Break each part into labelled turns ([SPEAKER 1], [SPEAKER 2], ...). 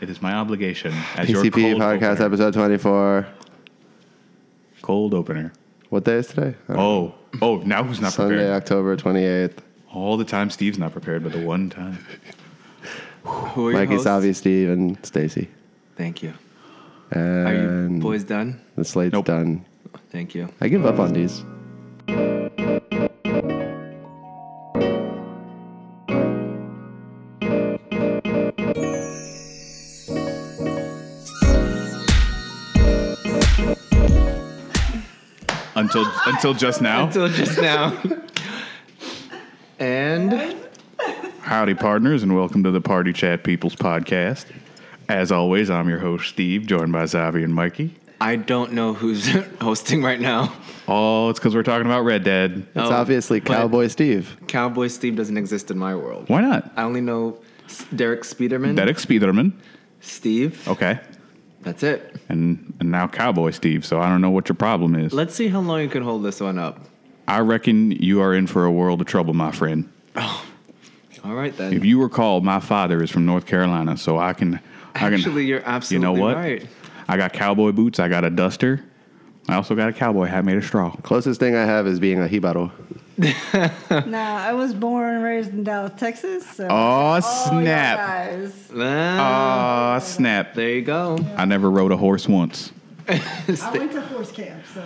[SPEAKER 1] It is my obligation as your
[SPEAKER 2] PCP
[SPEAKER 1] cold
[SPEAKER 2] podcast
[SPEAKER 1] opener.
[SPEAKER 2] episode 24.
[SPEAKER 1] Cold opener.
[SPEAKER 2] What day is today? Oh,
[SPEAKER 1] Oh, oh, now who's not
[SPEAKER 2] Uh, Sunday,
[SPEAKER 1] prepared?
[SPEAKER 2] October 28th.
[SPEAKER 1] All the time Steve's not prepared, but the one time.
[SPEAKER 3] Who are your
[SPEAKER 2] Mikey,
[SPEAKER 3] hosts?
[SPEAKER 2] Savi, Steve, and Stacy.
[SPEAKER 3] Thank you. Are
[SPEAKER 2] And
[SPEAKER 3] you boys done?
[SPEAKER 2] the slate's
[SPEAKER 1] Nope.
[SPEAKER 2] done.
[SPEAKER 3] Thank you.
[SPEAKER 2] I give up on these.
[SPEAKER 1] Until until just now.
[SPEAKER 3] Until just now. and
[SPEAKER 1] Howdy, partners, and welcome to the Party Chat People's Podcast. As always, I'm your host, Steve, joined by Zavi and Mikey.
[SPEAKER 3] I don't know who's hosting right now.
[SPEAKER 1] Oh, it's because we're talking about Red Dead.
[SPEAKER 2] It's
[SPEAKER 3] Oh,
[SPEAKER 2] obviously
[SPEAKER 3] but
[SPEAKER 2] Cowboy Steve.
[SPEAKER 3] Cowboy Steve doesn't exist in my world.
[SPEAKER 1] Why not?
[SPEAKER 3] I only know S- Derek Speederman,
[SPEAKER 1] Derek Spiderman.
[SPEAKER 3] Steve.
[SPEAKER 1] Okay.
[SPEAKER 3] That's it.
[SPEAKER 1] And, and now Cowboy Steve, so I don't know what your problem is.
[SPEAKER 3] Let's see how long you can hold this one up.
[SPEAKER 1] I reckon you are in for a world of trouble, my friend.
[SPEAKER 3] All right then.
[SPEAKER 1] If you recall, my father is from North Carolina, so I can. I can
[SPEAKER 3] Actually, you're absolutely
[SPEAKER 1] you know what?
[SPEAKER 3] right.
[SPEAKER 1] I got cowboy boots. I got a duster. I also got a cowboy hat made of straw.
[SPEAKER 2] Closest thing I have is being a Hibaro.
[SPEAKER 4] Nah, I was born and raised in Dallas, Texas. So
[SPEAKER 1] Oh
[SPEAKER 4] all y'all
[SPEAKER 1] snap!
[SPEAKER 4] guys.
[SPEAKER 2] Uh,
[SPEAKER 3] Ah,
[SPEAKER 1] Oh snap!
[SPEAKER 3] there you go.
[SPEAKER 1] I never rode a horse once.
[SPEAKER 4] I went to horse camp, so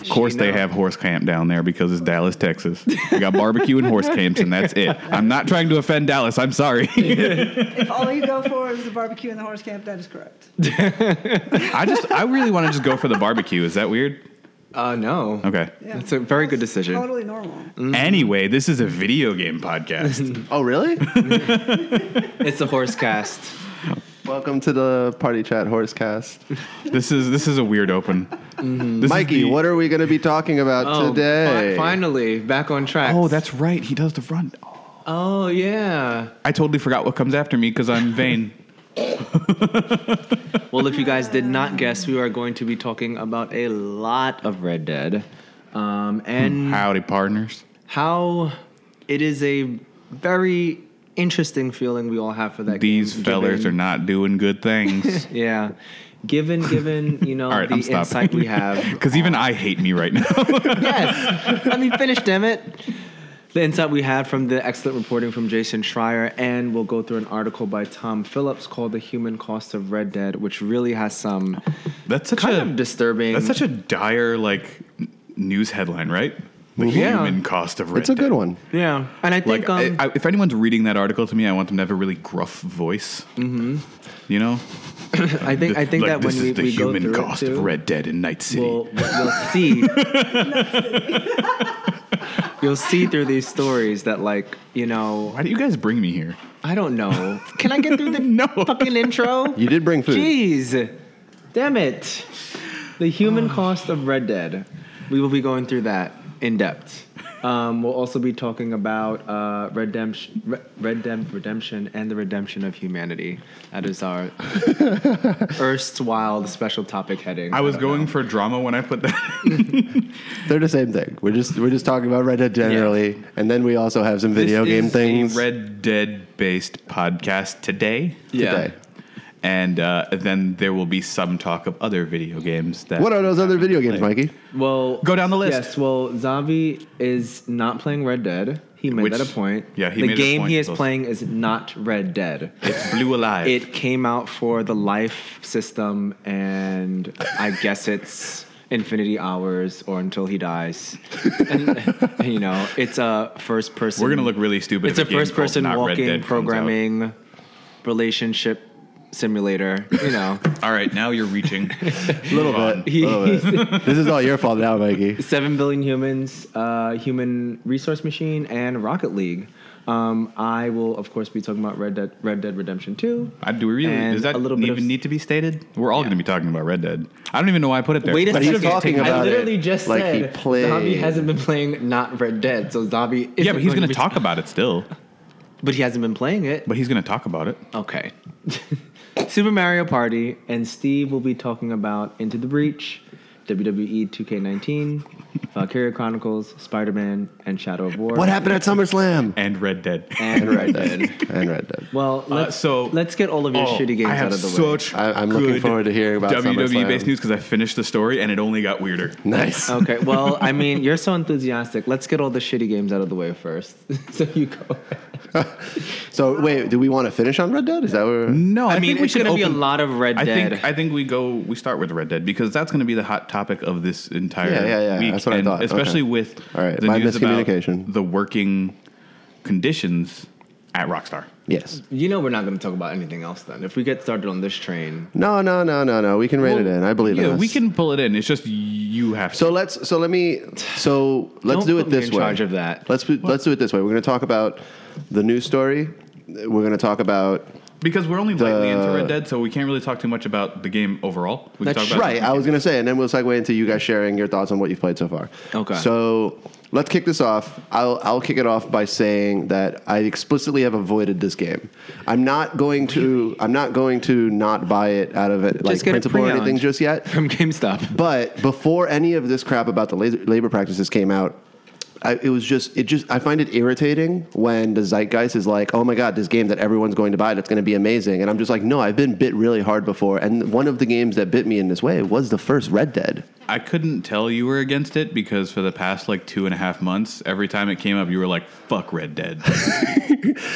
[SPEAKER 1] Of course, they
[SPEAKER 3] know.
[SPEAKER 1] have horse camp down there because it's Dallas, Texas. We got barbecue and horse camps, and that's it. I'm not trying to offend Dallas. I'm sorry.
[SPEAKER 4] if all you go for is the barbecue and the horse camp, that is correct.
[SPEAKER 1] I just, I really want to just go for the barbecue. Is that weird?
[SPEAKER 3] Uh, no.
[SPEAKER 1] Okay.
[SPEAKER 4] Yeah.
[SPEAKER 3] That's a very good decision.
[SPEAKER 4] Totally normal.
[SPEAKER 3] Mm-hmm.
[SPEAKER 1] Anyway, this is a video game podcast.
[SPEAKER 2] Oh, really?
[SPEAKER 3] It's a horse cast. Oh,
[SPEAKER 2] Welcome to the Party Chat Horsecast.
[SPEAKER 1] this is this is a weird open.
[SPEAKER 3] Mm-hmm.
[SPEAKER 1] This is
[SPEAKER 2] Mikey,
[SPEAKER 1] the-
[SPEAKER 2] what are we going to be talking about
[SPEAKER 3] Oh,
[SPEAKER 2] today?
[SPEAKER 3] fi- finally, back on track.
[SPEAKER 1] Oh, that's right. He does the front.
[SPEAKER 3] Oh, yeah.
[SPEAKER 1] I totally forgot what comes after me because I'm vain.
[SPEAKER 3] Well, if you guys did not guess, we are going to be talking about a lot of Red Dead um, and
[SPEAKER 1] Howdy, partners.
[SPEAKER 3] how it is a very interesting feeling we all have for that
[SPEAKER 1] These
[SPEAKER 3] game.
[SPEAKER 1] fellers are
[SPEAKER 3] given-
[SPEAKER 1] not doing good things.
[SPEAKER 3] Yeah. Given, given, you know,
[SPEAKER 1] All right,
[SPEAKER 3] the
[SPEAKER 1] I'm stopping.
[SPEAKER 3] insight we have.
[SPEAKER 1] Because even I hate me right now.
[SPEAKER 3] yes. Let me finish, damn it. The insight we had from the excellent reporting from Jason Schreier, and we'll go through an article by Tom Phillips called The Human Cost of Red Dead, which really has some
[SPEAKER 1] That's such
[SPEAKER 3] kind
[SPEAKER 1] a
[SPEAKER 3] of disturbing.
[SPEAKER 1] that's such a dire like n- news headline, right? The
[SPEAKER 3] Mm-hmm. Yeah.
[SPEAKER 1] human cost of red.
[SPEAKER 2] it's a
[SPEAKER 1] Dead.
[SPEAKER 2] good one.
[SPEAKER 3] yeah. And I
[SPEAKER 1] Like,
[SPEAKER 3] think
[SPEAKER 1] I-
[SPEAKER 3] um,
[SPEAKER 1] I, if anyone's reading that article to me, I want them to have a really gruff voice. Mm-hmm. You know,
[SPEAKER 3] I think I think
[SPEAKER 1] like,
[SPEAKER 3] that when
[SPEAKER 1] this
[SPEAKER 3] we,
[SPEAKER 1] is the
[SPEAKER 3] we go
[SPEAKER 1] human
[SPEAKER 3] through
[SPEAKER 1] cost
[SPEAKER 3] it too,
[SPEAKER 1] of Red Dead in Night City.
[SPEAKER 3] we'll, you'll see you'll see through these stories that like you know
[SPEAKER 1] Why do you guys bring me here?
[SPEAKER 3] I don't know. Can I get through the
[SPEAKER 1] No.
[SPEAKER 3] fucking intro?
[SPEAKER 2] You did bring food.
[SPEAKER 3] Jeez, damn it! The human cost of Red Dead. We will be going through that in depth. Um, we'll also be talking about uh, redemption, Re- Red Dead redemption, and the redemption of humanity. That is our erstwhile special topic heading.
[SPEAKER 1] I was
[SPEAKER 3] don't know.
[SPEAKER 1] going for drama when I put that.
[SPEAKER 2] They're the same thing. We're just we're just talking about Red Dead generally, and then we also have some video
[SPEAKER 1] This
[SPEAKER 2] game
[SPEAKER 1] is
[SPEAKER 2] things.
[SPEAKER 1] A Red Dead based podcast today.
[SPEAKER 3] Yeah.
[SPEAKER 2] today.
[SPEAKER 1] And uh, then there will be some talk of other video games that.
[SPEAKER 2] What are those other video games, Mikey?
[SPEAKER 3] Well,
[SPEAKER 1] Go down the list.
[SPEAKER 3] Yes. Well, Zavi is not playing Red Dead. He made
[SPEAKER 1] Which-
[SPEAKER 3] that a point.
[SPEAKER 1] yeah, he
[SPEAKER 3] the
[SPEAKER 1] made a
[SPEAKER 3] game
[SPEAKER 1] point
[SPEAKER 3] he is
[SPEAKER 1] also.
[SPEAKER 3] playing is not Red Dead.
[SPEAKER 1] It's Blue Alive.
[SPEAKER 3] It came out for the Life system, and I guess it's Infinity Hours or until he dies. And, you know, it's a first person.
[SPEAKER 1] We're going to look really stupid.
[SPEAKER 3] It's a
[SPEAKER 1] if game
[SPEAKER 3] first
[SPEAKER 1] called
[SPEAKER 3] person
[SPEAKER 1] Not Red Dead
[SPEAKER 3] walking
[SPEAKER 1] comes out.
[SPEAKER 3] programming relationship simulator. You know,
[SPEAKER 1] All right, now you're reaching.
[SPEAKER 2] A little bit.
[SPEAKER 3] he, he's
[SPEAKER 2] this is all your fault now, Mikey.
[SPEAKER 3] Seven billion humans, uh, human resource machine, and Rocket League. Um, I will, of course, be talking about Red Dead, Red Dead Redemption Two.
[SPEAKER 1] I do we really.
[SPEAKER 3] And
[SPEAKER 1] does that
[SPEAKER 3] a little bit
[SPEAKER 1] even
[SPEAKER 3] of-
[SPEAKER 1] need to be stated? We're all going to be talking about Red Dead. I don't even know why I put it there.
[SPEAKER 3] Wait a
[SPEAKER 2] But he's
[SPEAKER 3] second!
[SPEAKER 2] talking
[SPEAKER 3] I
[SPEAKER 2] about
[SPEAKER 3] literally
[SPEAKER 2] it
[SPEAKER 3] just
[SPEAKER 2] like he
[SPEAKER 3] said Zombie
[SPEAKER 2] played.
[SPEAKER 3] hasn't been playing not Red Dead, so Zombie. Isn't
[SPEAKER 1] yeah, but he's going
[SPEAKER 3] be-
[SPEAKER 1] to talk about it still.
[SPEAKER 3] But he hasn't been playing it.
[SPEAKER 1] But he's going to talk about it.
[SPEAKER 3] Okay. Super Mario Party, E and Steve will be talking about Into the Breach, WWE 2K19, uh, Carrier Chronicles, Spider Man, and Shadow of War.
[SPEAKER 2] What happened at SummerSlam?
[SPEAKER 1] and Red Dead.
[SPEAKER 3] And Red Dead.
[SPEAKER 2] Dead. and Red Dead.
[SPEAKER 3] Well,
[SPEAKER 1] Uh,
[SPEAKER 3] let's,
[SPEAKER 1] so
[SPEAKER 3] let's get all of your
[SPEAKER 1] oh,
[SPEAKER 3] shitty games
[SPEAKER 1] I have
[SPEAKER 3] out of the
[SPEAKER 1] such
[SPEAKER 2] I- I'm looking
[SPEAKER 1] good
[SPEAKER 2] forward to hearing about
[SPEAKER 1] WWE
[SPEAKER 2] SummerSlam.
[SPEAKER 1] based news because I finished the story and it only got weirder.
[SPEAKER 2] Nice.
[SPEAKER 3] way. Okay, well, I mean, you're so enthusiastic. Let's get all the shitty games out of the way first. so you go.
[SPEAKER 2] So wait, do we want to finish on Red Dead? Is that where?
[SPEAKER 1] No, I, mean
[SPEAKER 3] think it's
[SPEAKER 1] should
[SPEAKER 3] going to be a lot of Red
[SPEAKER 1] I
[SPEAKER 3] Dead.
[SPEAKER 1] think I think we go we start with Red Dead because that's going to be the hot topic of this entire
[SPEAKER 2] Yeah, yeah, yeah.
[SPEAKER 1] week.
[SPEAKER 2] That's what I
[SPEAKER 1] and
[SPEAKER 2] thought.
[SPEAKER 1] Especially
[SPEAKER 2] Okay.
[SPEAKER 1] with
[SPEAKER 2] All right.
[SPEAKER 1] the
[SPEAKER 2] My
[SPEAKER 1] news about
[SPEAKER 2] miscommunication.
[SPEAKER 1] the working conditions at Rockstar.
[SPEAKER 2] Yes.
[SPEAKER 3] you know we're not going to talk about anything else then. If we get started on this train,
[SPEAKER 2] No, no, no, no, no. We can rein it in. I believe
[SPEAKER 1] yeah,
[SPEAKER 2] in us.
[SPEAKER 1] we can pull it in. It's just you have
[SPEAKER 2] So let's. So let me. So let's
[SPEAKER 3] Don't
[SPEAKER 2] do it
[SPEAKER 3] put me
[SPEAKER 2] this
[SPEAKER 3] in
[SPEAKER 2] way.
[SPEAKER 3] charge of that.
[SPEAKER 2] Let's put- let's do it this way. We're going to talk about the news story. We're going to talk about
[SPEAKER 1] because we're only lightly into
[SPEAKER 2] The-
[SPEAKER 1] Red Dead, so we can't really talk too much about the game overall. We
[SPEAKER 3] That's
[SPEAKER 1] can talk about
[SPEAKER 2] right. I was going to say, and then we'll segue into you guys sharing your thoughts on what you've played so far.
[SPEAKER 3] Okay.
[SPEAKER 2] So let's kick this off. I'll I'll kick it off by saying that I explicitly have avoided this game. I'm not going to I'm not going to not buy it out of it like
[SPEAKER 3] get it
[SPEAKER 2] principle or
[SPEAKER 3] pre-owned.
[SPEAKER 2] anything just yet.
[SPEAKER 3] from GameStop.
[SPEAKER 2] But before any of this crap about the la- labor practices came out, I, it was just it just I find it irritating when the zeitgeist is like, oh my god, this game that everyone's going to buy that's going to be amazing, and I'm just like, no, I've been bit really hard before, and one of the games that bit me in this way was the first Red Dead.
[SPEAKER 1] I couldn't tell you were against it because for the past like two and a half months, every time it came up, you were like, "Fuck Red Dead."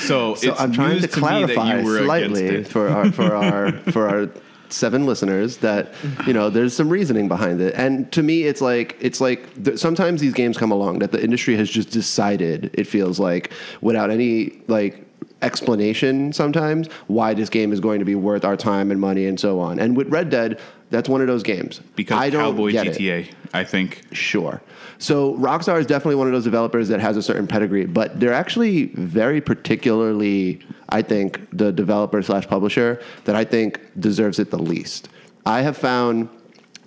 [SPEAKER 1] so,
[SPEAKER 2] So
[SPEAKER 1] it's
[SPEAKER 2] I'm trying
[SPEAKER 1] news
[SPEAKER 2] to
[SPEAKER 1] me that
[SPEAKER 2] clarify
[SPEAKER 1] you were against
[SPEAKER 2] slightly
[SPEAKER 1] it.
[SPEAKER 2] for our for our for our seven listeners that you know there's some reasoning behind it and to me it's like it's like th- sometimes these games come along that the industry has just decided it feels like without any like explanation sometimes why this game is going to be worth our time and money and so on and with red dead that's one of those games
[SPEAKER 1] because
[SPEAKER 2] I don't
[SPEAKER 1] Cowboy
[SPEAKER 2] get it.
[SPEAKER 1] GTA. I think
[SPEAKER 2] Sure. So Rockstar is definitely one of those developers that has a certain pedigree, but they're actually very particularly, I think, the developer slash publisher that I think deserves it the least. I have found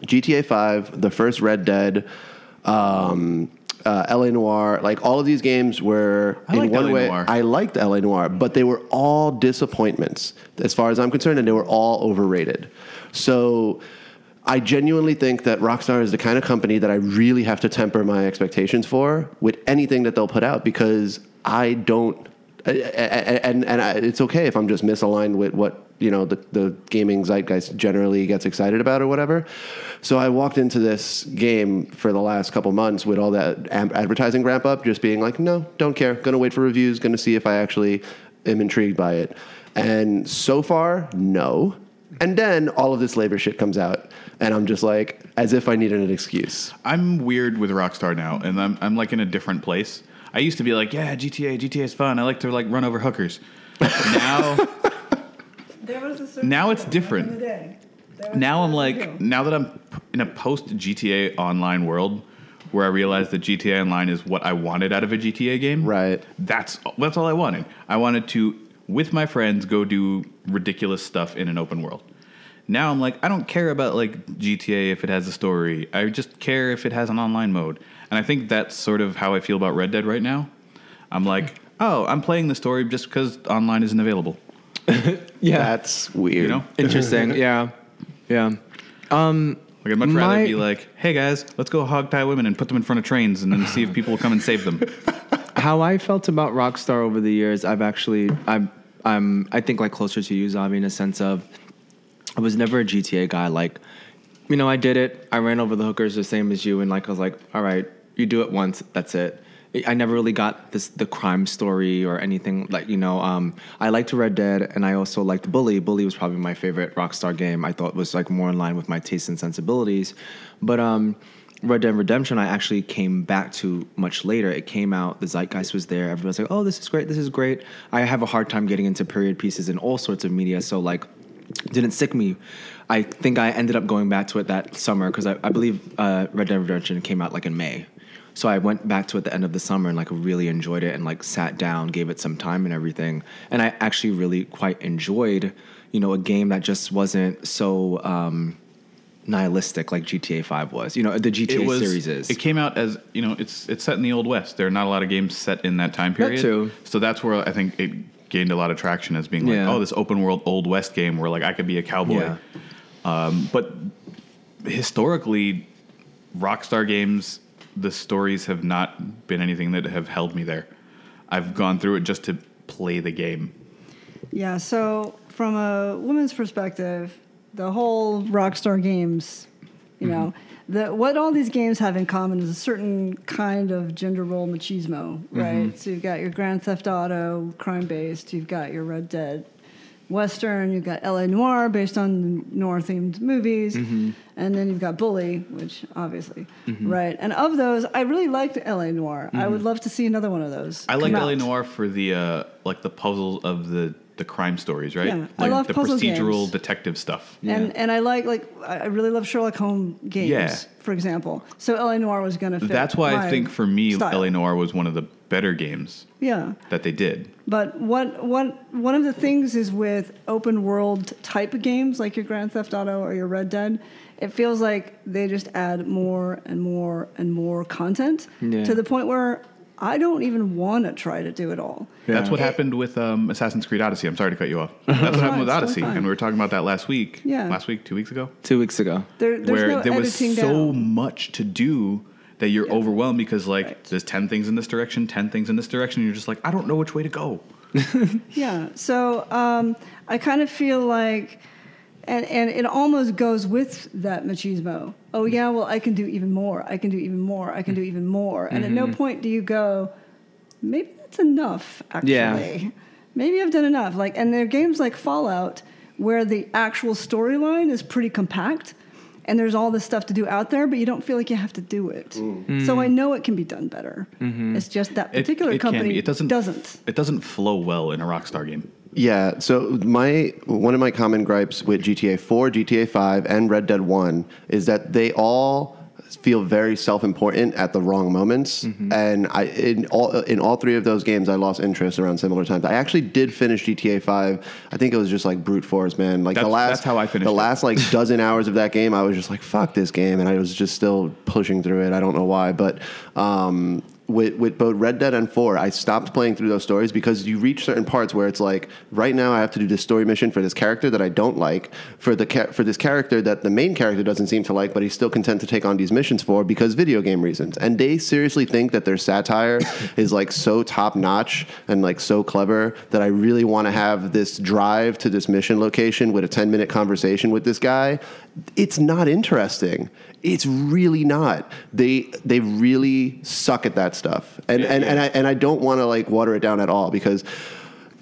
[SPEAKER 2] GTA Five, the first Red Dead, um, uh, LA Noir, like all of these games were
[SPEAKER 1] I
[SPEAKER 2] in
[SPEAKER 1] liked
[SPEAKER 2] one
[SPEAKER 1] LA
[SPEAKER 2] way.
[SPEAKER 1] Noire.
[SPEAKER 2] I liked LA Noir, but they were all disappointments as far as I'm concerned, and they were all overrated. So I genuinely think that Rockstar is the kind of company that I really have to temper my expectations for with anything that they'll put out because I don't. a- a- a- And and I- it's okay if I'm just misaligned with what you know the, the gaming zeitgeist generally gets excited about or whatever. So I walked into this game for the last couple months with all that am- advertising ramp up, just being like, no, don't care. Gonna wait for reviews. Gonna see if I actually am intrigued by it. And so far, no. And then all of this labor shit comes out, and I'm just like, as if I needed an excuse.
[SPEAKER 1] I'm weird with Rockstar now, and I'm I'm like in a different place. I used to be like, "Yeah, GTA, GTA is fun. I like to like run over hookers." now,
[SPEAKER 4] There was a certain
[SPEAKER 1] Now it's
[SPEAKER 4] time
[SPEAKER 1] different.
[SPEAKER 4] back in the day. There was
[SPEAKER 1] now I'm
[SPEAKER 4] nothing
[SPEAKER 1] like,
[SPEAKER 4] to do.
[SPEAKER 1] now that I'm in a post GTA Online world, where I realized that GTA Online is what I wanted out of a GTA game.
[SPEAKER 2] Right.
[SPEAKER 1] That's that's all I wanted. I wanted to, with my friends, go do ridiculous stuff in an open world. Now I'm like, I don't care about like GTA if it has a story. I just care if it has an online mode. And I think that's sort of how I feel about Red Dead right now. I'm like, oh, I'm playing the story just because online isn't available.
[SPEAKER 3] Yeah.
[SPEAKER 2] That's weird.
[SPEAKER 1] You know?
[SPEAKER 3] Interesting. yeah. Yeah.
[SPEAKER 1] Like I'd much rather
[SPEAKER 3] My-
[SPEAKER 1] be like, "Hey guys, let's go hog tie women and put them in front of trains, and then see if people will come and save them."
[SPEAKER 3] How I felt about Rockstar over the years, I've actually I'm I'm I think like closer to you, Zombie, in a sense of I was never a GTA guy. Like, you know, I did it. I ran over the hookers the same as you, and like I was like, all right, you do it once, that's it. I- I never really got this the crime story or anything like you know. Um, I liked Red Dead, and I also liked Bully. Bully was probably my favorite Rockstar game. I thought was like more in line with my tastes and sensibilities, but um. Red Dead Redemption, I actually came back to much later. It came out, the zeitgeist was there. Everyone's like, oh, this is great, this is great. I have a hard time getting into period pieces and all sorts of media. So, like, didn't sick me. I think I ended up going back to it that summer because I, I believe uh, Red Dead Redemption came out like in May. So I went back to it at the end of the summer and like really enjoyed it and like sat down, gave it some time and everything. And I actually really quite enjoyed, you know, a game that just wasn't so um, nihilistic like GTA 5 was. You know, the GTA series is.
[SPEAKER 1] It came out as you know, it's it's set in the old west. There are not a lot of games set in that time period.
[SPEAKER 3] too.
[SPEAKER 1] So that's where I think it gained a lot of traction as being like,
[SPEAKER 3] Yeah.
[SPEAKER 1] "Oh, this open world old west game where like I could be a cowboy."
[SPEAKER 3] Yeah.
[SPEAKER 1] Um, but historically, Rockstar games the stories have not been anything that have held me there. I've gone through it just to play the game.
[SPEAKER 4] Yeah, so from a woman's perspective, the whole Rockstar games, you know, the, what all these games have in common is a certain kind of gender role machismo, right? So you've got your Grand Theft Auto, crime based, you've got your Red Dead Western, you've got LA Noir based on noir themed movies, and then you've got Bully, which obviously, right? And of those, I really liked LA Noir. I would love to see another one of those.
[SPEAKER 1] I like
[SPEAKER 4] come
[SPEAKER 1] LA
[SPEAKER 4] out.
[SPEAKER 1] Noir for the uh, like the puzzles of the the crime stories, right?
[SPEAKER 4] Yeah,
[SPEAKER 1] like
[SPEAKER 4] I love
[SPEAKER 1] the
[SPEAKER 4] puzzle
[SPEAKER 1] procedural
[SPEAKER 4] games.
[SPEAKER 1] detective stuff.
[SPEAKER 4] And and I like like I I really love Sherlock Holmes games,
[SPEAKER 1] Yeah.
[SPEAKER 4] for example. So LA Noir was gonna fit.
[SPEAKER 1] That's why
[SPEAKER 4] my
[SPEAKER 1] I think for me,
[SPEAKER 4] style.
[SPEAKER 1] LA Noir was one of the better games
[SPEAKER 4] Yeah,
[SPEAKER 1] that they did.
[SPEAKER 4] but what what one of the things is with open world type games like your Grand Theft Auto or your Red Dead, it feels like they just add more and more and more content
[SPEAKER 3] Yeah.
[SPEAKER 4] to the point where I don't even want to try to do it all.
[SPEAKER 1] That's
[SPEAKER 3] Yeah.
[SPEAKER 1] what happened with um, Assassin's Creed Odyssey. I'm sorry to cut you off. That's what happened with
[SPEAKER 4] it's
[SPEAKER 1] Odyssey,
[SPEAKER 4] totally fine.
[SPEAKER 1] and we were talking about that last week.
[SPEAKER 4] Yeah.
[SPEAKER 1] last week, two weeks ago,
[SPEAKER 3] Two weeks ago.
[SPEAKER 4] There, there's
[SPEAKER 1] where
[SPEAKER 4] no
[SPEAKER 1] there was
[SPEAKER 4] editing
[SPEAKER 1] so
[SPEAKER 4] down.
[SPEAKER 1] much to do that you're overwhelmed because like
[SPEAKER 4] Right.
[SPEAKER 1] there's ten things in this direction, ten things in this direction, and you're just like, I don't know which way to go.
[SPEAKER 4] Yeah. So um, I kind of feel like, and, and it almost goes with that machismo. Oh, yeah, well, I can do even more. I can do even more. I can do even more. And
[SPEAKER 1] Mm-hmm.
[SPEAKER 4] at no point do you go, maybe that's enough, actually.
[SPEAKER 3] Yeah.
[SPEAKER 4] Maybe I've done enough. Like, and there are games like Fallout where the actual storyline is pretty compact. And there's all this stuff to do out there, but you don't feel like you have to do it. So I know it can be done better. It's just that
[SPEAKER 1] Mm. Mm-hmm. It-
[SPEAKER 4] particular
[SPEAKER 1] it can
[SPEAKER 4] company
[SPEAKER 1] be. It doesn't
[SPEAKER 4] doesn't.
[SPEAKER 1] It doesn't flow well in a Rockstar game.
[SPEAKER 2] Yeah. So my one of my common gripes with GTA 4, GTA 5, and Red Dead 1 is that they all feel very self-important at the wrong moments,
[SPEAKER 1] Mm-hmm.
[SPEAKER 2] and I in all in all three of those games I lost interest around similar times. I actually did finish GTA 5. I think it was just like brute force, man. Like the
[SPEAKER 1] That's-
[SPEAKER 2] last
[SPEAKER 1] that's how I finished
[SPEAKER 2] the
[SPEAKER 1] it.
[SPEAKER 2] last like dozen hours of that game. I was just like fuck this game, and I was just still pushing through it. I don't know why, but. Um, with, with both Red Dead and 4, I stopped playing through those stories because you reach certain parts where it's like, right now I have to do this story mission for this character that I don't like, for the ca- for this character that the main character doesn't seem to like, but he's still content to take on these missions for because video game reasons. And they seriously think that their satire is like so top notch and like so clever that I really want to have this drive to this mission location with a 10 minute conversation with this guy. It's not interesting. It's really not. They they really suck at that stuff. And and, and I and I don't want to like water it down at all because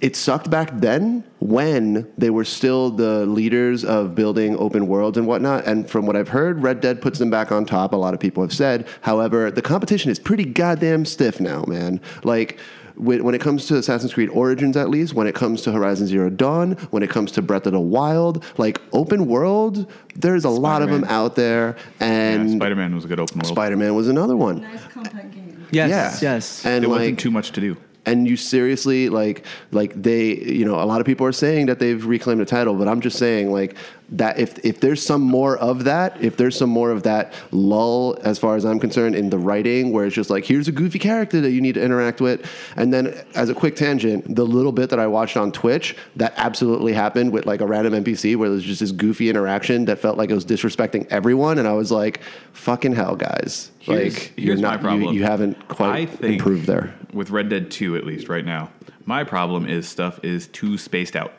[SPEAKER 2] it sucked back then when they were still the leaders of building open worlds and whatnot. And from what I've heard, Red Dead puts them back on top. A lot of people have said. However, the competition is pretty goddamn stiff now, man. Like when, when it comes to Assassin's Creed Origins, at least when it comes to Horizon Zero Dawn, when it comes to Breath of the Wild, like open world, there's a lot of them
[SPEAKER 3] Spider-Man.
[SPEAKER 2] out there. And
[SPEAKER 1] yeah, Spider Man was a good open world.
[SPEAKER 2] Spider Man was another one.
[SPEAKER 4] Nice compact game.
[SPEAKER 3] Yes.
[SPEAKER 2] Yeah.
[SPEAKER 3] Yes.
[SPEAKER 2] And
[SPEAKER 1] there
[SPEAKER 2] like
[SPEAKER 1] wasn't too much to do.
[SPEAKER 2] and you seriously like like they you know a lot of people are saying that they've reclaimed the title but i'm just saying like that if if there's some more of that if there's some more of that lull as far as i'm concerned in the writing where it's just like here's a goofy character that you need to interact with and then as a quick tangent the little bit that i watched on twitch that absolutely happened with like a random npc where there's just this goofy interaction that felt like it was disrespecting everyone and i was like fucking hell guys
[SPEAKER 1] Here's-
[SPEAKER 2] like
[SPEAKER 1] here's my
[SPEAKER 2] you-
[SPEAKER 1] problem.
[SPEAKER 2] you, haven't
[SPEAKER 1] I
[SPEAKER 2] quite
[SPEAKER 1] think-
[SPEAKER 2] improved there
[SPEAKER 1] With Red Dead 2, at least right now, my problem is stuff is too spaced out.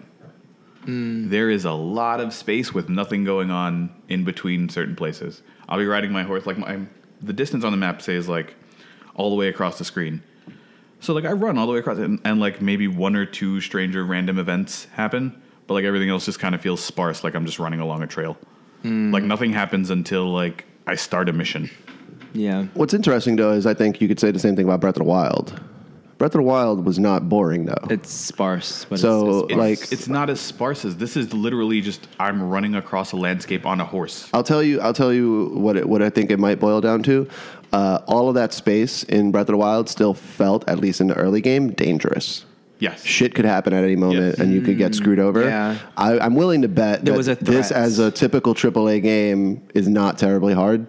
[SPEAKER 1] There is a lot of space with nothing going on in between certain places. I'll be riding my horse like my the distance on the map say is like all the way across the screen. So like I run all the way across and, and like maybe one or two stranger random events happen, but like everything else just kind of feels sparse like I'm just running along a trail. Like nothing happens until like I start a mission.
[SPEAKER 3] Yeah.
[SPEAKER 2] What's interesting though is I think you could say the same thing about Breath of the Wild. Breath of the Wild was not boring though.
[SPEAKER 3] It's sparse. But
[SPEAKER 2] So,
[SPEAKER 3] it's, it's,
[SPEAKER 1] It's,
[SPEAKER 2] Like-
[SPEAKER 1] it's not as sparse as this is literally just I'm running across a landscape on a horse.
[SPEAKER 2] I'll tell you. I'll tell you what it, what I think it might boil down to. Uh, all of that space in Breath of the Wild still felt, at least in the early game, dangerous.
[SPEAKER 1] Yes.
[SPEAKER 2] Shit could happen at any moment,
[SPEAKER 1] Yes.
[SPEAKER 2] and you could get screwed over.
[SPEAKER 3] Mm, yeah.
[SPEAKER 2] I, I'm willing to bet
[SPEAKER 3] There
[SPEAKER 2] that
[SPEAKER 3] was a
[SPEAKER 2] this,
[SPEAKER 3] threat.
[SPEAKER 2] as a typical AAA game, is not terribly hard.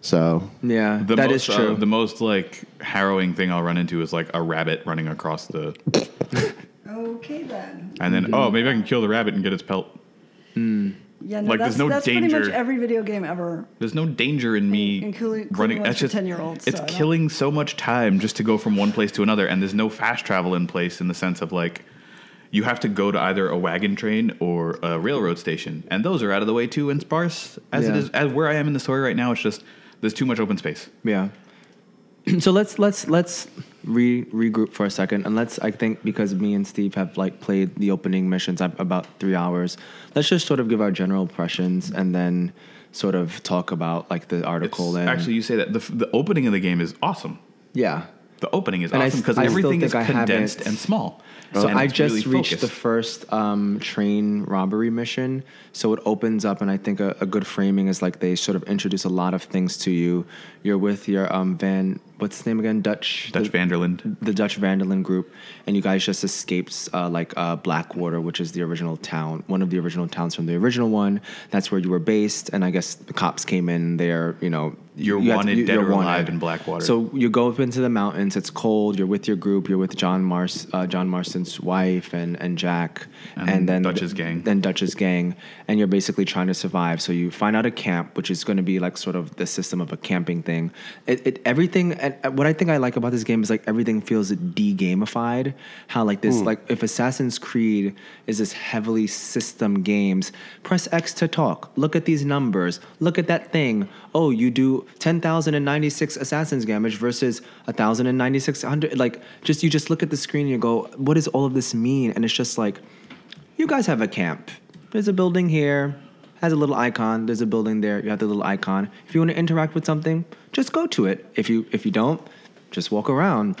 [SPEAKER 2] So
[SPEAKER 3] yeah.
[SPEAKER 1] The
[SPEAKER 3] that is
[SPEAKER 1] most, uh,
[SPEAKER 3] true.
[SPEAKER 1] the most like harrowing thing I'll run into is like a rabbit running across the
[SPEAKER 4] Okay then.
[SPEAKER 1] and then oh maybe I can kill the rabbit and get its pelt.
[SPEAKER 4] Yeah, no,
[SPEAKER 1] Like,
[SPEAKER 4] that's,
[SPEAKER 1] there's no
[SPEAKER 4] that's pretty
[SPEAKER 1] danger.
[SPEAKER 4] much every video game ever.
[SPEAKER 1] There's no danger in me
[SPEAKER 4] Including- including
[SPEAKER 1] running. That's
[SPEAKER 4] ones for
[SPEAKER 1] just
[SPEAKER 4] 10-year-olds,
[SPEAKER 1] It's
[SPEAKER 4] so I don't-
[SPEAKER 1] killing so much time just to go from one place to another, and there's no fast travel in place in the sense of like you have to go to either a wagon train or a railroad station, and those are out of the way too and sparse as it
[SPEAKER 3] Yeah.
[SPEAKER 1] is. As where I am in the story right now, it's just there's too much open space.
[SPEAKER 3] Yeah. so let's let's let's re regroup for a second, and let's I think because me and Steve have like played the opening missions up about three hours. Let's just sort of give our general impressions, and then sort of talk about like the
[SPEAKER 1] It's,
[SPEAKER 3] article. and
[SPEAKER 1] actually, you say that the, f- the opening of the game is awesome.
[SPEAKER 3] yeah.
[SPEAKER 1] The opening is
[SPEAKER 3] And I
[SPEAKER 1] awesome
[SPEAKER 3] s-
[SPEAKER 1] because
[SPEAKER 3] I still
[SPEAKER 1] everything
[SPEAKER 3] think
[SPEAKER 1] is
[SPEAKER 3] I haven't-
[SPEAKER 1] condensed and small.
[SPEAKER 3] So
[SPEAKER 1] Oh, And
[SPEAKER 3] I
[SPEAKER 1] it's
[SPEAKER 3] just
[SPEAKER 1] really
[SPEAKER 3] reached the
[SPEAKER 1] focused.
[SPEAKER 3] first um, train robbery mission. So it opens up, and I think a, a good framing is like they sort of introduce a lot of things to you. You're with your um, Van, what's his name again? Dutch.
[SPEAKER 1] Dutch
[SPEAKER 3] the,
[SPEAKER 1] Vanderland.
[SPEAKER 3] the Dutch Vanderlyn group, and you guys just escaped uh, like uh, Blackwater, which is the original town, one of the original towns from the original one. That's where you were based, and I guess the cops came in. They're you know
[SPEAKER 1] You're
[SPEAKER 3] you have
[SPEAKER 1] wanted
[SPEAKER 3] you-
[SPEAKER 1] dead
[SPEAKER 3] you're
[SPEAKER 1] or alive in Blackwater.
[SPEAKER 3] So you go up into the mountains. It's cold. You're with your group. You're with John Mars, uh, John Marston's wife, and and Jack,
[SPEAKER 1] And
[SPEAKER 3] then
[SPEAKER 1] Dutch's gang.
[SPEAKER 3] Then Dutch's gang, and you're basically trying to survive. So you find out a camp, which is going to be like sort of the system of a camping thing. It, it everything. And and what I think I like about this game is like everything feels de-gamified. How like this like if Assassin's Creed is this heavily system games. Press X to talk. Look at these numbers. Look at that thing. Oh, you do ten thousand and ninety-six assassins damage versus thousand and ninety-six hundred. Like just you just look at the screen and you go, what does all of this mean? And it's just like you guys have a camp. There's a building here, has a little icon. There's a building there. You have the little icon. If you want to interact with something, just go to it. If you if you don't, just walk around.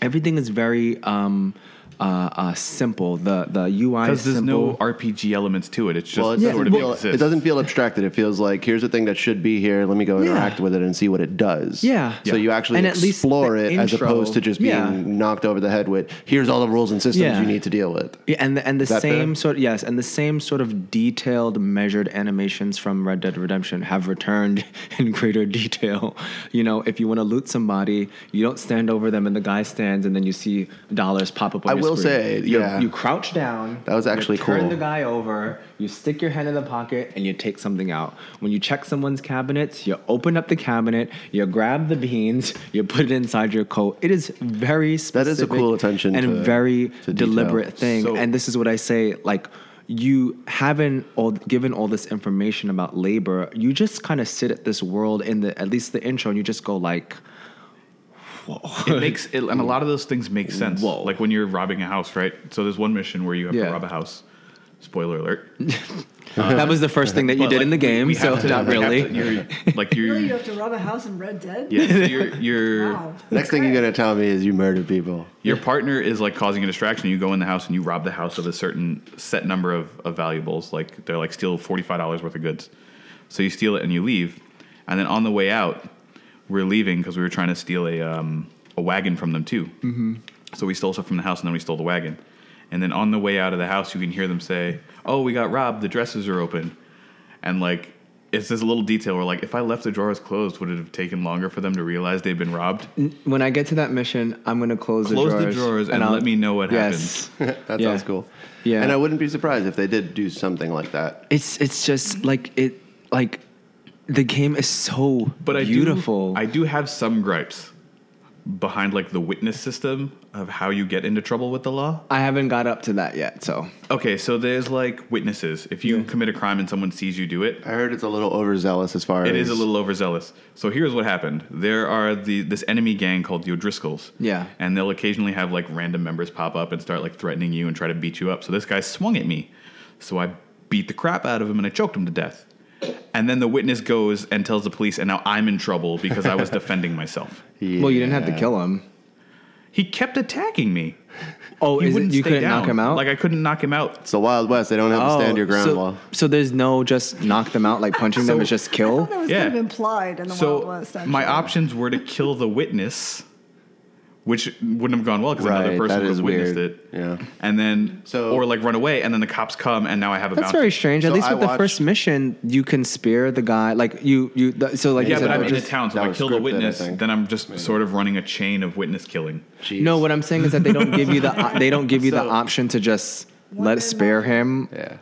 [SPEAKER 3] Everything is very um, uh, uh, simple. The the UI is
[SPEAKER 1] Because there's
[SPEAKER 3] simple.
[SPEAKER 1] no RPG elements to it. It's just
[SPEAKER 2] Well, it
[SPEAKER 1] sort
[SPEAKER 2] doesn't,
[SPEAKER 1] of
[SPEAKER 2] feel,
[SPEAKER 1] exists.
[SPEAKER 2] it doesn't feel abstracted. It feels like here's a thing that should be here. Let me go interact with it and see what it does.
[SPEAKER 3] Yeah.
[SPEAKER 2] So
[SPEAKER 3] Yeah.
[SPEAKER 2] you actually
[SPEAKER 3] And at least
[SPEAKER 2] explore
[SPEAKER 3] the
[SPEAKER 2] it as
[SPEAKER 3] intro-
[SPEAKER 2] opposed to just being
[SPEAKER 3] Yeah.
[SPEAKER 2] knocked over the head with here's all the rules and systems
[SPEAKER 3] Yeah.
[SPEAKER 2] you need to deal with.
[SPEAKER 3] Yeah, and the, and the
[SPEAKER 2] that fair?
[SPEAKER 3] same sort yes, and the same sort of detailed, measured animations from Red Dead Redemption have returned in greater detail. You know, if you want to loot somebody, you don't stand over them, and the guy stands, and then you see dollars pop up. on
[SPEAKER 2] I
[SPEAKER 3] your
[SPEAKER 2] will
[SPEAKER 3] screen.
[SPEAKER 2] say,
[SPEAKER 3] you,
[SPEAKER 2] yeah.
[SPEAKER 3] you crouch down.
[SPEAKER 2] That was actually
[SPEAKER 3] you turn
[SPEAKER 2] cool.
[SPEAKER 3] the guy over. You stick your hand in the pocket, and you take something out. When you check someone's cabinets, you open up the cabinet, you grab the beans, you put it inside your coat. It is very specific
[SPEAKER 2] That is a cool attention
[SPEAKER 3] and
[SPEAKER 2] to-
[SPEAKER 3] very
[SPEAKER 2] to detail.
[SPEAKER 3] deliberate thing.
[SPEAKER 1] So-
[SPEAKER 3] and this is what I say, like you haven't all given all this information about labor. You just kind of sit at this world in the at least the intro, and you just go like,
[SPEAKER 1] it makes it, and a lot of those things make sense.
[SPEAKER 3] Whoa.
[SPEAKER 1] Like when you're robbing a house, right? So there's one mission where you have
[SPEAKER 3] Yeah.
[SPEAKER 1] to rob a house. Spoiler alert.
[SPEAKER 3] that was the first thing that you
[SPEAKER 1] Uh-huh. But,
[SPEAKER 3] did
[SPEAKER 1] like,
[SPEAKER 3] in the
[SPEAKER 1] we-
[SPEAKER 3] game,
[SPEAKER 1] we
[SPEAKER 3] so
[SPEAKER 1] have to-
[SPEAKER 3] not
[SPEAKER 1] we have
[SPEAKER 3] really.
[SPEAKER 1] to- you're, like
[SPEAKER 4] Really, you
[SPEAKER 1] you're,
[SPEAKER 4] have to rob a house in Red Dead?
[SPEAKER 1] yeah, so you're, you're,
[SPEAKER 4] Wow.
[SPEAKER 2] Next thing you're going to tell me is you murdered people.
[SPEAKER 1] your partner is like causing a distraction. You go in the house and you rob the house of a certain set number of, of valuables. Like they're like steal forty five dollars worth of goods. So you steal it and you leave. And then on the way out, we're leaving because we were trying to steal a um, a wagon from them too. Mm-hmm. So we stole stuff from the house and then we stole the wagon. And then on the way out of the house, you can hear them say, "Oh, we got robbed. The dresses are open." And like. It's this little detail where, like, if I left the drawers closed, would it have taken longer for them to realize they'd been robbed?
[SPEAKER 3] When I get to that mission, I'm gonna close,
[SPEAKER 1] Close
[SPEAKER 3] the
[SPEAKER 1] the
[SPEAKER 3] drawers,
[SPEAKER 1] drawers and
[SPEAKER 3] I'll-
[SPEAKER 1] let me know what
[SPEAKER 3] yes.
[SPEAKER 2] that
[SPEAKER 3] Yeah.
[SPEAKER 2] sounds cool.
[SPEAKER 3] Yeah.
[SPEAKER 2] And I wouldn't be surprised if they did do something like that.
[SPEAKER 3] It's it's just like it like the game is so
[SPEAKER 1] but I
[SPEAKER 3] beautiful.
[SPEAKER 1] Do, I do have some gripes behind like the witness system of how you get into trouble with the law.
[SPEAKER 3] I haven't got up to that yet, so
[SPEAKER 1] Okay, so there's like witnesses. If you commit a crime and someone sees you do it,
[SPEAKER 2] I heard it's a little overzealous as far as
[SPEAKER 1] it is a little overzealous. So here's what happened: there are the this enemy gang called the O'Driscolls.
[SPEAKER 3] Yeah.
[SPEAKER 1] and they'll occasionally have like random members pop up and start like threatening you and try to beat you up. So this guy swung at me, so I beat the crap out of him and I choked him to death. And then the witness goes and tells the police, and now I'm in trouble because I was defending myself.
[SPEAKER 3] well, you didn't have to
[SPEAKER 2] Yeah.
[SPEAKER 3] kill him.
[SPEAKER 1] He kept attacking me.
[SPEAKER 3] Oh,
[SPEAKER 1] He
[SPEAKER 3] is it,
[SPEAKER 1] wouldn't
[SPEAKER 3] you
[SPEAKER 1] stay
[SPEAKER 3] couldn't
[SPEAKER 1] down.
[SPEAKER 3] knock him out?
[SPEAKER 1] Like I couldn't knock him out.
[SPEAKER 2] It's the Wild West. They don't have to stand your ground
[SPEAKER 3] Oh, so,
[SPEAKER 2] while.
[SPEAKER 3] So there's no just knock them out, like punching them
[SPEAKER 1] So-
[SPEAKER 3] is just
[SPEAKER 4] I
[SPEAKER 3] kill.
[SPEAKER 4] thought that was
[SPEAKER 1] Yeah.
[SPEAKER 4] kind of implied in the Wild
[SPEAKER 1] So
[SPEAKER 4] West. Actually.
[SPEAKER 1] my options were to kill the witness, which wouldn't have gone well because another
[SPEAKER 2] Right,
[SPEAKER 1] person
[SPEAKER 2] that
[SPEAKER 1] would
[SPEAKER 2] is
[SPEAKER 1] have witnessed
[SPEAKER 2] weird.
[SPEAKER 1] it.
[SPEAKER 2] Yeah.
[SPEAKER 1] And then
[SPEAKER 2] So-
[SPEAKER 1] or like run away, and then the cops come, and now I have a
[SPEAKER 3] That's
[SPEAKER 1] bounty.
[SPEAKER 3] very strange. At
[SPEAKER 2] So
[SPEAKER 3] least
[SPEAKER 2] I
[SPEAKER 3] with the
[SPEAKER 2] watched-
[SPEAKER 3] first mission, you conspire the guy. Like you, you. th- so like, you
[SPEAKER 1] Yeah,
[SPEAKER 3] said,
[SPEAKER 1] but I'm
[SPEAKER 3] oh,
[SPEAKER 1] in
[SPEAKER 3] just-
[SPEAKER 1] a town, so
[SPEAKER 2] that
[SPEAKER 1] if I
[SPEAKER 2] was
[SPEAKER 1] kill the
[SPEAKER 2] scripted, I
[SPEAKER 1] witness,
[SPEAKER 2] think.
[SPEAKER 1] then I'm just sort of running a chain of witness killing.
[SPEAKER 2] Jeez.
[SPEAKER 3] No, what I'm saying is that they don't give you the. They don't give you the
[SPEAKER 2] So-
[SPEAKER 3] option to just
[SPEAKER 4] One
[SPEAKER 3] let
[SPEAKER 4] or
[SPEAKER 3] spare him.
[SPEAKER 2] Yeah.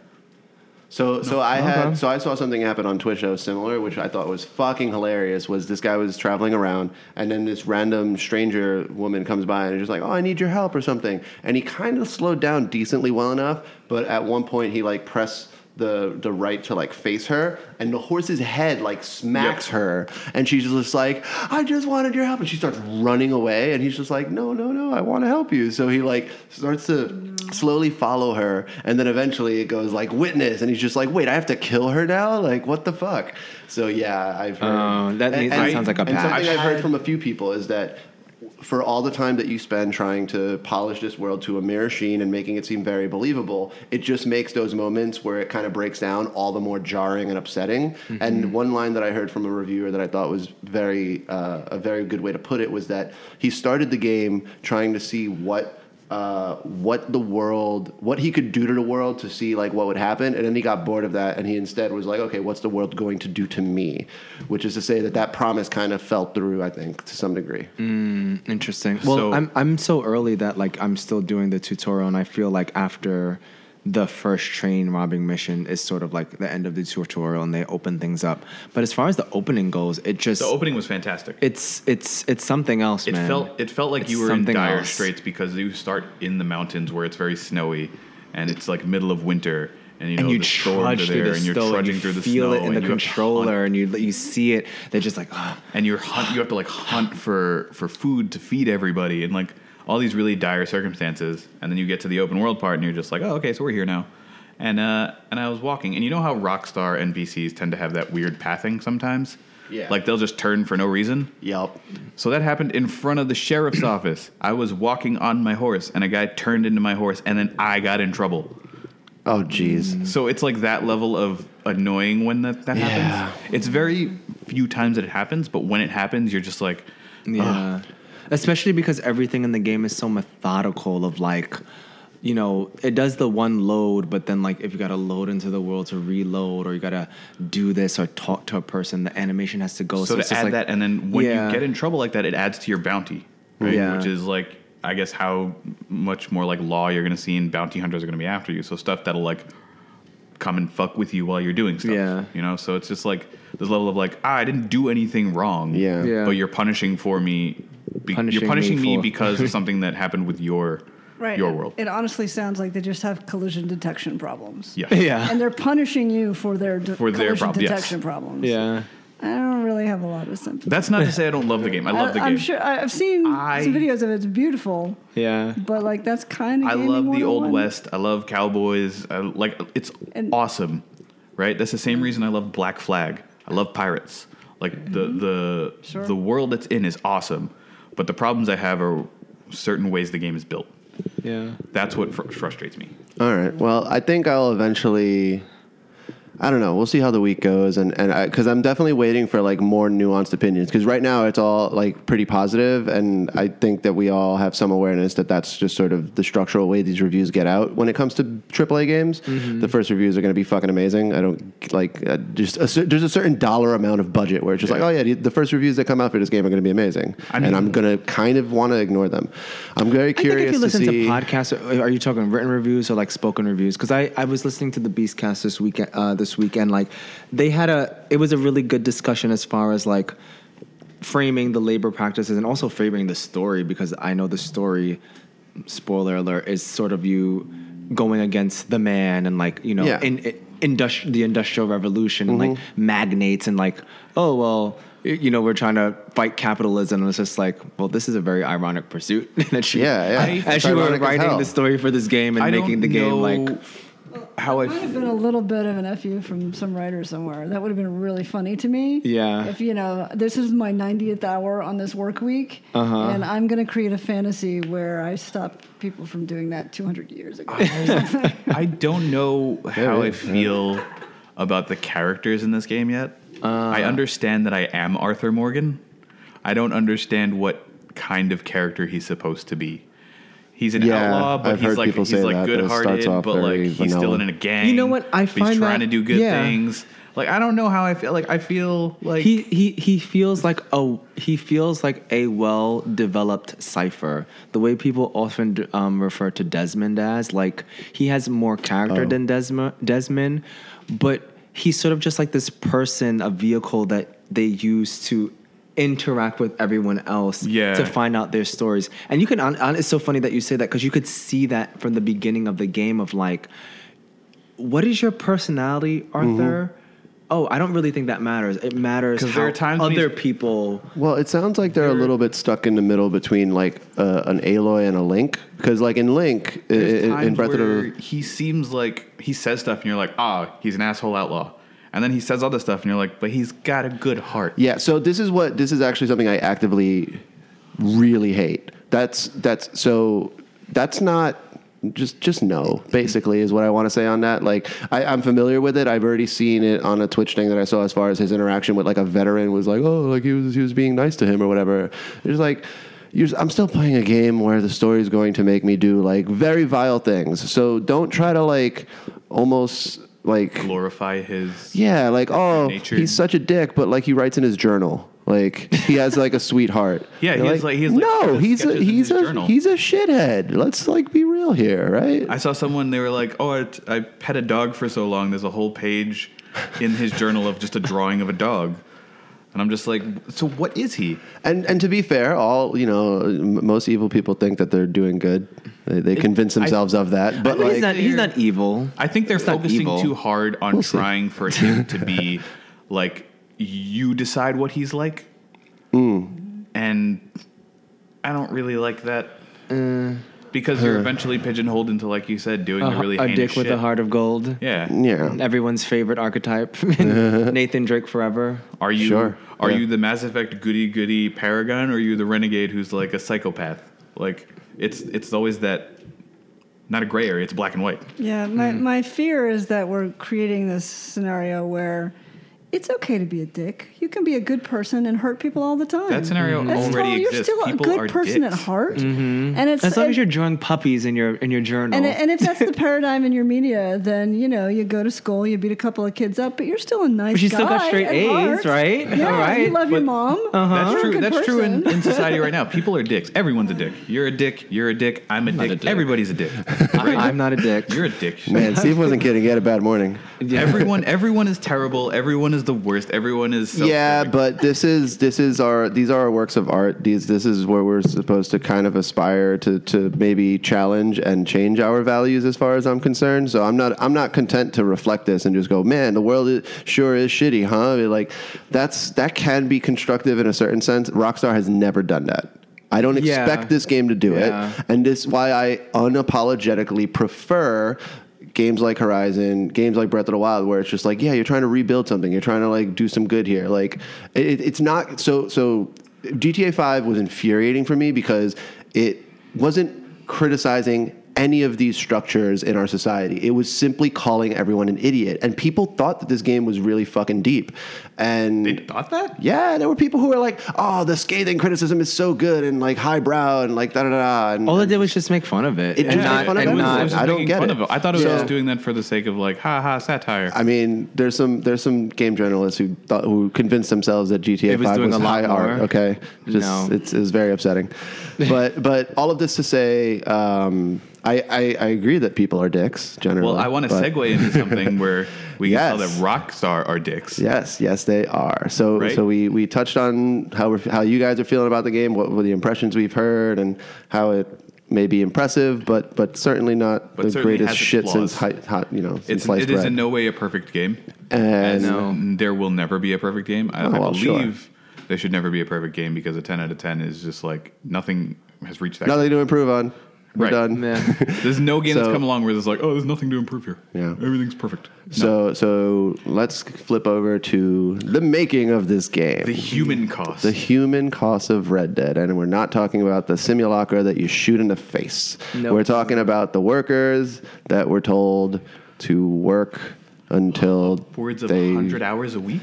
[SPEAKER 2] So so I
[SPEAKER 3] Okay.
[SPEAKER 2] had so I saw something happen on Twitch that was similar, which I thought was fucking hilarious. Was this guy was traveling around, and then this random stranger woman comes by and is just like, "Oh, I need your help" or something. And he kind of slowed down decently well enough, but at one point he like pressed. The, the right to like face her and the horse's head like smacks
[SPEAKER 1] Yep.
[SPEAKER 2] her and she's just like I just wanted your help and she starts running away and he's just like no no no I want to help you so he like starts to slowly follow her and then eventually it goes like witness and he's just like wait I have to kill her now like what the fuck so yeah I've heard
[SPEAKER 3] Oh, that means- that sounds like a
[SPEAKER 2] and
[SPEAKER 3] patch.
[SPEAKER 2] something I've heard from a few people is that for all the time that you spend trying to polish this world to a mirror sheen and making it seem very believable, it just makes those moments where it kind of breaks down all the more jarring and upsetting. And one line that I heard from a reviewer that I thought was very uh, a very good way to put it was that he started the game trying to see what uh, what the world, what he could do to the world to see like what would happen, and then he got bored of that, and he instead was like, okay, what's the world going to do to me? Which is to say that that promise kind of fell through, I think, to some degree.
[SPEAKER 3] Interesting. Well,
[SPEAKER 1] So-
[SPEAKER 3] I'm I'm so early that like I'm still doing the tutorial, and I feel like after the first train robbing mission is sort of like the end of the tutorial, and they open things up. But as far as the opening goes, it just
[SPEAKER 1] The opening was fantastic.
[SPEAKER 3] it's it's it's something else.
[SPEAKER 1] It
[SPEAKER 3] man.
[SPEAKER 1] felt it felt like
[SPEAKER 3] It's
[SPEAKER 1] you were in
[SPEAKER 3] something
[SPEAKER 1] dire
[SPEAKER 3] else.
[SPEAKER 1] straits because you start in the mountains where it's very snowy and it's like middle of winter and you know
[SPEAKER 3] and you
[SPEAKER 1] the storms
[SPEAKER 3] trudge
[SPEAKER 1] are
[SPEAKER 3] through
[SPEAKER 1] there
[SPEAKER 3] the
[SPEAKER 1] and you're
[SPEAKER 3] snow,
[SPEAKER 1] trudging
[SPEAKER 3] and you
[SPEAKER 1] through the snow
[SPEAKER 3] feel it in the
[SPEAKER 1] and you have to hunt-
[SPEAKER 3] controller, and you you see it. They're just like, ah.
[SPEAKER 1] and you're hunt you have to like hunt for for food to feed everybody and like all these really dire circumstances and then you get to the open world part and you're just like oh okay so we're here now and uh and i was walking and you know how rockstar npcs tend to have that weird pathing sometimes
[SPEAKER 2] Yeah.
[SPEAKER 1] like they'll just turn for no reason
[SPEAKER 2] Yep.
[SPEAKER 1] so that happened in front of the sheriff's office i was walking on my horse and a guy turned into my horse and then i got in trouble
[SPEAKER 2] Oh, jeez.
[SPEAKER 1] so it's like that level of annoying when that, that happens. It's very few times that it happens, but when it happens, you're just like,
[SPEAKER 3] Yeah. ah." Especially because everything in the game is so methodical of like you know, it does the one load, but then like if you gotta load into the world to reload or you gotta do this or talk to a person, the animation has to go.
[SPEAKER 1] so,
[SPEAKER 3] it's
[SPEAKER 1] to
[SPEAKER 3] just
[SPEAKER 1] add
[SPEAKER 3] like,
[SPEAKER 1] that, and then when
[SPEAKER 3] Yeah.
[SPEAKER 1] you get in trouble like that, it adds to your bounty, right?
[SPEAKER 3] Yeah.
[SPEAKER 1] Which is like, I guess how much more like law you're going to see and bounty hunters are going to be after you. So stuff that'll like come and fuck with you while you're doing stuff.
[SPEAKER 3] Yeah.
[SPEAKER 1] You know, so it's just like this level of like, ah, I didn't do anything wrong.
[SPEAKER 2] Yeah.
[SPEAKER 3] Yeah.
[SPEAKER 1] But you're punishing for me. Be-
[SPEAKER 3] Punishing me
[SPEAKER 1] you're punishing me,
[SPEAKER 3] for-
[SPEAKER 1] because of something that happened with your
[SPEAKER 4] Right.
[SPEAKER 1] your world.
[SPEAKER 4] It honestly sounds like they just have collision detection problems.
[SPEAKER 1] yeah.
[SPEAKER 3] Yeah.
[SPEAKER 4] And they're punishing you for their de-
[SPEAKER 1] For their
[SPEAKER 4] collision
[SPEAKER 1] prob- yes.
[SPEAKER 4] detection problems.
[SPEAKER 3] yeah.
[SPEAKER 4] I don't really have a lot of sympathy.
[SPEAKER 1] That's not to say I don't love the game. I love the
[SPEAKER 4] I'm
[SPEAKER 1] game.
[SPEAKER 4] sure I- I've seen
[SPEAKER 1] I-
[SPEAKER 4] some videos of it. It's beautiful,
[SPEAKER 3] Yeah.
[SPEAKER 4] but like that's kind of.
[SPEAKER 1] I love the old west. I love cowboys. I, like it's
[SPEAKER 4] And-
[SPEAKER 1] awesome, right? That's the same reason I love Black Flag. I love pirates. Like the the
[SPEAKER 4] Mm-hmm. Sure.
[SPEAKER 1] the world that's in is awesome, but the problems I have are certain ways the game is built.
[SPEAKER 3] Yeah.
[SPEAKER 1] That's what fr- frustrates me.
[SPEAKER 2] All right. Well, I think I'll eventually. I don't know. We'll see how the week goes, and and because I'm definitely waiting for like more nuanced opinions. Because right now it's all like pretty positive, and I think that we all have some awareness that that's just sort of the structural way these reviews get out. When it comes to AAA games,
[SPEAKER 3] Mm-hmm.
[SPEAKER 2] the first reviews are going to be fucking amazing. I don't like uh, just a, cer- there's a certain dollar amount of budget where it's just like, oh yeah, the first reviews that come out for this game are going to be amazing,
[SPEAKER 1] I mean-
[SPEAKER 2] and I'm going to kind of want to ignore them. I'm very
[SPEAKER 3] I think
[SPEAKER 2] curious
[SPEAKER 3] if you listen
[SPEAKER 2] to see.
[SPEAKER 3] podcasts, uh, are- are you talking written reviews or like spoken reviews? Because I, I was listening to the Beastcast this weekend. Uh, this weekend, like they had a, it was a really good discussion as far as like framing the labor practices and also framing the story because I know the story. Spoiler alert is sort of you going against the man and like you know
[SPEAKER 2] Yeah. Mm-hmm.
[SPEAKER 3] in, in industri- the industrial revolution and like magnates and like oh well y- you know we're trying to fight capitalism and it's just like well this is a very ironic pursuit that she
[SPEAKER 2] Yeah, yeah. It's
[SPEAKER 3] as you were
[SPEAKER 2] ironic as
[SPEAKER 3] writing
[SPEAKER 2] hell.
[SPEAKER 3] the story for this game and
[SPEAKER 1] I don't
[SPEAKER 3] making the game
[SPEAKER 1] know
[SPEAKER 3] like
[SPEAKER 1] how I
[SPEAKER 4] Might have
[SPEAKER 1] f-
[SPEAKER 4] been a little bit of an fu from some writer somewhere. That would have been really funny to me.
[SPEAKER 3] Yeah.
[SPEAKER 4] If you know, this is my 90th hour on this work week,
[SPEAKER 3] Uh-huh.
[SPEAKER 4] and I'm going to create a fantasy where I stop people from doing that 200 years
[SPEAKER 3] Oh,
[SPEAKER 4] ago.
[SPEAKER 1] I don't know how I
[SPEAKER 2] is, yeah.
[SPEAKER 1] feel about the characters in this game yet. I
[SPEAKER 2] Uh.
[SPEAKER 1] understand that I am Arthur Morgan. I don't understand what kind of character he's supposed to be. He's an
[SPEAKER 2] Yeah,
[SPEAKER 1] outlaw, but
[SPEAKER 2] I've
[SPEAKER 1] he's
[SPEAKER 2] heard
[SPEAKER 1] like
[SPEAKER 2] people
[SPEAKER 1] he's
[SPEAKER 2] say
[SPEAKER 1] like
[SPEAKER 2] that, that it starts
[SPEAKER 1] good-hearted,
[SPEAKER 2] off
[SPEAKER 1] but like
[SPEAKER 2] very
[SPEAKER 1] he's still
[SPEAKER 2] vanilla.
[SPEAKER 1] in a gang.
[SPEAKER 3] You know what? I
[SPEAKER 1] but he's
[SPEAKER 3] find
[SPEAKER 1] trying
[SPEAKER 3] that-
[SPEAKER 1] to do good
[SPEAKER 3] yeah.
[SPEAKER 1] things. Like I don't know how I feel. Like I feel like
[SPEAKER 3] he, he he feels like a he feels like a well developed cipher. The way people often
[SPEAKER 2] Oh.
[SPEAKER 3] um, refer to Desmond as like he has more character than Desmond. Desmond, but he's sort of just like this person, a vehicle that they use to interact with everyone else
[SPEAKER 1] Yeah.
[SPEAKER 3] to find out their stories. And you can, on, on, it's so funny that you say that because you could see that from the beginning of the game of like, what is your personality, Arthur? Oh, I don't really think that matters. It matters
[SPEAKER 1] 'Cause
[SPEAKER 3] how
[SPEAKER 1] there are times when
[SPEAKER 3] other
[SPEAKER 1] he's-
[SPEAKER 3] people.
[SPEAKER 2] Well, it sounds like they're a little bit stuck in the middle between like uh, an Aloy and a Link, because like in Link, i- i-
[SPEAKER 1] There's
[SPEAKER 2] in,
[SPEAKER 1] times
[SPEAKER 2] Breath of
[SPEAKER 1] where
[SPEAKER 2] the
[SPEAKER 1] he seems like he says stuff and you're like, ah, he's an asshole outlaw. And then he says other stuff and you're like, but he's got a good heart.
[SPEAKER 2] yeah. So this is what this is actually something I actively really hate. That's that's so that's not just just no basically is what I want to say on that. Like I, I'm familiar with it. I've already seen it on a Twitch thing that I saw as far as his interaction with like a veteran was like oh like he was he was being nice to him or whatever. It's like. You're, I'm still playing a game where the story is going to make me do like very vile things. So don't try to like almost like
[SPEAKER 1] Glorify his.
[SPEAKER 2] Yeah, like oh,
[SPEAKER 1] nature.
[SPEAKER 2] he's such a dick, but like he writes in his journal, like he has like a sweetheart.
[SPEAKER 1] Yeah, he
[SPEAKER 2] You're
[SPEAKER 1] has, like- he has, like,
[SPEAKER 2] no,
[SPEAKER 1] sketches
[SPEAKER 2] he's a
[SPEAKER 1] in
[SPEAKER 2] he's
[SPEAKER 1] his
[SPEAKER 2] a
[SPEAKER 1] journal."
[SPEAKER 2] he's a shithead. Let's like be real here, right?
[SPEAKER 1] I saw someone, they were like, oh, I, I pet a dog for so long. There's a whole page in his journal of just a drawing of a dog. And I'm just like, so what is he?
[SPEAKER 2] and and to be fair, all you know, m- most evil people think that they're doing good. They, they convince themselves of that, but
[SPEAKER 3] But
[SPEAKER 2] like
[SPEAKER 3] he's not. He's not evil.
[SPEAKER 1] I think they're
[SPEAKER 3] not
[SPEAKER 1] focusing
[SPEAKER 3] evil.
[SPEAKER 1] too hard on
[SPEAKER 2] We'll see.
[SPEAKER 1] trying for him to be like you decide what he's like.
[SPEAKER 3] Mm.
[SPEAKER 1] And I don't really like that. because you're eventually pigeonholed into, like you said, doing the really
[SPEAKER 3] Eh. a
[SPEAKER 1] heinous
[SPEAKER 3] dick with
[SPEAKER 1] shit.
[SPEAKER 3] a heart of gold.
[SPEAKER 1] Yeah.
[SPEAKER 2] yeah,
[SPEAKER 3] Everyone's favorite archetype, Nathan Drake forever.
[SPEAKER 1] Are you
[SPEAKER 2] Sure,
[SPEAKER 1] are
[SPEAKER 2] yeah.
[SPEAKER 1] you the Mass Effect goody goody paragon or are you the renegade who's like a psychopath? Like it's it's always that not a gray area, it's black and white.
[SPEAKER 4] Yeah, my,
[SPEAKER 3] Hmm.
[SPEAKER 4] my fear is that we're creating this scenario where it's okay to be a dick. You can be a good person and hurt people all the time.
[SPEAKER 1] That scenario
[SPEAKER 4] That's
[SPEAKER 1] already
[SPEAKER 4] fine.
[SPEAKER 1] exists.
[SPEAKER 4] You're still
[SPEAKER 1] People
[SPEAKER 4] a
[SPEAKER 1] are
[SPEAKER 4] good person
[SPEAKER 1] dicks.
[SPEAKER 4] at heart. And it's
[SPEAKER 3] Mm-hmm. As long
[SPEAKER 4] and,
[SPEAKER 3] as you're drawing puppies in your in your journal.
[SPEAKER 4] and, and if that's the paradigm in your media, then you know you go to school, you beat a couple of kids up, but you're still a nice
[SPEAKER 3] But you
[SPEAKER 4] guy.
[SPEAKER 3] still got straight
[SPEAKER 4] at
[SPEAKER 3] A's,
[SPEAKER 4] heart.
[SPEAKER 3] right?
[SPEAKER 4] Yeah,
[SPEAKER 3] All right,
[SPEAKER 4] you love your
[SPEAKER 1] but- uh-huh.
[SPEAKER 4] mom.
[SPEAKER 1] That's
[SPEAKER 4] You're a
[SPEAKER 1] true.
[SPEAKER 4] good
[SPEAKER 1] That's true in,
[SPEAKER 4] person.
[SPEAKER 1] in society right now. People are dicks. Everyone's a dick. You're a dick. You're a dick. I'm a, dick.
[SPEAKER 3] a dick.
[SPEAKER 1] Everybody's a dick.
[SPEAKER 3] I, I'm not a dick.
[SPEAKER 1] You're a dick.
[SPEAKER 2] man, Steve wasn't kidding. He had a bad morning.
[SPEAKER 3] Yeah.
[SPEAKER 1] Everyone everyone is terrible. Everyone is the worst. Everyone is self-
[SPEAKER 2] yeah, but this is this is our these are our works of art. These this is where we're supposed to kind of aspire to to maybe challenge and change our values as far as I'm concerned. So I'm not I'm not content to reflect this and just go, man, the world is, sure is shitty, huh? I mean, like that's that can be constructive in a certain sense. Rockstar has never done that. I don't
[SPEAKER 3] Yeah.
[SPEAKER 2] expect this game to do
[SPEAKER 3] Yeah.
[SPEAKER 2] it, and this is why I unapologetically prefer games like Horizon, games like Breath of the Wild, where it's just like, yeah, you're trying to rebuild something, you're trying to like do some good here. Like, it, it's not so. So, GTA Five was infuriating for me because it wasn't criticizing any of these structures in our society. It was simply calling everyone an idiot, and people thought that this game was really fucking deep. And
[SPEAKER 1] They thought that?
[SPEAKER 2] yeah, there were people who were like, "Oh, the scathing criticism is so good and like highbrow and like da da da." And,
[SPEAKER 3] All it did was just make fun of it.
[SPEAKER 2] It
[SPEAKER 3] and
[SPEAKER 2] just
[SPEAKER 3] not,
[SPEAKER 2] made fun of
[SPEAKER 3] and
[SPEAKER 2] it.
[SPEAKER 1] I,
[SPEAKER 3] not-
[SPEAKER 1] was just
[SPEAKER 2] I don't
[SPEAKER 1] making
[SPEAKER 2] get
[SPEAKER 1] fun
[SPEAKER 2] it.
[SPEAKER 1] of I thought it was
[SPEAKER 2] Yeah.
[SPEAKER 1] just doing that for the sake of like ha ha satire.
[SPEAKER 2] I mean, there's some there's some game journalists who thought who convinced themselves that GTA
[SPEAKER 3] It was
[SPEAKER 2] Five
[SPEAKER 3] doing
[SPEAKER 2] was
[SPEAKER 3] a lot
[SPEAKER 2] high art.
[SPEAKER 3] more.
[SPEAKER 2] Okay, just
[SPEAKER 3] No.
[SPEAKER 2] it's, it's very upsetting. But but all of this to say, um, I, I I agree that people are dicks generally.
[SPEAKER 1] well, I want to
[SPEAKER 2] but-
[SPEAKER 1] segue into something where we can tell
[SPEAKER 2] Yes.
[SPEAKER 1] that Rockstar are dicks.
[SPEAKER 2] Yes, yes, they are. So,
[SPEAKER 1] Right?
[SPEAKER 2] so we, we touched on how we're, how you guys are feeling about the game, what were the impressions we've heard, and how it may be impressive, but but certainly not
[SPEAKER 1] But
[SPEAKER 2] the
[SPEAKER 1] certainly
[SPEAKER 2] greatest
[SPEAKER 1] has its
[SPEAKER 2] shit
[SPEAKER 1] flaws.
[SPEAKER 2] since hot, hot you know since
[SPEAKER 1] It's,
[SPEAKER 2] sliced
[SPEAKER 1] it is
[SPEAKER 2] bread.
[SPEAKER 1] in no way a perfect game.
[SPEAKER 2] and
[SPEAKER 1] and there will never be a perfect game. I,
[SPEAKER 2] Oh,
[SPEAKER 1] I
[SPEAKER 2] well,
[SPEAKER 1] believe
[SPEAKER 2] sure.
[SPEAKER 1] there should never be a perfect game because a 10 out of 10 is just like nothing has reached that.
[SPEAKER 2] nothing to improve on. We're
[SPEAKER 1] Right.
[SPEAKER 2] done.
[SPEAKER 3] Yeah.
[SPEAKER 1] There's no game that's
[SPEAKER 2] So-
[SPEAKER 1] come along where it's like, oh, there's nothing to improve here.
[SPEAKER 2] Yeah.
[SPEAKER 1] Everything's perfect.
[SPEAKER 2] So so let's flip over to the making of this game.
[SPEAKER 1] The human cost.
[SPEAKER 2] the human cost of Red Dead, and we're not talking about the simulacra that you shoot in the face.
[SPEAKER 3] Nope.
[SPEAKER 2] We're talking about the workers that were told to work until
[SPEAKER 1] Upwards of
[SPEAKER 2] they.
[SPEAKER 1] 100 hours a week?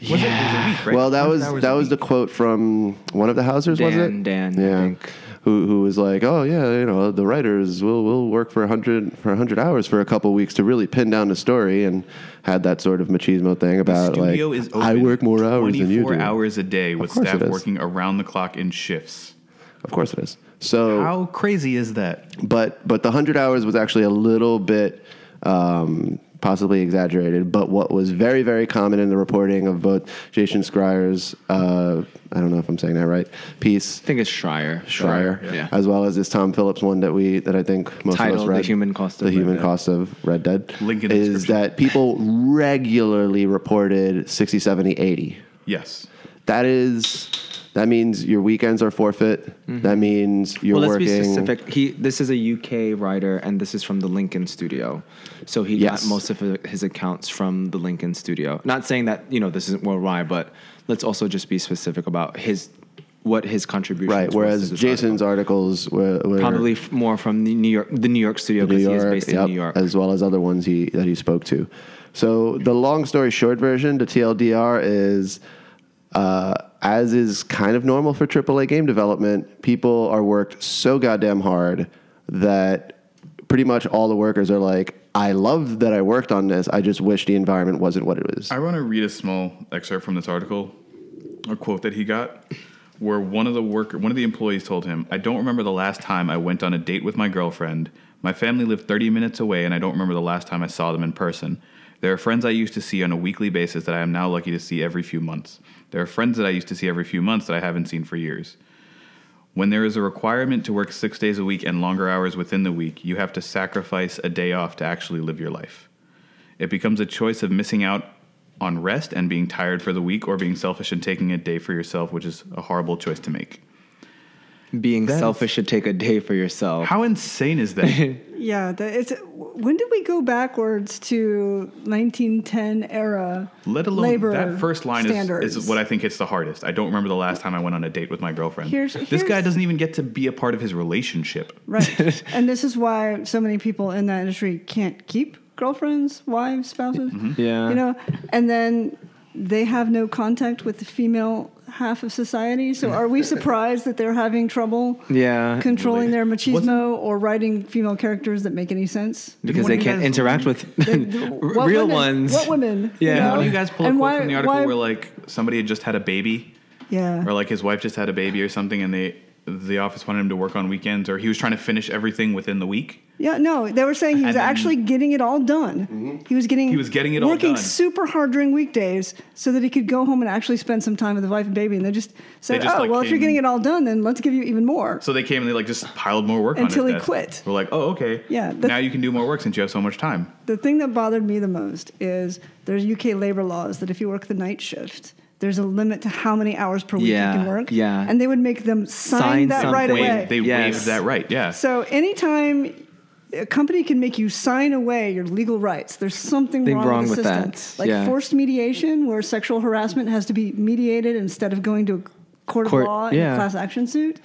[SPEAKER 1] Was it- it was a week, right?
[SPEAKER 2] Well, that
[SPEAKER 1] 100
[SPEAKER 2] was
[SPEAKER 1] hours
[SPEAKER 2] that
[SPEAKER 1] a
[SPEAKER 2] was the
[SPEAKER 1] week.
[SPEAKER 2] quote from one of the Housers, was
[SPEAKER 3] Dan-
[SPEAKER 2] it?
[SPEAKER 3] Dan, I
[SPEAKER 2] yeah.
[SPEAKER 3] think.
[SPEAKER 2] Who, who was like, oh yeah, you know, the writers will will work for hundred for hundred hours for a couple weeks to really pin down the story, and had that sort of machismo thing about like
[SPEAKER 1] studio is open
[SPEAKER 2] I work more hours than you do.
[SPEAKER 1] 24 hours a day with
[SPEAKER 2] course
[SPEAKER 1] staff
[SPEAKER 2] it is.
[SPEAKER 1] working around the clock in shifts.
[SPEAKER 2] Of course it is. So
[SPEAKER 1] How crazy is that?
[SPEAKER 2] but but the hundred hours was actually a little bit um, possibly exaggerated, but what was very, very common in the reporting of both Jason Schreier's, uh, I don't know if I'm saying that right, piece,
[SPEAKER 3] I think it's Schreier.
[SPEAKER 2] Schreier,
[SPEAKER 3] Yeah.
[SPEAKER 2] as well as this Tom Phillips one that we that I think most of us
[SPEAKER 3] Titled The
[SPEAKER 2] read,
[SPEAKER 3] Human Cost of
[SPEAKER 2] The
[SPEAKER 3] Red
[SPEAKER 2] Human
[SPEAKER 3] Dead.
[SPEAKER 2] Cost of Red Dead,
[SPEAKER 1] Link in the
[SPEAKER 2] is
[SPEAKER 1] description.
[SPEAKER 2] that people regularly reported 60, 70, 80.
[SPEAKER 1] Yes.
[SPEAKER 2] That is, that means your weekends are forfeit. That means you're
[SPEAKER 3] Mm-hmm. well, let's
[SPEAKER 2] working.
[SPEAKER 3] be specific. He this is a UK writer, and this is from the Lincoln studio. So he
[SPEAKER 2] Yes.
[SPEAKER 3] got most of his accounts from the Lincoln studio. Not saying that you know this isn't worldwide, but let's also just be specific about his what his contribution.
[SPEAKER 2] Right. Whereas Jason's articles were, were
[SPEAKER 3] probably f- more from the New York the New York studio
[SPEAKER 2] New
[SPEAKER 3] because he
[SPEAKER 2] York,
[SPEAKER 3] is based
[SPEAKER 2] yep,
[SPEAKER 3] in New York.
[SPEAKER 2] as well as other ones he that he spoke to. So the long story short version to TLDR is, uh, as is kind of normal for AAA game development, people are worked so goddamn hard that pretty much all the workers are like, "I love that I worked on this. I just wish the environment wasn't what it was."
[SPEAKER 1] I want to read a small excerpt from this article, a quote that he got, where one of the worker, one of the employees told him, "I don't remember the last time I went on a date with my girlfriend. My family lived 30 minutes away, and I don't remember the last time I saw them in person. There are friends I used to see on a weekly basis that I am now lucky to see every few months. There are friends that I used to see every few months that I haven't seen for years." When there is a requirement to work six days a week and longer hours within the week, you have to sacrifice a day off to actually live your life. It becomes a choice of missing out on rest and being tired for the week or being selfish and taking a day for yourself, which is a horrible choice to make.
[SPEAKER 3] Being selfish should take a day for yourself.
[SPEAKER 1] How insane is that?
[SPEAKER 4] Yeah, the, it's when did we go backwards to 1910 era?
[SPEAKER 1] Let alone
[SPEAKER 4] labor
[SPEAKER 1] that first line
[SPEAKER 4] standards.
[SPEAKER 1] is, is what I think hits the hardest. I don't remember the last time I went on a date with my girlfriend.
[SPEAKER 4] Here's-
[SPEAKER 1] this guy
[SPEAKER 4] here's-
[SPEAKER 1] doesn't even get to be a part of his relationship.
[SPEAKER 4] right, and this is why so many people in that industry can't keep girlfriends, wives, spouses.
[SPEAKER 3] Yeah.
[SPEAKER 4] you know, and then they have no contact with the female half of society. So are we surprised that they're having trouble?
[SPEAKER 3] yeah.
[SPEAKER 4] Controlling their machismo
[SPEAKER 1] Wasn't-
[SPEAKER 4] or writing female characters that make any sense.
[SPEAKER 3] because
[SPEAKER 1] one
[SPEAKER 3] they
[SPEAKER 1] of you
[SPEAKER 3] can't
[SPEAKER 1] guys-
[SPEAKER 3] interact with
[SPEAKER 4] What
[SPEAKER 3] real
[SPEAKER 4] women-
[SPEAKER 3] ones.
[SPEAKER 4] What women?
[SPEAKER 3] Yeah.
[SPEAKER 1] Didn't
[SPEAKER 3] No.
[SPEAKER 1] One of you guys pull a
[SPEAKER 4] And
[SPEAKER 1] quote
[SPEAKER 4] why-
[SPEAKER 1] from the article
[SPEAKER 4] why-
[SPEAKER 1] where like somebody had just had a baby,
[SPEAKER 4] yeah.
[SPEAKER 1] or like his wife just had a baby or something, and they the office wanted him to work on weekends, or he was trying to finish everything within the week.
[SPEAKER 4] Yeah, no, they were saying he
[SPEAKER 1] And
[SPEAKER 4] was
[SPEAKER 1] then- Mm-hmm.
[SPEAKER 4] actually getting it all done. He was getting
[SPEAKER 1] He was getting it all
[SPEAKER 4] working
[SPEAKER 1] done.
[SPEAKER 4] super hard during weekdays so that he could go home and actually spend some time with the wife and baby. And they just said,
[SPEAKER 1] just,
[SPEAKER 4] "Oh,
[SPEAKER 1] like,
[SPEAKER 4] well, if you're
[SPEAKER 1] came-
[SPEAKER 4] getting it all done, then let's give you even more."
[SPEAKER 1] So they came and they like just piled more work
[SPEAKER 4] Until
[SPEAKER 1] on
[SPEAKER 4] he
[SPEAKER 1] his desk.
[SPEAKER 4] quit.
[SPEAKER 1] We're like, oh, okay.
[SPEAKER 4] Yeah, the-
[SPEAKER 1] Now you can do more work since you have so much time.
[SPEAKER 4] the thing that bothered me the most is there's UK labor laws that if you work the night shift. There's a limit to how many hours per week
[SPEAKER 3] Yeah,
[SPEAKER 4] you can work.
[SPEAKER 3] yeah.
[SPEAKER 4] And they would make them sign,
[SPEAKER 3] Sign
[SPEAKER 4] that right
[SPEAKER 3] something.
[SPEAKER 4] away.
[SPEAKER 1] Wave, they
[SPEAKER 3] Yes.
[SPEAKER 1] waived that right. Yeah.
[SPEAKER 4] So anytime a company can make you sign away your legal rights, there's something
[SPEAKER 3] Thing
[SPEAKER 4] wrong,
[SPEAKER 3] wrong
[SPEAKER 4] with the
[SPEAKER 3] with
[SPEAKER 4] system.
[SPEAKER 3] that,
[SPEAKER 4] Like
[SPEAKER 3] yeah.
[SPEAKER 4] forced mediation, where sexual harassment has to be mediated instead of going to a court,
[SPEAKER 3] Court,
[SPEAKER 4] of law in
[SPEAKER 3] yeah.
[SPEAKER 4] a class action suit.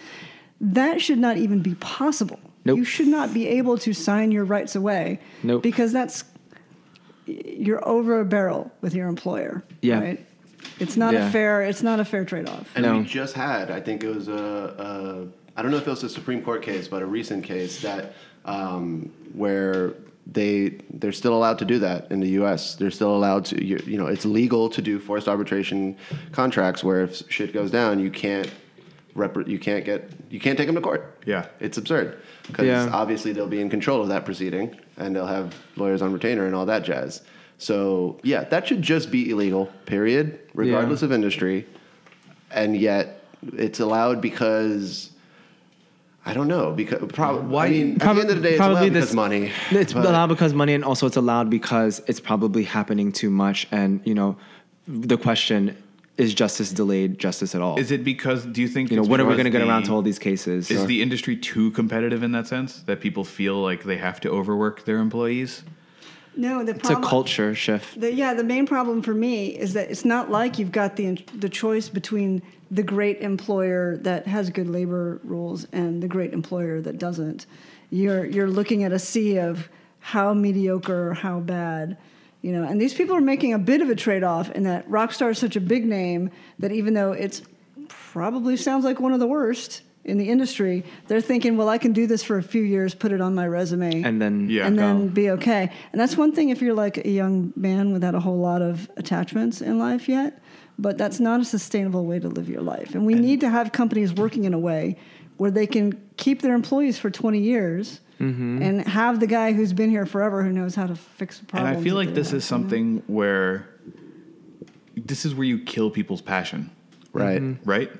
[SPEAKER 4] That should not even be possible.
[SPEAKER 3] Nope.
[SPEAKER 4] You should not be able to sign your rights away.
[SPEAKER 3] Nope.
[SPEAKER 4] Because that's you're over a barrel with your employer.
[SPEAKER 3] Yeah.
[SPEAKER 4] Right? It's not
[SPEAKER 3] Yeah.
[SPEAKER 4] a fair. It's not a fair trade-off.
[SPEAKER 2] And
[SPEAKER 3] No.
[SPEAKER 2] we just had, I think it was a, a, I don't know if it was a Supreme Court case, but a recent case that um, where they they're still allowed to do that in the U.S. They're still allowed to, you, you know, it's legal to do forced arbitration contracts where if shit goes down, you can't. Rep- you can't get you can't take them to court.
[SPEAKER 1] Yeah.
[SPEAKER 2] it's absurd because
[SPEAKER 3] Yeah.
[SPEAKER 2] obviously they'll be in control of that proceeding and they'll have lawyers on retainer and all that jazz. So yeah, that should just be illegal. Period, regardless of industry and yet it's allowed because I don't know because probably why I mean,
[SPEAKER 3] Prob-
[SPEAKER 2] at the end of the day it's allowed because
[SPEAKER 3] this-
[SPEAKER 2] money.
[SPEAKER 3] It's
[SPEAKER 2] but-
[SPEAKER 3] allowed because money, and also it's allowed because it's probably happening too much. And you know, the question is: justice delayed justice at all?
[SPEAKER 1] is it because do you think
[SPEAKER 3] you know,
[SPEAKER 1] it's
[SPEAKER 3] when are we
[SPEAKER 1] because
[SPEAKER 3] going to get around
[SPEAKER 1] the-
[SPEAKER 3] to all these cases?
[SPEAKER 1] Is the industry too competitive in that sense that people feel like they have to overwork their employees?
[SPEAKER 4] No, the
[SPEAKER 3] it's a
[SPEAKER 4] problem.
[SPEAKER 3] culture shift.
[SPEAKER 4] The, yeah, the main problem for me is that it's not like you've got the the choice between the great employer that has good labor rules and the great employer that doesn't. You're you're looking at a sea of how mediocre, or how bad, you know. And these people are making a bit of a trade off in that Rockstar is such a big name that even though it's probably sounds like one of the worst in the industry, they're thinking, well, I can do this for a few years, put it on my resume,
[SPEAKER 3] And then
[SPEAKER 1] Yeah.
[SPEAKER 4] and then
[SPEAKER 3] go.
[SPEAKER 4] be okay. And that's one thing if you're like a young man without a whole lot of attachments in life yet, but that's not a sustainable way to live your life. And we need to have companies working in a way where they can keep their employees for 20 years
[SPEAKER 1] Mm-hmm.
[SPEAKER 4] and have the guy who's been here forever who knows how to fix a
[SPEAKER 1] And
[SPEAKER 4] problem.
[SPEAKER 1] I feel like this is something where this is where you kill people's passion,
[SPEAKER 2] Right.
[SPEAKER 3] mm-hmm.
[SPEAKER 1] right?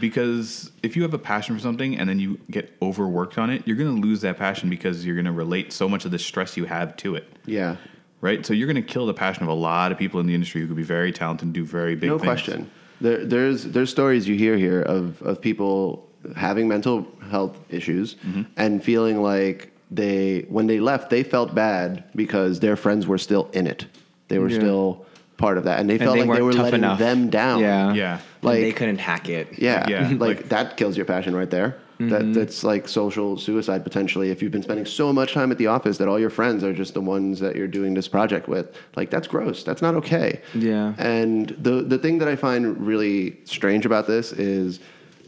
[SPEAKER 1] Because if you have a passion for something and then you get overworked on it, you're going to lose that passion because you're going to relate so much of the stress you have to it,
[SPEAKER 2] Yeah.
[SPEAKER 1] right? So you're going to kill the passion of a lot of people in the industry who could be very talented and do very big
[SPEAKER 2] no
[SPEAKER 1] things.
[SPEAKER 2] question. There, there's there's stories you hear here of of people having mental health issues
[SPEAKER 3] Mm-hmm.
[SPEAKER 2] and feeling like they when they left they felt bad because their friends were still in it. They were
[SPEAKER 3] Yeah.
[SPEAKER 2] still part of that, and they felt
[SPEAKER 3] they
[SPEAKER 2] like they
[SPEAKER 3] weren't
[SPEAKER 2] were
[SPEAKER 3] tough
[SPEAKER 2] letting
[SPEAKER 3] enough.
[SPEAKER 2] them down.
[SPEAKER 3] Yeah.
[SPEAKER 1] Yeah.
[SPEAKER 2] Like-
[SPEAKER 3] Like they couldn't hack it.
[SPEAKER 2] Yeah,
[SPEAKER 1] Yeah,
[SPEAKER 2] like, Mm-hmm.
[SPEAKER 1] like-
[SPEAKER 2] that kills your passion right there. That that's like social suicide potentially. If you've been spending so much time at the office that all your friends are just the ones that you're doing this project with, like that's gross. That's not okay.
[SPEAKER 3] Yeah.
[SPEAKER 2] And the the thing that I find really strange about this is,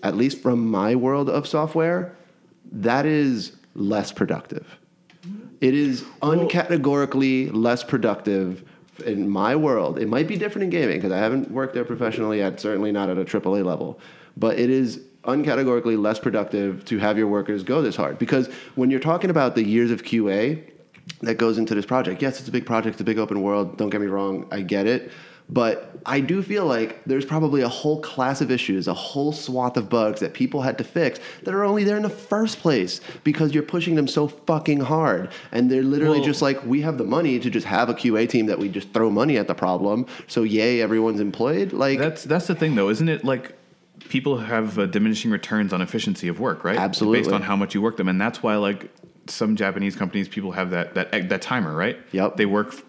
[SPEAKER 2] at least from my world of software, that is less productive. It is uncategorically less productive in my world. It might be different in gaming because I haven't worked there professionally yet, certainly not at a AAA level. But it is uncategorically less productive to have your workers go this hard because when you're talking about the years of QA that goes into this project, yes, it's a big project, it's a big open world, don't get me wrong, I get it. But I do feel like there's probably a whole class of issues, a whole swath of bugs that people had to fix that are only there in the first place because you're pushing them so fucking hard. And they're literally
[SPEAKER 1] Well-
[SPEAKER 2] just like, we have the money to just have a QA team that we just throw money at the problem. So, yay, everyone's employed. Like,
[SPEAKER 1] That's that's the thing though, isn't it? Like people have uh, diminishing returns on efficiency of work, right?
[SPEAKER 2] Absolutely.
[SPEAKER 1] based on how much you work them, and that's why like some Japanese companies, people have that that that timer, right?
[SPEAKER 2] Yep.
[SPEAKER 1] They work f-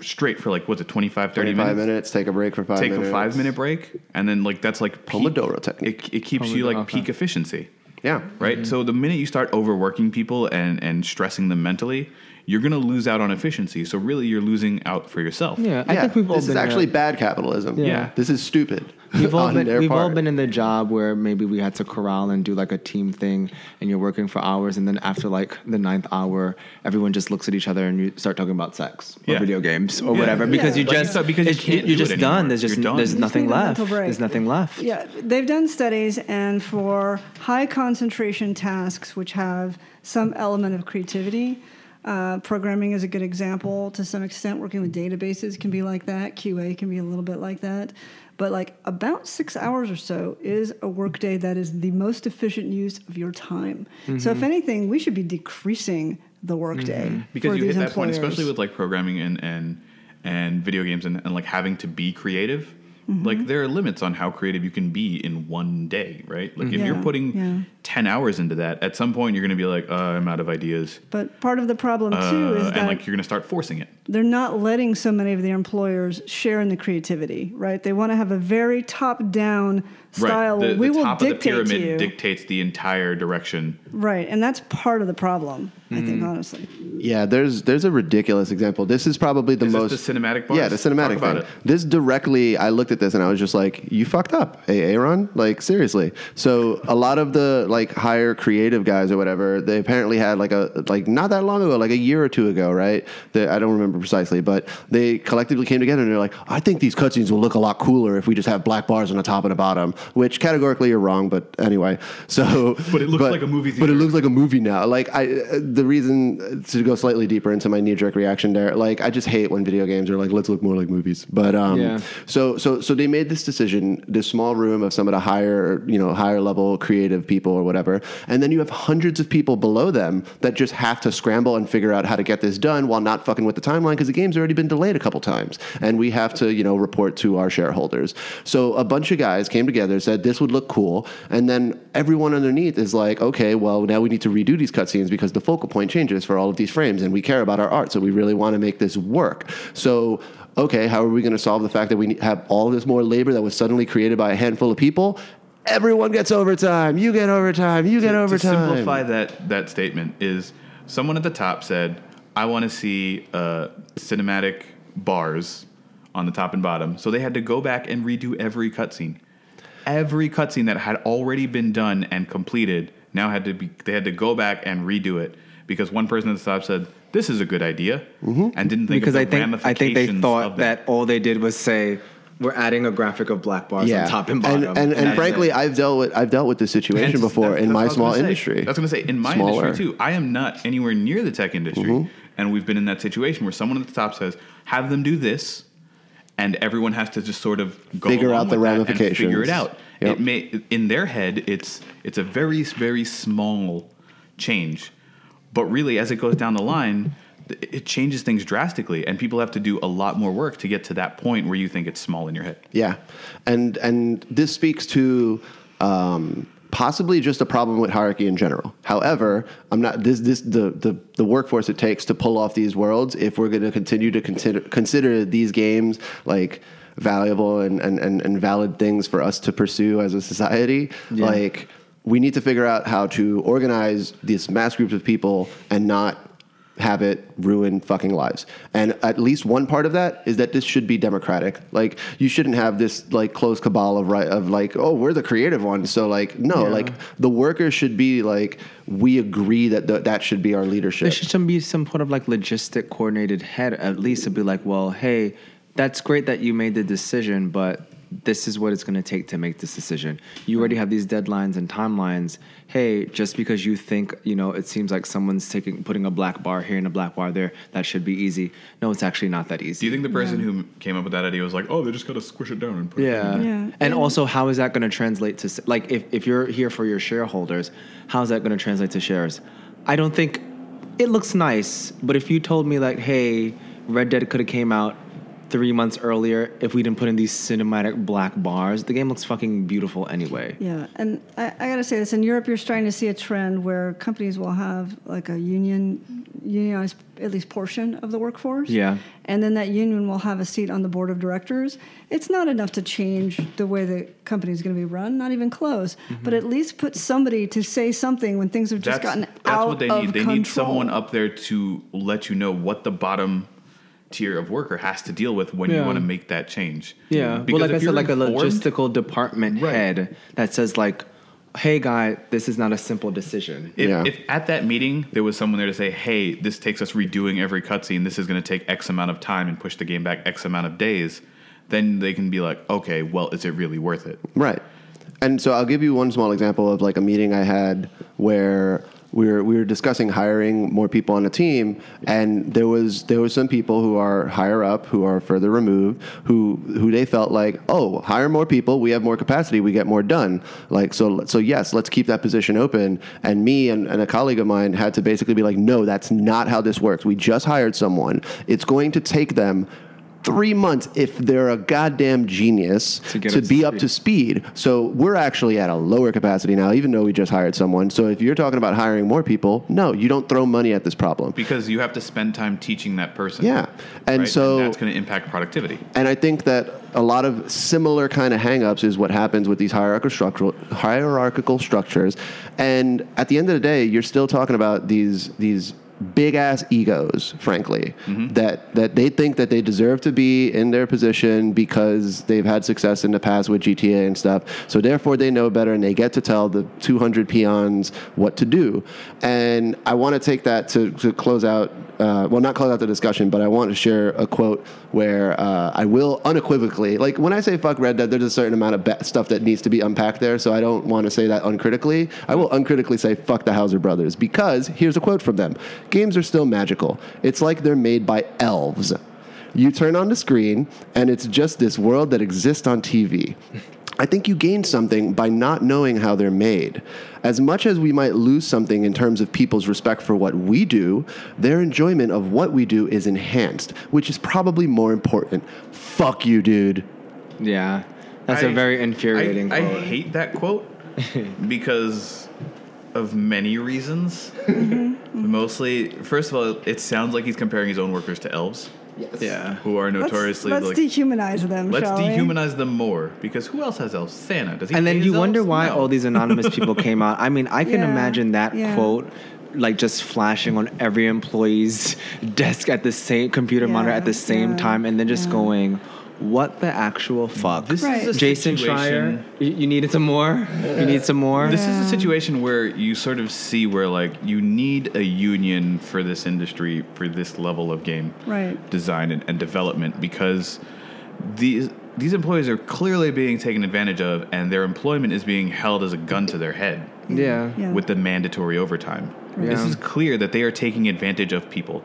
[SPEAKER 1] straight for like what's it, 25, 30
[SPEAKER 2] five
[SPEAKER 1] minutes.
[SPEAKER 2] minutes. take a break for five
[SPEAKER 1] Take
[SPEAKER 2] minutes.
[SPEAKER 1] a five minute break, and then like that's like peak-
[SPEAKER 2] Pomodoro technique.
[SPEAKER 1] It, it keeps you like
[SPEAKER 3] Pomodoro,
[SPEAKER 1] peak efficiency,
[SPEAKER 2] Yeah.
[SPEAKER 4] Mm-hmm.
[SPEAKER 1] right? So the minute you start overworking people and and stressing them mentally, you're gonna lose out on efficiency. So really, you're losing out for yourself.
[SPEAKER 3] Yeah, I
[SPEAKER 2] yeah.
[SPEAKER 3] think we've all
[SPEAKER 2] this
[SPEAKER 3] been
[SPEAKER 2] is
[SPEAKER 3] there.
[SPEAKER 2] actually bad capitalism.
[SPEAKER 3] Yeah.
[SPEAKER 2] This is stupid.
[SPEAKER 3] We've all
[SPEAKER 2] on
[SPEAKER 3] been
[SPEAKER 2] their
[SPEAKER 3] we've all
[SPEAKER 2] part.
[SPEAKER 3] been in the job where maybe we had to corral and do like a team thing, and you're working for hours, and then after like the ninth hour, everyone just looks at each other and you start talking about sex or
[SPEAKER 1] Yeah.
[SPEAKER 3] video games or
[SPEAKER 1] Yeah.
[SPEAKER 3] whatever because
[SPEAKER 4] Yeah.
[SPEAKER 3] you
[SPEAKER 1] Like you
[SPEAKER 3] just
[SPEAKER 1] said, because you
[SPEAKER 3] it's-
[SPEAKER 1] can't do
[SPEAKER 3] you're
[SPEAKER 1] it
[SPEAKER 3] just
[SPEAKER 1] anymore.
[SPEAKER 3] done. There's just
[SPEAKER 1] You're done.
[SPEAKER 3] there's
[SPEAKER 1] You just
[SPEAKER 3] nothing
[SPEAKER 4] need a
[SPEAKER 3] left.
[SPEAKER 4] mental break.
[SPEAKER 3] There's nothing left.
[SPEAKER 4] Yeah, they've done studies, and for high concentration tasks which have some element of creativity, uh, programming is a good example. To some extent, working with databases can be like that. QA can be a little bit like that. But like about six hours or so is a workday that is the most efficient use of your time. So
[SPEAKER 1] Mm-hmm.
[SPEAKER 4] if anything, we should be decreasing the workday
[SPEAKER 1] because
[SPEAKER 4] for
[SPEAKER 1] you hit
[SPEAKER 4] these
[SPEAKER 1] that point,
[SPEAKER 4] employers.
[SPEAKER 1] especially with like programming and and and video games and, and like having to be creative.
[SPEAKER 4] Mm-hmm.
[SPEAKER 1] Like there are limits on how creative you can be in one day, right? Like if
[SPEAKER 4] Mm-hmm. Yeah,
[SPEAKER 1] you're putting
[SPEAKER 4] yeah.
[SPEAKER 1] ten hours into that, at some point you're going to be like, uh, I'm out of ideas,
[SPEAKER 4] but part of the problem
[SPEAKER 1] uh,
[SPEAKER 4] too is that
[SPEAKER 1] and like you're going to start forcing it.
[SPEAKER 4] they're not letting so many of their employers share in the creativity, right? They want to have a very top-down style.
[SPEAKER 1] Right. The,
[SPEAKER 4] we
[SPEAKER 1] the
[SPEAKER 4] will
[SPEAKER 1] top of the
[SPEAKER 4] dictate
[SPEAKER 1] pyramid
[SPEAKER 4] to you,
[SPEAKER 1] dictates the entire direction.
[SPEAKER 4] right? And that's part of the problem, I
[SPEAKER 1] Mm-hmm.
[SPEAKER 4] think, honestly.
[SPEAKER 2] Yeah, there's there's a ridiculous example. This is probably the
[SPEAKER 1] Is this
[SPEAKER 2] most
[SPEAKER 1] the cinematic bars?
[SPEAKER 2] Yeah, the
[SPEAKER 1] Talk
[SPEAKER 2] cinematic
[SPEAKER 1] about
[SPEAKER 2] thing.
[SPEAKER 1] it.
[SPEAKER 2] This directly, I looked at this and I was just like, "You fucked up, hey, Aaron." Like seriously. So a lot of the like higher creative guys or whatever, they apparently had like a like not that long ago, like a year or two ago, right? They, I don't remember precisely, but they collectively came together and they're like, "I think these cutscenes will look a lot cooler if we just have black bars on the top and the bottom," which categorically you're wrong, but anyway. So,
[SPEAKER 1] But it looks like a movie
[SPEAKER 2] But it
[SPEAKER 1] theater.
[SPEAKER 2] looks like a movie now. Like I, uh, the reason to go slightly deeper into my knee jerk reaction there, like I just hate when video games are like, let's look more like movies. But um,
[SPEAKER 3] Yeah.
[SPEAKER 2] so so so they made this decision, this small room of some of the higher you know higher level creative people or whatever, and then you have hundreds of people below them that just have to scramble and figure out how to get this done while not fucking with the timeline because the game's already been delayed a couple times, and we have to you know report to our shareholders. So a bunch of guys came together, said this would look cool, and then everyone underneath is like, okay, well now we need to redo these cutscenes because the focal point changes for all of these frames, and we care about our art, so we really want to make this work. So okay, how are we going to solve the fact that we ne- have all this more labor that was suddenly created by a handful of people? Everyone gets overtime. You get overtime. You get overtime.
[SPEAKER 1] To simplify that that statement is someone at the top said, "I want to see uh, cinematic bars on the top and bottom," so they had to go back and redo every cutscene. Every cutscene that had already been done and completed now had to be they had to go back and redo it because one person at the top said, "This is a good idea," and didn't think
[SPEAKER 3] Mm-hmm. Because
[SPEAKER 1] of
[SPEAKER 3] I
[SPEAKER 1] the
[SPEAKER 3] think I think they
[SPEAKER 1] ramifications of
[SPEAKER 3] thought that all they did was say we're adding a graphic of black bars on top and bottom.
[SPEAKER 2] and and, and
[SPEAKER 3] that's
[SPEAKER 2] frankly,
[SPEAKER 3] it.
[SPEAKER 2] I've dealt with I've dealt with this situation
[SPEAKER 1] And
[SPEAKER 2] before
[SPEAKER 1] that's-
[SPEAKER 2] in
[SPEAKER 1] that's what I
[SPEAKER 2] my
[SPEAKER 1] was
[SPEAKER 2] small
[SPEAKER 1] gonna say.
[SPEAKER 2] industry.
[SPEAKER 1] That's going to say in my
[SPEAKER 2] Smaller. Mm-hmm.
[SPEAKER 1] industry too. I am not anywhere near the tech industry, and we've been in that situation where someone at the top says, "Have them do this," and everyone has to just sort of go
[SPEAKER 2] Figure
[SPEAKER 1] along
[SPEAKER 2] out the
[SPEAKER 1] with that and figure
[SPEAKER 2] ramifications.
[SPEAKER 1] it out.
[SPEAKER 2] Yep.
[SPEAKER 1] It may in their head, it's it's a very very small change, but really as it goes down the line. th- It changes things drastically, and people have to do a lot more work to get to that point where you think it's small in your head.
[SPEAKER 2] Yeah, and and this speaks to um, possibly just a problem with hierarchy in general. However, I'm not this this the the, the workforce it takes to pull off these worlds. If we're going to continue to consider consider these games like valuable and, and, and, and valid things for us to pursue as a society, like we need to figure out how to organize these mass groups of people and not have it ruin fucking lives. And at least one part of that is that this should be democratic. Like you shouldn't have this like close cabal of right of like, oh, we're the creative ones. So like, no, like the workers should be like, we agree that th- that should be our leadership.
[SPEAKER 3] There should some be some sort of like logistic coordinated head at least to be like, well, hey, that's great that you made the decision, but this is what it's going to take to make this decision. You already have these deadlines and timelines. Hey, just because you think you know, it seems like someone's taking putting a black bar here and a black bar there, that should be easy. No, it's actually not that
[SPEAKER 1] Do
[SPEAKER 3] easy.
[SPEAKER 1] you think the person who came up with that idea was like, "Oh, they just got to squish it down and put it"?
[SPEAKER 3] yeah.
[SPEAKER 4] Yeah.
[SPEAKER 3] And also, how is that going to translate to, s- like, if, if you're here for your shareholders, how's that going to translate to shares? I don't think it looks nice, but if you told me, like, hey, Red Dead could have came out three months earlier if we didn't put in these cinematic black bars, the game looks fucking beautiful anyway.
[SPEAKER 4] Yeah, and I, I got to say this: in Europe, you're starting to see a trend where companies will have like a union, unionized at least portion of the workforce.
[SPEAKER 3] Yeah.
[SPEAKER 4] and then that union will have a seat on the board of directors. It's not enough to change the way the company is going to be run, not even close,
[SPEAKER 1] Mm-hmm.
[SPEAKER 4] but at least put somebody to say something when things have just gotten out
[SPEAKER 1] what they
[SPEAKER 4] of
[SPEAKER 1] need. They
[SPEAKER 4] control.
[SPEAKER 1] need someone up there to let you know what the bottom tier of worker has to deal with when you
[SPEAKER 3] Yeah.
[SPEAKER 1] want to make that change.
[SPEAKER 3] Yeah,
[SPEAKER 1] Because
[SPEAKER 3] well,
[SPEAKER 1] if
[SPEAKER 3] like I said,
[SPEAKER 1] you're
[SPEAKER 3] like a
[SPEAKER 1] informed-
[SPEAKER 3] logistical department
[SPEAKER 1] Right.
[SPEAKER 3] head that says like, "Hey, guy, this is not a simple decision."
[SPEAKER 1] If,
[SPEAKER 2] Yeah.
[SPEAKER 1] if at that meeting there was someone there to say, "Hey, this takes us redoing every cutscene. This is going to take X amount of time and push the game back X amount of days," then they can be like, "Okay, well, is it really worth it?"
[SPEAKER 2] Right. And so I'll give you one small example of like a meeting I had where we were we were discussing hiring more people on a team, and there was there were some people who are higher up, who are further removed, who who they felt like, oh, hire more people, we have more capacity, we get more done. Like so so yes, let's keep that position open. And me and, and a colleague of mine had to basically be like, no, that's not how this works. We just hired someone. It's going to take them three months if they're a goddamn genius
[SPEAKER 3] To
[SPEAKER 2] to,
[SPEAKER 3] get up to
[SPEAKER 2] be up to speed. So we're actually at a lower capacity now, even though we just hired someone. So if you're talking about hiring more people, no, you don't throw money at this problem.
[SPEAKER 1] Because you have to spend time teaching that person.
[SPEAKER 2] Yeah. And
[SPEAKER 1] right?
[SPEAKER 2] so
[SPEAKER 1] that's going to impact productivity.
[SPEAKER 2] and I think that a lot of similar kind of hangups is what happens with these hierarchical structural hierarchical structures. And at the end of the day, you're still talking about these these big ass egos, frankly,
[SPEAKER 1] Mm-hmm.
[SPEAKER 2] that that they think that they deserve to be in their position because they've had success in the past with GTA and stuff. So therefore they know better and they get to tell the 200 peons what to do. And I want to take that to, to close out uh, well, not close out the discussion, but I want to share a quote where uh, I will unequivocally, like when I say fuck Red Dead, there's a certain amount of ba- stuff that needs to be unpacked there, so I don't want to say that uncritically. I will uncritically say fuck the Hauser brothers because here's a quote from them Games are still magical. It's like they're made by elves. You turn on the screen, and it's just this world that exists on TV. I think you gain something by not knowing how they're made. As much as we might lose something in terms of people's respect for what we do, their enjoyment of what we do is enhanced, which is probably more important. Fuck you, dude.
[SPEAKER 3] Yeah, that's a
[SPEAKER 1] I-
[SPEAKER 3] very infuriating.
[SPEAKER 1] I, I
[SPEAKER 3] quote.
[SPEAKER 1] hate that quote because of many reasons.
[SPEAKER 4] Mm-hmm.
[SPEAKER 1] Mostly, first of all, it sounds like he's comparing his own workers to elves,
[SPEAKER 3] yeah.
[SPEAKER 1] who are
[SPEAKER 4] Let's,
[SPEAKER 1] notoriously
[SPEAKER 4] let's
[SPEAKER 1] like.
[SPEAKER 4] dehumanize them.
[SPEAKER 1] let's
[SPEAKER 4] shall we?
[SPEAKER 1] dehumanize them more because who else has elves? Santa does he?
[SPEAKER 3] and then
[SPEAKER 1] hate
[SPEAKER 3] you
[SPEAKER 1] his
[SPEAKER 3] wonder
[SPEAKER 1] elves?
[SPEAKER 3] why
[SPEAKER 1] No.
[SPEAKER 3] all these anonymous people came out. I mean, I can
[SPEAKER 4] Yeah,
[SPEAKER 3] imagine that
[SPEAKER 4] yeah.
[SPEAKER 3] quote like just flashing on every employee's desk at the same computer monitor at the
[SPEAKER 4] Yeah,
[SPEAKER 3] same
[SPEAKER 4] yeah,
[SPEAKER 3] time and then just
[SPEAKER 4] yeah.
[SPEAKER 3] going, what the actual fuck?
[SPEAKER 1] This
[SPEAKER 4] Right.
[SPEAKER 1] is a
[SPEAKER 3] Jason
[SPEAKER 1] situation-
[SPEAKER 3] Schreier, you, you needed some more? You need some more?
[SPEAKER 1] This is
[SPEAKER 4] Yeah.
[SPEAKER 1] a situation where you sort of see where like you need a union for this industry for this level of game
[SPEAKER 4] Right.
[SPEAKER 1] design and, and development because these these employees are clearly being taken advantage of, and their employment is being held as a gun to their head
[SPEAKER 3] Yeah.
[SPEAKER 4] Yeah.
[SPEAKER 1] with the mandatory overtime. This
[SPEAKER 3] Yeah.
[SPEAKER 1] is clear that they are taking advantage of people,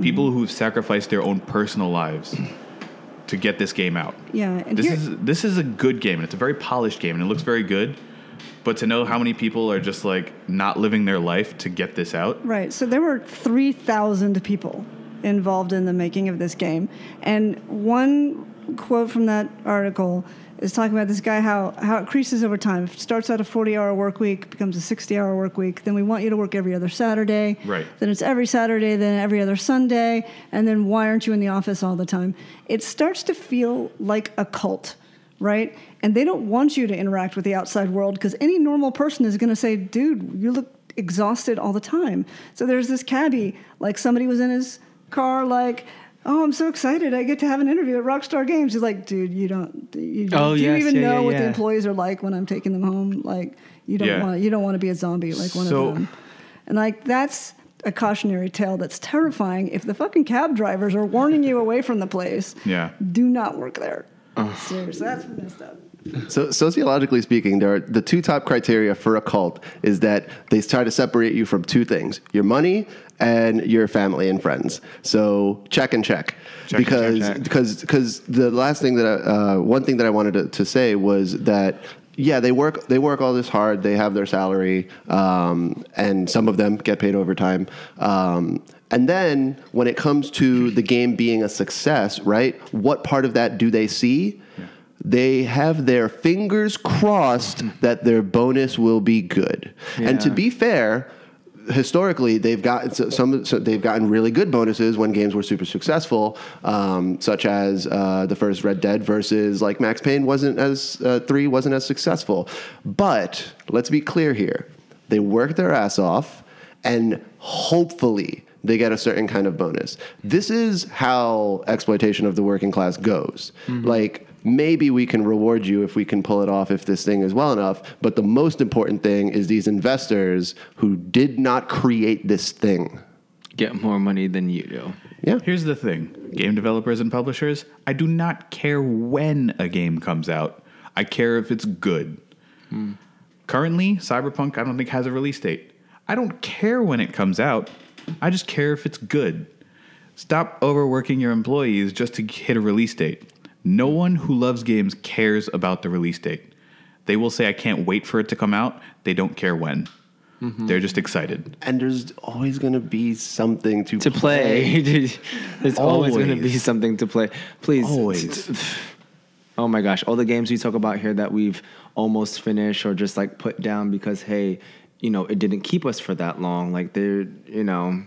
[SPEAKER 1] people
[SPEAKER 4] Mm-hmm.
[SPEAKER 1] who've sacrificed their own personal lives to get this game out.
[SPEAKER 4] Yeah, and
[SPEAKER 1] This
[SPEAKER 4] here-
[SPEAKER 1] is this is a good game, and it's a very polished game, and it looks very good. But to know how many people are just like not living their life to get this out,
[SPEAKER 4] Right. So there were 3,000 people involved in the making of this game. And one quote from that article is talking about this guy how, how it creases over time. It starts out a 40 hour work week, becomes a 60 hour work week. Then we want you to work every other Saturday.
[SPEAKER 1] Right.
[SPEAKER 4] Then it's every Saturday, then every other Sunday. And then why aren't you in the office all the time? It starts to feel like a cult. Right? And they don't want you to interact with the outside world because any normal person is going to say, dude, you look exhausted all the time. So there's this cabbie, like somebody was in his car, like, oh, I'm so excited, I get to have an interview at Rockstar Games. He's like, dude, you don't, you,
[SPEAKER 3] Oh,
[SPEAKER 4] do
[SPEAKER 3] yes,
[SPEAKER 4] you even
[SPEAKER 3] yeah,
[SPEAKER 4] know
[SPEAKER 3] yeah,
[SPEAKER 4] what the
[SPEAKER 3] yeah.
[SPEAKER 4] employees are like when I'm taking them home? Like, you don't
[SPEAKER 1] Yeah.
[SPEAKER 4] want, you don't want to be a zombie like one
[SPEAKER 1] So-
[SPEAKER 4] of them. And like that's a cautionary tale that's terrifying. If the fucking cab drivers are warning you away from the place,
[SPEAKER 1] Yeah.
[SPEAKER 4] do not work there. Seriously, that's messed up.
[SPEAKER 2] So sociologically speaking, there are the two top criteria for a cult is that they try to separate you from two things: your money and your family and friends. So check and check,
[SPEAKER 1] Check and
[SPEAKER 2] because
[SPEAKER 1] check, check.
[SPEAKER 2] because because the last thing that I, uh, one thing that I wanted to, to say was that. Yeah, they work. They work all this hard. They have their salary, um, and some of them get paid overtime. Um, and then, when it comes to the game being a success, right? What part of that do they see? they have their fingers crossed that their bonus will be good. And to
[SPEAKER 3] Yeah.
[SPEAKER 2] be fair, historically they've gotten so- some so they've gotten really good bonuses when games were super successful, um, such as uh, the first Red Dead versus like Max Payne wasn't as uh, three wasn't as successful. But let's be clear here: they worked their ass off, and hopefully. They get a certain kind of bonus. This is how exploitation of the working class goes.
[SPEAKER 3] Mm-hmm.
[SPEAKER 2] Like, maybe we can reward you if we can pull it off if this thing is well enough but the most important thing is these investors who did not create this thing
[SPEAKER 3] Get more money than you do.
[SPEAKER 2] yeah
[SPEAKER 1] Here's the thing game developers and publishers, I do not care when a game comes out, I care if it's good.
[SPEAKER 3] Hmm.
[SPEAKER 1] Currently, Cyberpunk, I don't think, has a release date. I don't care when it comes out, I just care if it's good. Stop overworking your employees just to hit a release date. No one who loves games cares about the release date. They will say, I can't wait for it to come out. They don't care when.
[SPEAKER 3] Mm-hmm.
[SPEAKER 1] They're just excited.
[SPEAKER 2] and there's always going to be something to,
[SPEAKER 3] To play, there's always, going to be
[SPEAKER 1] Always.
[SPEAKER 3] something to play. Please.
[SPEAKER 1] Always.
[SPEAKER 3] Oh my gosh, all the games we talk about here that we've almost finished or just like put down because hey, you know, it didn't keep us for that long. Like they're, you know,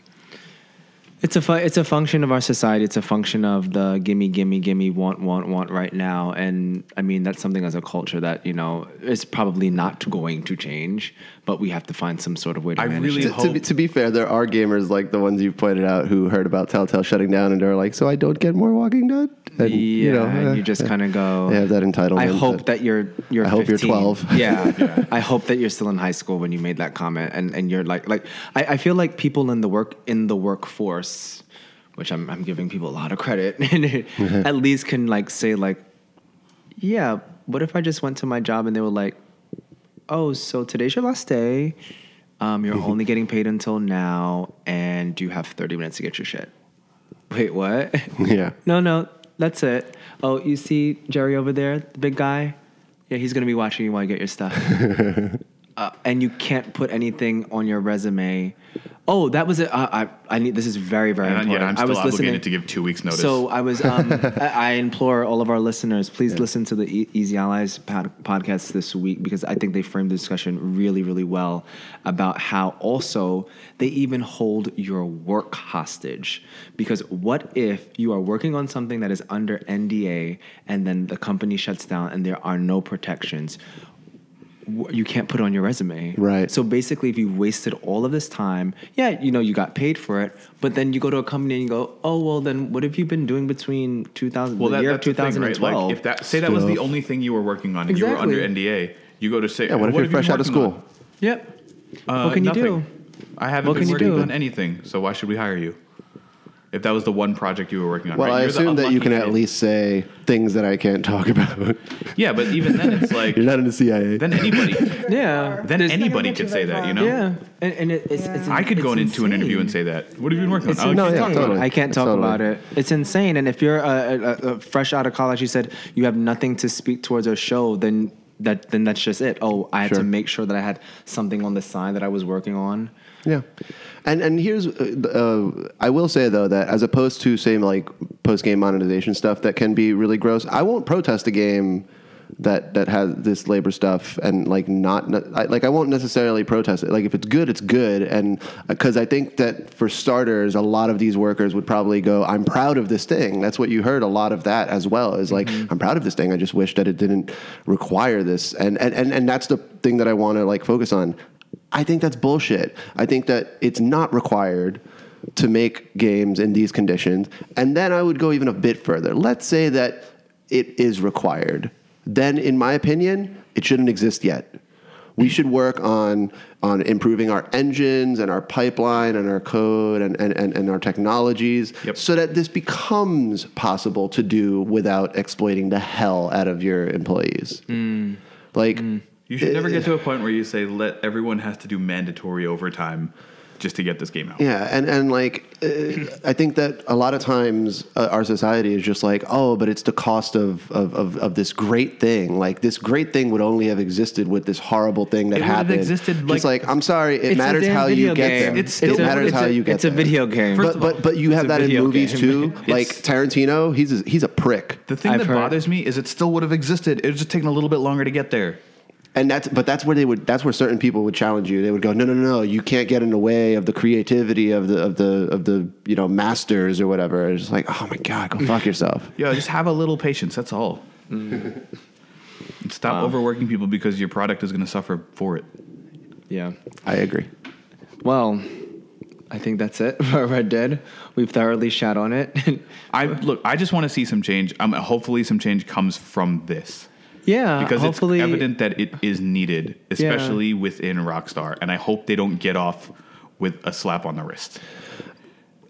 [SPEAKER 3] it's a fu- it's a function of our society. It's a function of the gimme, gimme, gimme, want, want, want right now. And I mean, that's something as a culture that you know is probably not going to change. But we have to find some sort of way to
[SPEAKER 1] I
[SPEAKER 3] manage
[SPEAKER 1] really
[SPEAKER 2] To,
[SPEAKER 3] it.
[SPEAKER 2] to, be, to be fair, there are gamers like the ones you pointed out who heard about Telltale shutting down and they're like, "So I don't get more Walking Dead." And,
[SPEAKER 3] yeah, and you just kind of go.
[SPEAKER 2] eh, They have that entitlement.
[SPEAKER 3] I hope that you're you're.
[SPEAKER 2] I hope you're
[SPEAKER 3] 15.
[SPEAKER 2] 12.
[SPEAKER 3] Yeah. I hope that you're still in high school when you made that comment, and and you're like like I, I feel like people in the work in the workforce, which I'm I'm giving people a lot of credit, at least can like say like, yeah, what if I just went to my job and they were like, oh, so today's your last day. Um, you're only getting paid until now, and you have 30 minutes to get your shit. Wait, what?
[SPEAKER 2] Yeah.
[SPEAKER 3] No, no, that's it. Oh, you see Jerry over there, the big guy? Yeah, he's gonna be watching you while you get your stuff. uh, and you can't put anything on your resume. Oh, that was it. Uh, I, I need. This is very, very
[SPEAKER 1] And uh,
[SPEAKER 3] important.
[SPEAKER 1] yeah, I'm
[SPEAKER 3] I
[SPEAKER 1] still
[SPEAKER 3] was listening.
[SPEAKER 1] obligated to give two weeks' notice.
[SPEAKER 3] So I was. Um, I, I implore all of our listeners, please listen to the e- Easy Allies pod- podcast this week because I think they framed the discussion really, really well about how also they even hold your work hostage. Because what if you are working on something that is under NDA and then the company shuts down and there are no protections? wh- you can't put on your resume.
[SPEAKER 2] Right.
[SPEAKER 3] So basically, if you wasted all of this time, yeah, you know, you got paid for it, but then you go to a company and you go, oh, well, then what have you been doing between 2000, the year of
[SPEAKER 1] that's the thing, right?
[SPEAKER 3] 2012?
[SPEAKER 1] Like, if that say that was the
[SPEAKER 2] Stuff.
[SPEAKER 1] only thing you were working on, and
[SPEAKER 3] Exactly.
[SPEAKER 1] you were under NDA. You go to say,
[SPEAKER 2] Yeah. What if you're
[SPEAKER 1] have you
[SPEAKER 2] fresh
[SPEAKER 1] been
[SPEAKER 2] out of
[SPEAKER 1] working
[SPEAKER 2] school?
[SPEAKER 3] yep.
[SPEAKER 1] on?" Uh,
[SPEAKER 3] what can you
[SPEAKER 1] nothing.
[SPEAKER 3] do?
[SPEAKER 1] I haven't
[SPEAKER 3] What
[SPEAKER 1] been
[SPEAKER 3] can you
[SPEAKER 1] working
[SPEAKER 3] do?
[SPEAKER 1] on anything, so why should we hire you? If that was the one project you were working on,
[SPEAKER 2] Well,
[SPEAKER 1] right?
[SPEAKER 2] I
[SPEAKER 1] You're the
[SPEAKER 2] assume that you
[SPEAKER 1] unlucky
[SPEAKER 2] can at
[SPEAKER 1] kid.
[SPEAKER 2] least say things that I can't talk about.
[SPEAKER 1] Yeah, but even then, it's like
[SPEAKER 2] You're not in the CIA.
[SPEAKER 1] then anybody,
[SPEAKER 3] Yeah.
[SPEAKER 1] then
[SPEAKER 3] There's-
[SPEAKER 1] anybody
[SPEAKER 4] Not
[SPEAKER 1] could
[SPEAKER 4] too
[SPEAKER 1] say
[SPEAKER 4] very
[SPEAKER 1] that,
[SPEAKER 4] far.
[SPEAKER 1] you know.
[SPEAKER 3] Yeah. And, and it, it's, it's
[SPEAKER 1] I could go
[SPEAKER 3] it's
[SPEAKER 1] into an interview and
[SPEAKER 3] insane.
[SPEAKER 1] say that. What have you been working on?
[SPEAKER 3] It's
[SPEAKER 1] "Oh,
[SPEAKER 2] No,
[SPEAKER 1] just
[SPEAKER 2] yeah,
[SPEAKER 1] talking about
[SPEAKER 2] totally.
[SPEAKER 1] it."
[SPEAKER 3] I can't
[SPEAKER 2] It's
[SPEAKER 3] talk
[SPEAKER 2] totally-
[SPEAKER 3] about it. It's insane. And if you're uh, uh, uh, fresh out of college, you said you have nothing to speak towards or show, then that then that's just it. Oh, I had
[SPEAKER 2] Sure.
[SPEAKER 3] to make sure that I had something on the side that I was working on.
[SPEAKER 2] Yeah, and and here's uh, uh, I will say though that as opposed to saying like post game monetization stuff that can be really gross, I won't protest a game that that has this labor stuff and like not I, like I won't necessarily protest it. Like if it's good, it's good, and because I think that for starters, a lot of these workers would probably go, "I'm proud of this thing." That's what you heard a lot of that as well. Is like, "I'm proud of this thing. I just wish that it didn't require this," and and and, and that's the thing that I want to like focus on. I think that's bullshit. I think that it's not required to make games in these conditions. And then I would go even a bit further. Let's say that it is required. Then, in my opinion, it shouldn't exist yet. We should work on, on improving our engines and our pipeline and our code and, and, and, and our technologies
[SPEAKER 1] Yep.
[SPEAKER 2] so that this becomes possible to do without exploiting the hell out of your employees. Like,
[SPEAKER 1] You should never
[SPEAKER 2] eh,
[SPEAKER 1] get to a point where you say, "Let everyone has to do mandatory overtime just to get this game out."
[SPEAKER 2] Yeah, and and like uh, I think that a lot of times uh, our society is just like, oh, but it's the cost of, of of of this great thing. Like this great thing would only have existed with this horrible thing that
[SPEAKER 1] It would have
[SPEAKER 2] happened.
[SPEAKER 1] existed,
[SPEAKER 2] just
[SPEAKER 1] like-
[SPEAKER 2] like I'm sorry, it
[SPEAKER 3] It's a
[SPEAKER 2] matters
[SPEAKER 3] damn
[SPEAKER 2] how
[SPEAKER 3] video
[SPEAKER 2] you get
[SPEAKER 3] game.
[SPEAKER 2] there.
[SPEAKER 1] It's still-
[SPEAKER 2] it matters
[SPEAKER 3] it's a-
[SPEAKER 2] how you get
[SPEAKER 3] it's a
[SPEAKER 2] there.
[SPEAKER 3] video game.
[SPEAKER 1] First
[SPEAKER 2] But,
[SPEAKER 1] of all,
[SPEAKER 2] but but you have
[SPEAKER 3] it's a
[SPEAKER 2] that in
[SPEAKER 3] video
[SPEAKER 2] movies
[SPEAKER 3] game.
[SPEAKER 2] too.
[SPEAKER 1] It's-
[SPEAKER 2] like Tarantino, he's a, he's a prick.
[SPEAKER 1] The thing
[SPEAKER 3] I've
[SPEAKER 1] that
[SPEAKER 3] heard-
[SPEAKER 1] bothers me is it still would have existed. It was just taken a little bit longer to get there.
[SPEAKER 2] And that's but that's where they would that's where certain people would challenge you. They would go, no, no, no, you can't get in the way of the creativity of the of the of the you know masters or whatever. It's just like, oh my god, go fuck yourself.
[SPEAKER 1] Yeah, just have a little patience. That's all. And Stop overworking people because your product is going to suffer for it.
[SPEAKER 3] Yeah.
[SPEAKER 2] I agree.
[SPEAKER 3] Well, I think that's it for Red Dead. We've thoroughly shat on it.
[SPEAKER 1] I look. I just want to see some change. Um, hopefully, some change comes from this
[SPEAKER 2] Uh,
[SPEAKER 3] yeah.
[SPEAKER 1] because it's
[SPEAKER 3] hopefully,
[SPEAKER 1] evident that it is needed, especially within Rockstar. And I hope they don't get off with a slap on the wrist.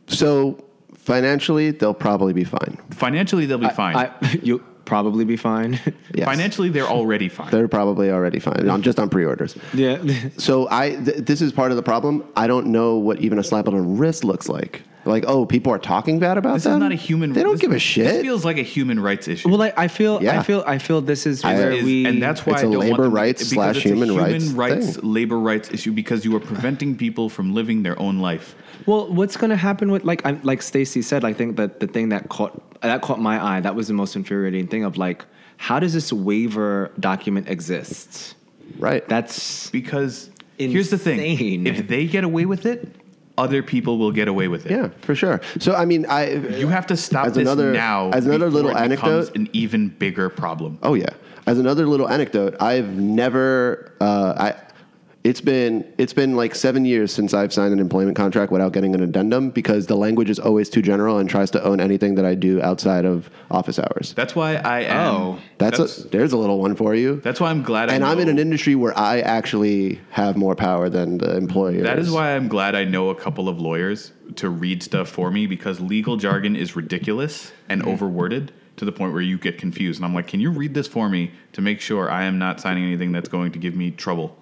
[SPEAKER 2] So financially, they'll probably be fine.
[SPEAKER 1] Financially, they'll be fine.
[SPEAKER 3] I, you'll probably be fine.
[SPEAKER 2] Yes.
[SPEAKER 1] Financially, they're already fine.
[SPEAKER 2] they're probably already fine. On just on pre-orders.
[SPEAKER 3] yeah.
[SPEAKER 2] So I th- this is part of the problem. I don't know what even a slap on the wrist looks like. Like, oh, people are talking bad about
[SPEAKER 1] this
[SPEAKER 2] them?
[SPEAKER 1] is not a human.
[SPEAKER 2] They don't
[SPEAKER 1] this-
[SPEAKER 2] give a
[SPEAKER 1] This
[SPEAKER 2] shit.
[SPEAKER 1] feels like a human rights issue.
[SPEAKER 3] Well, I, I feel, I
[SPEAKER 2] Yeah.
[SPEAKER 3] feel, I feel this is
[SPEAKER 2] I-
[SPEAKER 3] where
[SPEAKER 1] is-
[SPEAKER 3] we,
[SPEAKER 1] and that's why
[SPEAKER 2] It's
[SPEAKER 1] I
[SPEAKER 2] a
[SPEAKER 1] don't want
[SPEAKER 2] labor
[SPEAKER 1] them to-
[SPEAKER 2] rights
[SPEAKER 1] because
[SPEAKER 2] slash
[SPEAKER 1] it's a
[SPEAKER 2] human rights
[SPEAKER 1] human rights
[SPEAKER 2] thing.
[SPEAKER 1] labor rights issue because you are preventing people from living their own life.
[SPEAKER 3] Well, what's going to happen with like I'm, like Stacy said? I think that the thing that caught that caught my eye that was the most infuriating thing of like, how does this waiver document exist?
[SPEAKER 2] right.
[SPEAKER 3] That's
[SPEAKER 1] Because here's the thing:
[SPEAKER 3] Insane.
[SPEAKER 1] if they get away with it, other people will get away with it.
[SPEAKER 2] yeah, for sure. So I mean, I
[SPEAKER 1] You have to stop
[SPEAKER 2] As
[SPEAKER 1] this
[SPEAKER 2] another-
[SPEAKER 1] now.
[SPEAKER 2] as another
[SPEAKER 1] before
[SPEAKER 2] little
[SPEAKER 1] it becomes
[SPEAKER 2] anecdote-
[SPEAKER 1] an even bigger problem.
[SPEAKER 2] Oh yeah. As another little anecdote, I've never uh, I it's been it's been like seven years since I've signed an employment contract without getting an addendum because the language is always too general and tries to own anything that I do outside of office hours.
[SPEAKER 1] That's why I am.
[SPEAKER 3] Oh,
[SPEAKER 2] That's,
[SPEAKER 1] that's
[SPEAKER 2] a, there's a little one for you.
[SPEAKER 1] that's why I'm glad. I
[SPEAKER 2] and I'm in
[SPEAKER 1] know-
[SPEAKER 2] an industry where I actually have more power than the employer.
[SPEAKER 1] That is why I'm glad I know a couple of lawyers to read stuff for me because legal jargon is ridiculous and
[SPEAKER 3] Mm-hmm.
[SPEAKER 1] overworded to the point where you get confused. And I'm like, can you read this for me to make sure I am not signing anything that's going to give me trouble?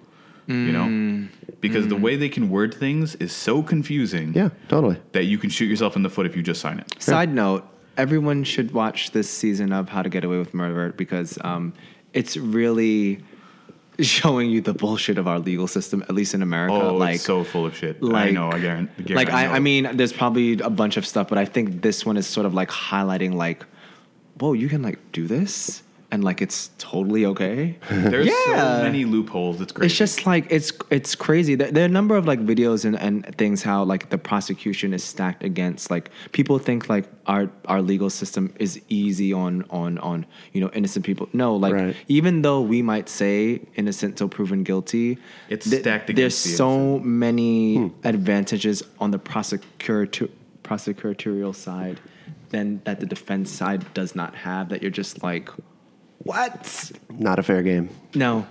[SPEAKER 1] You
[SPEAKER 3] Mm.
[SPEAKER 1] know? Because the way they can word things is so confusing
[SPEAKER 2] Yeah, totally.
[SPEAKER 1] that you can shoot yourself in the foot if you just sign it.
[SPEAKER 3] side note. Everyone should watch this season of How to Get Away with Murder because um, it's really showing you the bullshit of our legal system, at least in America.
[SPEAKER 1] Oh,
[SPEAKER 3] like
[SPEAKER 1] it's so full of shit. I
[SPEAKER 3] like-
[SPEAKER 1] know, I guarantee.
[SPEAKER 3] like I, I mean there's probably a bunch of stuff but i think this one is sort of like highlighting like whoa you can like do this and like it's totally okay
[SPEAKER 1] there's so
[SPEAKER 3] Yeah.
[SPEAKER 1] many loopholes. It's great.
[SPEAKER 3] it's just like it's it's crazy there, there are a number of like videos and, and things how like the prosecution is stacked against like people think like our our legal system is easy on on on you know innocent people no like
[SPEAKER 2] Right.
[SPEAKER 3] even though we might say innocent till proven guilty
[SPEAKER 1] It's
[SPEAKER 3] th-
[SPEAKER 1] stacked
[SPEAKER 3] there's
[SPEAKER 1] against the Hmm.
[SPEAKER 3] so many advantages on the prosecutor prosecutorial side than that the defense side does not have that you're just like what
[SPEAKER 2] Not a fair game.
[SPEAKER 3] no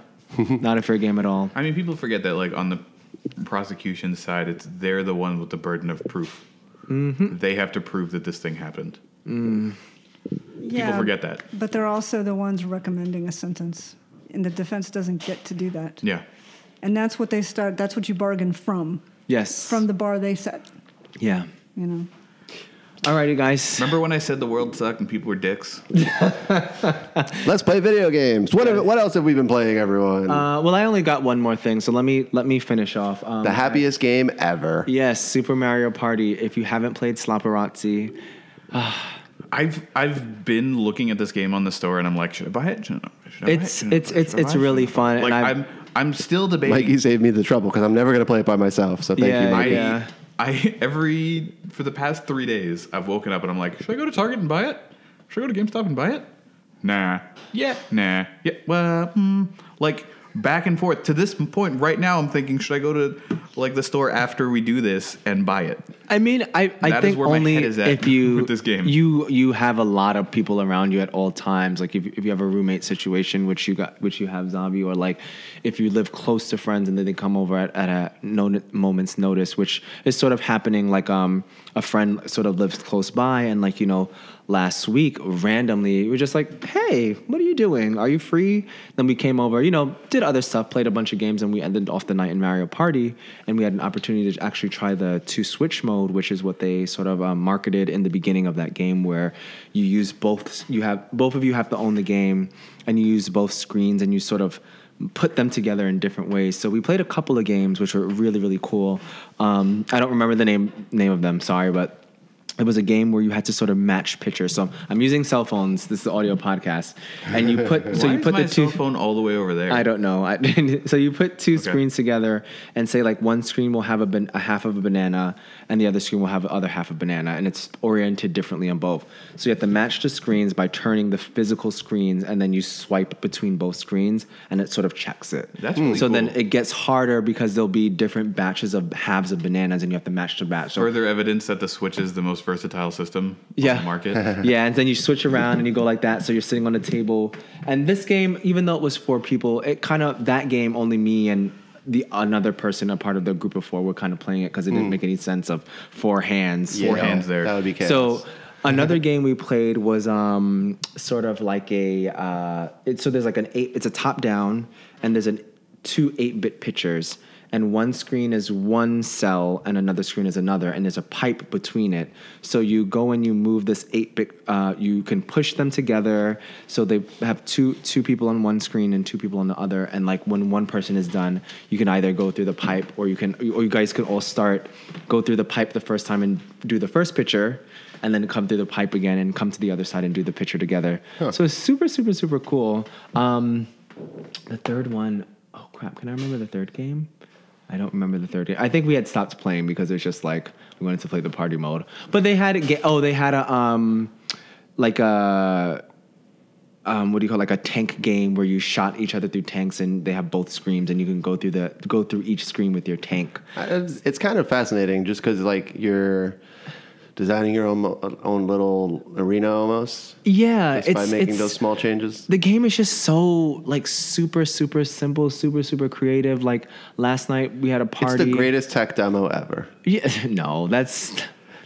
[SPEAKER 3] not a fair game at all
[SPEAKER 1] I mean, people forget that, like on the prosecution side, it's they're the one with the burden of proof.
[SPEAKER 3] Mm-hmm.
[SPEAKER 1] They have to prove that this thing happened.
[SPEAKER 4] Yeah,
[SPEAKER 1] People forget that.
[SPEAKER 4] But they're also the ones recommending a sentence, and the defense doesn't get to do that.
[SPEAKER 1] Yeah.
[SPEAKER 4] And that's what they start. That's what you bargain from
[SPEAKER 3] Yes.
[SPEAKER 4] from the bar they set.
[SPEAKER 3] yeah.
[SPEAKER 4] You know.
[SPEAKER 3] Alrighty, guys.
[SPEAKER 1] Remember when I said the world sucked and people were dicks?
[SPEAKER 2] Let's play video games. What, have, what else have we been playing, everyone?
[SPEAKER 1] Um,
[SPEAKER 3] Uh, well, I only got one more thing, so let me let me finish off. Um,
[SPEAKER 2] the happiest game ever.
[SPEAKER 3] Yes, Super Mario Party. If you haven't played Slapperazzi,
[SPEAKER 1] I've I've been looking at this game on the store and I'm like, should I buy it? Should I, should I buy it?
[SPEAKER 3] It's-
[SPEAKER 1] Should I buy
[SPEAKER 3] it's-
[SPEAKER 1] it? Should
[SPEAKER 3] it's-
[SPEAKER 1] I buy
[SPEAKER 3] it's
[SPEAKER 1] it?
[SPEAKER 3] really
[SPEAKER 1] Should I
[SPEAKER 3] fun,
[SPEAKER 1] buy it?
[SPEAKER 3] and
[SPEAKER 1] Like
[SPEAKER 3] I've-
[SPEAKER 1] I'm I'm still debating.
[SPEAKER 2] Mikey saved me the trouble because I'm never going to play it by myself. So thank
[SPEAKER 3] Yeah,
[SPEAKER 2] you,
[SPEAKER 1] I,
[SPEAKER 2] Mikey.
[SPEAKER 3] yeah.
[SPEAKER 1] I every for the past three days I've woken up and I'm like, should I go to Target and buy it? Should I go to GameStop and buy it? Nah. Yeah. Nah. Yeah. Well, hmm. like back and forth. To this point, right now, I'm thinking, should I go to like the store after we do this and buy it?
[SPEAKER 3] I mean, I, I
[SPEAKER 1] That is
[SPEAKER 3] think
[SPEAKER 1] where my
[SPEAKER 3] only
[SPEAKER 1] head is at
[SPEAKER 3] if you
[SPEAKER 1] with this game.
[SPEAKER 3] you you have a lot of people around you at all times. Like if, if you have a roommate situation, which you got, which you have zombie, or like if you live close to friends and then they come over at, at a no moment's notice, which is sort of happening. Like um, a friend sort of lives close by, and like you know, last week randomly we were just like, hey, what are you doing? Are you free? Then we came over, you know, did other stuff, played a bunch of games, and we ended off the night in Mario Party. And we had an opportunity to actually try the two switch mode, which is what they sort of um, marketed in the beginning of that game, where you use both. You have both of you have to own the game, and you use both screens, and you sort of put them together in different ways. So we played a couple of games, which were really really cool. Um, I don't remember the name name of them. Sorry, but it was a game where you had to sort of match pictures. So I'm using cell phones. This is the audio podcast, and you put so
[SPEAKER 1] Why
[SPEAKER 3] you
[SPEAKER 1] is
[SPEAKER 3] put
[SPEAKER 1] my
[SPEAKER 3] the
[SPEAKER 1] cell
[SPEAKER 3] two.
[SPEAKER 1] phone all the way over there.
[SPEAKER 3] I don't know. I, so you put two screens together and say like one screen will have a, ban- a half of a banana and the other screen will have the other half of banana and it's oriented differently on both. So you have to match the screens by turning the physical screens and then you swipe between both screens and it sort of checks it.
[SPEAKER 1] That's really
[SPEAKER 3] so then
[SPEAKER 1] cool.
[SPEAKER 3] it gets harder because there'll be different batches of halves of bananas and you have to match the batch. So
[SPEAKER 1] Further evidence that the Switch is the most versatile system on
[SPEAKER 3] Yeah.
[SPEAKER 1] the market.
[SPEAKER 3] yeah, and then you switch around and you go like that. So you're sitting on a table. And this game, even though it was four people, it kind of that game only me and the another person, a part of the group of four, were kind of playing it because it didn't make any sense of four hands.
[SPEAKER 1] Hmm. Four
[SPEAKER 2] Yeah,
[SPEAKER 1] hands there.
[SPEAKER 2] That would be chaos.
[SPEAKER 3] So another game we played was um, sort of like a uh, it, so there's like an eight. It's a top down, and there's an two eight bit pictures, and one screen is one cell, and another screen is another, and there's a pipe between it. So you go and you move this eight bit. Uh, you can push them together, so they have two two people on one screen and two people on the other, and like when one person is done, you can either go through the pipe, or you can or you guys can all start go through the pipe the first time and do the first picture and then come through the pipe again and come to the other side and do the picture together. So it's super, super, super cool. Um, the third one, oh crap, can I remember the third game? I don't remember the third game. I think we had stopped playing because it was just like we wanted to play the party mode. But they had a ga- oh, they had a um like a um, what do you call it? like a tank game where you shot each other through tanks and they have both screens and you can go through the go through each screen with your tank.
[SPEAKER 2] I- It's, it's kind of fascinating just because like you're designing your own own little arena almost
[SPEAKER 3] Yeah,
[SPEAKER 2] just
[SPEAKER 3] Uh, it's
[SPEAKER 2] by making
[SPEAKER 3] it's-
[SPEAKER 2] those small changes.
[SPEAKER 3] the game is just so like super super simple super super creative like last night we had a
[SPEAKER 2] It's
[SPEAKER 3] party
[SPEAKER 2] the greatest tech demo ever.
[SPEAKER 3] yeah, no that's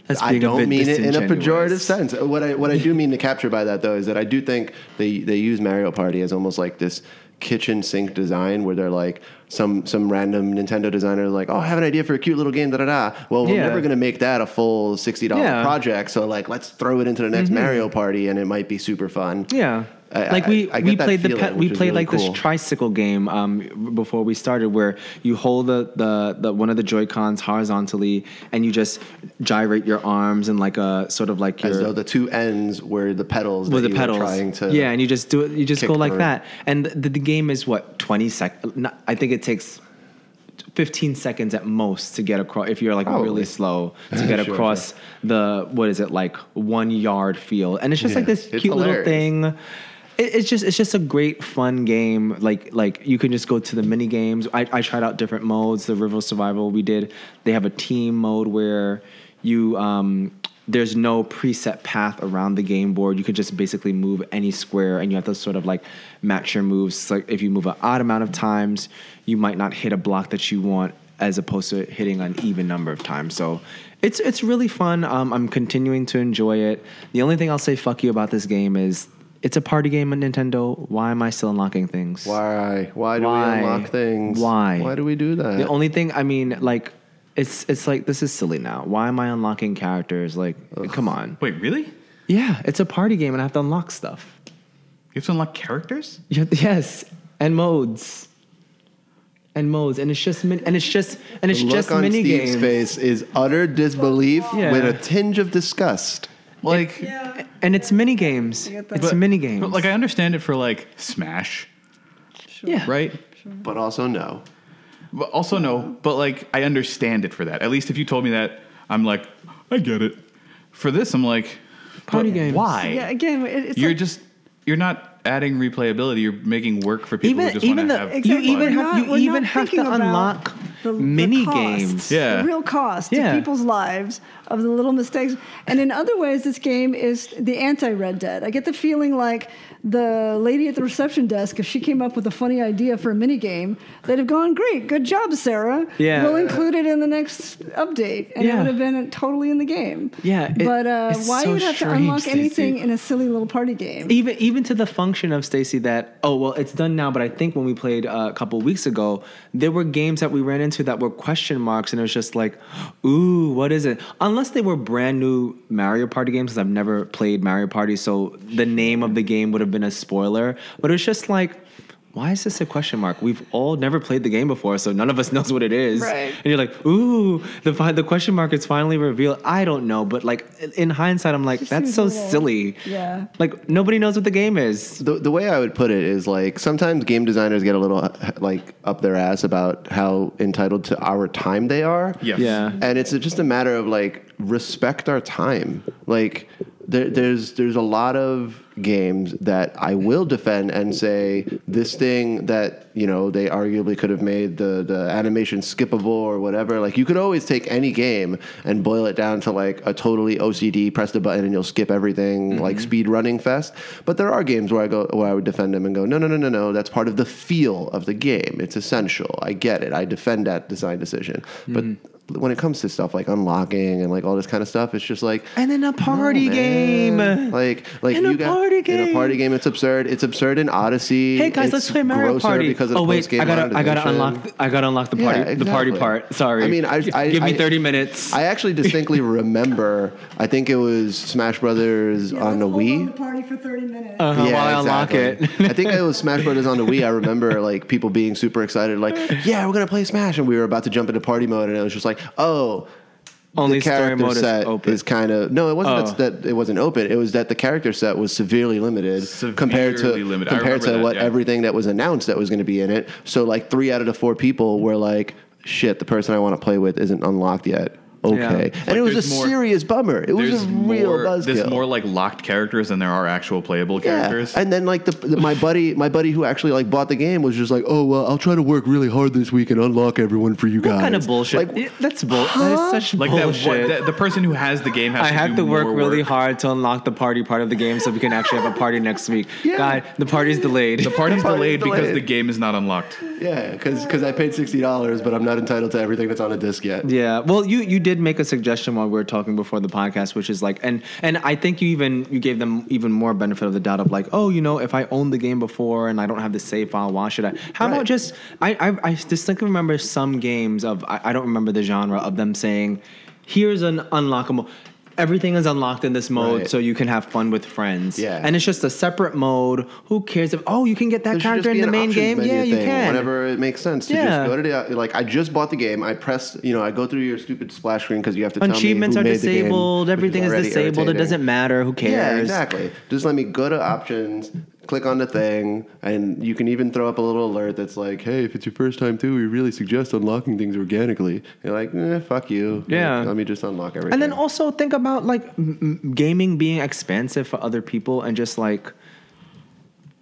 [SPEAKER 3] that's
[SPEAKER 2] I
[SPEAKER 3] being a
[SPEAKER 2] don't
[SPEAKER 3] bit
[SPEAKER 2] mean it in a pejorative
[SPEAKER 3] disingenuous.
[SPEAKER 2] sense. What I what I do mean to capture by that though is that I do think they they use Mario Party as almost like this kitchen sink design where they're like some some random Nintendo designer is like, oh, I have an idea for a cute little game, da da da. Well, we're
[SPEAKER 3] Yeah.
[SPEAKER 2] never going to make that a full sixty dollar
[SPEAKER 3] Yeah. Mm-hmm.
[SPEAKER 2] project, so like let's throw it into the next Mario Party and it might be super fun.
[SPEAKER 3] Yeah.
[SPEAKER 2] I-
[SPEAKER 3] like
[SPEAKER 2] I-
[SPEAKER 3] we,
[SPEAKER 2] I get
[SPEAKER 3] we
[SPEAKER 2] that
[SPEAKER 3] played the
[SPEAKER 2] feeling,
[SPEAKER 3] pet, we
[SPEAKER 2] which is
[SPEAKER 3] played
[SPEAKER 2] really
[SPEAKER 3] like
[SPEAKER 2] cool.
[SPEAKER 3] this tricycle game um, before we started where you hold the, the, the one of the Joy Cons horozontally and you just gyrate your arms and like a sort of like
[SPEAKER 2] As
[SPEAKER 3] your
[SPEAKER 2] though the two ends were the pedals
[SPEAKER 3] with
[SPEAKER 2] that
[SPEAKER 3] the
[SPEAKER 2] you
[SPEAKER 3] pedals
[SPEAKER 2] were trying to
[SPEAKER 3] yeah and you just do it you just
[SPEAKER 2] kick
[SPEAKER 3] go like
[SPEAKER 2] through.
[SPEAKER 3] that and the, the game is what 20 seconds i think it takes 15 seconds at most to get across if you're like
[SPEAKER 2] Probably.
[SPEAKER 3] really slow to get
[SPEAKER 2] Sure,
[SPEAKER 3] across the what is it like one yard field and it's just like
[SPEAKER 2] Yeah.
[SPEAKER 3] this
[SPEAKER 2] It's
[SPEAKER 3] cute little
[SPEAKER 2] hilarious.
[SPEAKER 3] thing it, it's just it's just a great fun game like like you can just go to the mini games I, I tried out different modes the river survival we did they have a team mode where you um there's no preset path around the game board you can just basically move any square and you have to sort of like match your moves like if you move an odd amount of times you might not hit a block that you want as opposed to hitting an even number of times. So it's it's really fun. Um, I'm continuing to enjoy it. The only thing I'll say fuck you about this game is it's a party game on Nintendo. Why am I still unlocking things?
[SPEAKER 2] Why? Why do we
[SPEAKER 3] Why?
[SPEAKER 2] unlock things?
[SPEAKER 3] Why?
[SPEAKER 2] Why do we do that?
[SPEAKER 3] The only thing I mean, like, it's it's like this is silly now. Why am I unlocking characters? Like, come on.
[SPEAKER 1] Wait, really? You
[SPEAKER 3] Yeah, it's a party game, and I have to unlock stuff.
[SPEAKER 1] have to unlock characters?
[SPEAKER 3] You have- Yes, and modes, and modes, and it's just min- and it's just and it's
[SPEAKER 2] the
[SPEAKER 3] just
[SPEAKER 2] look on
[SPEAKER 3] mini
[SPEAKER 2] Steve's
[SPEAKER 3] games.
[SPEAKER 2] face is utter disbelief
[SPEAKER 3] Yeah.
[SPEAKER 2] with a tinge of disgust.
[SPEAKER 1] Like,
[SPEAKER 4] Yeah.
[SPEAKER 3] And it's mini games.
[SPEAKER 4] get that.
[SPEAKER 3] It's mini games.
[SPEAKER 1] but like I understand it for like Smash,
[SPEAKER 3] yeah,
[SPEAKER 1] right?
[SPEAKER 2] But also no.
[SPEAKER 1] But also no, but like I understand it for that. At least if you told me that, I'm like, I get it. For this, I'm like,
[SPEAKER 3] Party
[SPEAKER 1] but
[SPEAKER 3] games.
[SPEAKER 1] Why?
[SPEAKER 4] Yeah. Again, it, it's
[SPEAKER 1] you're
[SPEAKER 4] like-
[SPEAKER 1] just you're not adding replayability. You're making work for people who
[SPEAKER 3] Even
[SPEAKER 1] just
[SPEAKER 3] even
[SPEAKER 1] want to
[SPEAKER 3] the
[SPEAKER 1] have.
[SPEAKER 4] Exactly.
[SPEAKER 3] you even
[SPEAKER 4] We're
[SPEAKER 3] have
[SPEAKER 4] not-
[SPEAKER 3] you
[SPEAKER 4] we're
[SPEAKER 3] even
[SPEAKER 4] not
[SPEAKER 3] have to
[SPEAKER 4] thinking about
[SPEAKER 3] unlock
[SPEAKER 4] the, the
[SPEAKER 3] mini
[SPEAKER 4] costs,
[SPEAKER 3] games.
[SPEAKER 1] Yeah.
[SPEAKER 4] the real cost
[SPEAKER 3] Yeah.
[SPEAKER 4] to people's lives of the little mistakes. And in other ways, this game is the anti-Red Dead. I get the feeling like the lady at the reception desk, if she came up with a funny idea for a mini game, they'd have gone, "Great, good job, Sarah.
[SPEAKER 3] Yeah.
[SPEAKER 4] we'll include it in the next update," and
[SPEAKER 3] Yeah.
[SPEAKER 4] it would have been totally in the game.
[SPEAKER 3] Yeah, it-
[SPEAKER 4] but uh,
[SPEAKER 3] it's
[SPEAKER 4] why
[SPEAKER 3] so
[SPEAKER 4] you'd have to
[SPEAKER 3] strange,
[SPEAKER 4] unlock
[SPEAKER 3] Stacey. E-
[SPEAKER 4] anything in a silly little party game?
[SPEAKER 3] even even to the function of Stacy that oh well it's done now but I think when we played uh, a couple weeks ago there were games that we ran into that were question marks and it was just like ooh what is it unless they were brand new Mario Party games because I've never played Mario Party so the name of the game would have been a spoiler but it was just like why is this a question mark? We've all never played the game before, so none of us knows what it is.
[SPEAKER 4] Right.
[SPEAKER 3] And you're like, ooh, the fi- the question mark is finally revealed. I don't know, but like in hindsight, I'm like,
[SPEAKER 4] Just
[SPEAKER 3] that's
[SPEAKER 4] seems
[SPEAKER 3] so
[SPEAKER 4] a little-
[SPEAKER 3] silly.
[SPEAKER 4] Yeah.
[SPEAKER 3] Like nobody knows what the game is.
[SPEAKER 2] The, the way I would put it is like sometimes game designers get a little like up their ass about how entitled to our time they are.
[SPEAKER 1] Yes.
[SPEAKER 3] Yeah.
[SPEAKER 2] and it's just a matter of like respect our time like there, there's there's a lot of games that I will defend and say this thing that you know they arguably could have made the the animation skippable or whatever like you could always take any game and boil it down to like a totally OCD press the button and you'll skip everything like speed running fest but there are games where I go where I would defend them and go no no no no no that's part of the feel of the game it's essential I get it I defend that design decision but when it comes to stuff like unlocking and like all this kind of stuff, it's just like
[SPEAKER 3] And in a party game.
[SPEAKER 2] man. Like like
[SPEAKER 3] In a
[SPEAKER 2] you got
[SPEAKER 3] party
[SPEAKER 2] in a
[SPEAKER 3] game.
[SPEAKER 2] party game. It's absurd. It's absurd in Odyssey.
[SPEAKER 3] Hey guys,
[SPEAKER 2] It's
[SPEAKER 3] let's play Mario
[SPEAKER 2] grosser
[SPEAKER 3] Party.
[SPEAKER 2] because of
[SPEAKER 3] oh wait,
[SPEAKER 2] post-game
[SPEAKER 3] I gotta, I gotta
[SPEAKER 2] monetization.
[SPEAKER 3] unlock, I gotta unlock the party,
[SPEAKER 2] Yeah,
[SPEAKER 3] the party
[SPEAKER 2] exactly.
[SPEAKER 3] part. Sorry.
[SPEAKER 2] I mean, I- I-
[SPEAKER 3] give me
[SPEAKER 2] I-
[SPEAKER 3] thirty minutes.
[SPEAKER 2] I actually distinctly remember. I think it was Smash Brothers
[SPEAKER 4] Yeah,
[SPEAKER 2] on
[SPEAKER 4] let's
[SPEAKER 2] the
[SPEAKER 4] hold
[SPEAKER 2] Wii.
[SPEAKER 4] on to party for 30 minutes.
[SPEAKER 3] Uh, while I unlock
[SPEAKER 2] exactly.
[SPEAKER 3] it.
[SPEAKER 2] I think it was Smash Brothers on the Wii. I remember like people being super excited, like, "Yeah, we're gonna play Smash," and we were about to jump into party mode, and it was just like, "Oh,
[SPEAKER 3] Only
[SPEAKER 2] the character
[SPEAKER 3] story mode is
[SPEAKER 2] set
[SPEAKER 3] open.
[SPEAKER 2] kind of no. It wasn't
[SPEAKER 3] Oh.
[SPEAKER 2] that, that it wasn't open. It was that the character set was severely limited compared to
[SPEAKER 1] Severely limited. I
[SPEAKER 2] compared to
[SPEAKER 1] remember that,
[SPEAKER 2] what
[SPEAKER 1] yeah.
[SPEAKER 2] everything that was announced that was going to be in it. So like three out of the four people were like, "Shit, the person I want to play with isn't unlocked yet." Okay, and
[SPEAKER 1] Like,
[SPEAKER 2] it was a
[SPEAKER 1] there's more-
[SPEAKER 2] serious bummer. It was
[SPEAKER 1] there's
[SPEAKER 2] a real
[SPEAKER 1] more,
[SPEAKER 2] buzzkill.
[SPEAKER 1] There's more like locked characters than there are actual playable characters.
[SPEAKER 2] Yeah. And then like the, the my buddy my buddy who actually like bought the game was just like, "Oh, well, I'll try to work really hard this week and unlock everyone for you guys."
[SPEAKER 3] what kind of bullshit?
[SPEAKER 2] Like,
[SPEAKER 3] Yeah, that's bull. That is such
[SPEAKER 1] like that,
[SPEAKER 3] bullshit.
[SPEAKER 1] one, that, the person who has the game has
[SPEAKER 3] I
[SPEAKER 1] to
[SPEAKER 3] have
[SPEAKER 1] do
[SPEAKER 3] to work
[SPEAKER 1] more
[SPEAKER 3] really
[SPEAKER 1] work.
[SPEAKER 3] hard to unlock the party part of the game so we can actually have a party next week.
[SPEAKER 2] Yeah.
[SPEAKER 3] God, the party's delayed.
[SPEAKER 1] The party's
[SPEAKER 2] The party's
[SPEAKER 1] delayed because
[SPEAKER 2] delayed.
[SPEAKER 1] the game is not unlocked.
[SPEAKER 2] yeah, cuz cuz I paid $60, but I'm not entitled to everything that's on a disc yet.
[SPEAKER 3] Yeah. Well, you you did make a suggestion while we were talking before the podcast, which is like, and and I think you even you gave them even more benefit of the doubt of like, oh, you know, if I owned the game before and I don't have the save file, why should I? How
[SPEAKER 2] Right.
[SPEAKER 3] about just I I, I distinctly remember some games of I, I don't remember the genre of them saying, here's an unlockable. Everything is unlocked in this mode,
[SPEAKER 2] Right.
[SPEAKER 3] so you can have fun with friends.
[SPEAKER 2] Yeah.
[SPEAKER 3] and it's just a separate mode. Who cares if? Oh, you can get that
[SPEAKER 2] There should just
[SPEAKER 3] character in
[SPEAKER 2] be
[SPEAKER 3] the
[SPEAKER 2] an
[SPEAKER 3] main
[SPEAKER 2] options
[SPEAKER 3] game.
[SPEAKER 2] menu
[SPEAKER 3] Yeah, you
[SPEAKER 2] thing,
[SPEAKER 3] can.
[SPEAKER 2] Whenever it makes sense to
[SPEAKER 3] Yeah.
[SPEAKER 2] just go to the like I just bought the game. I pressed, you know, I go through your stupid splash screen because you have to tell me who
[SPEAKER 3] Achievements are
[SPEAKER 2] made the game,
[SPEAKER 3] disabled.
[SPEAKER 2] which
[SPEAKER 3] everything is
[SPEAKER 2] already
[SPEAKER 3] disabled. It
[SPEAKER 2] irritating.
[SPEAKER 3] doesn't matter. Who cares?
[SPEAKER 2] Yeah, exactly. Just let me go to options, click on the thing, and you can even throw up a little alert that's like, "Hey, if it's your first time too, we really suggest unlocking things organically." You're like, eh, "Fuck you."
[SPEAKER 3] Yeah.
[SPEAKER 2] Like, let me just unlock everything.
[SPEAKER 3] And then also think about like m- m- gaming being expansive for other people and just like,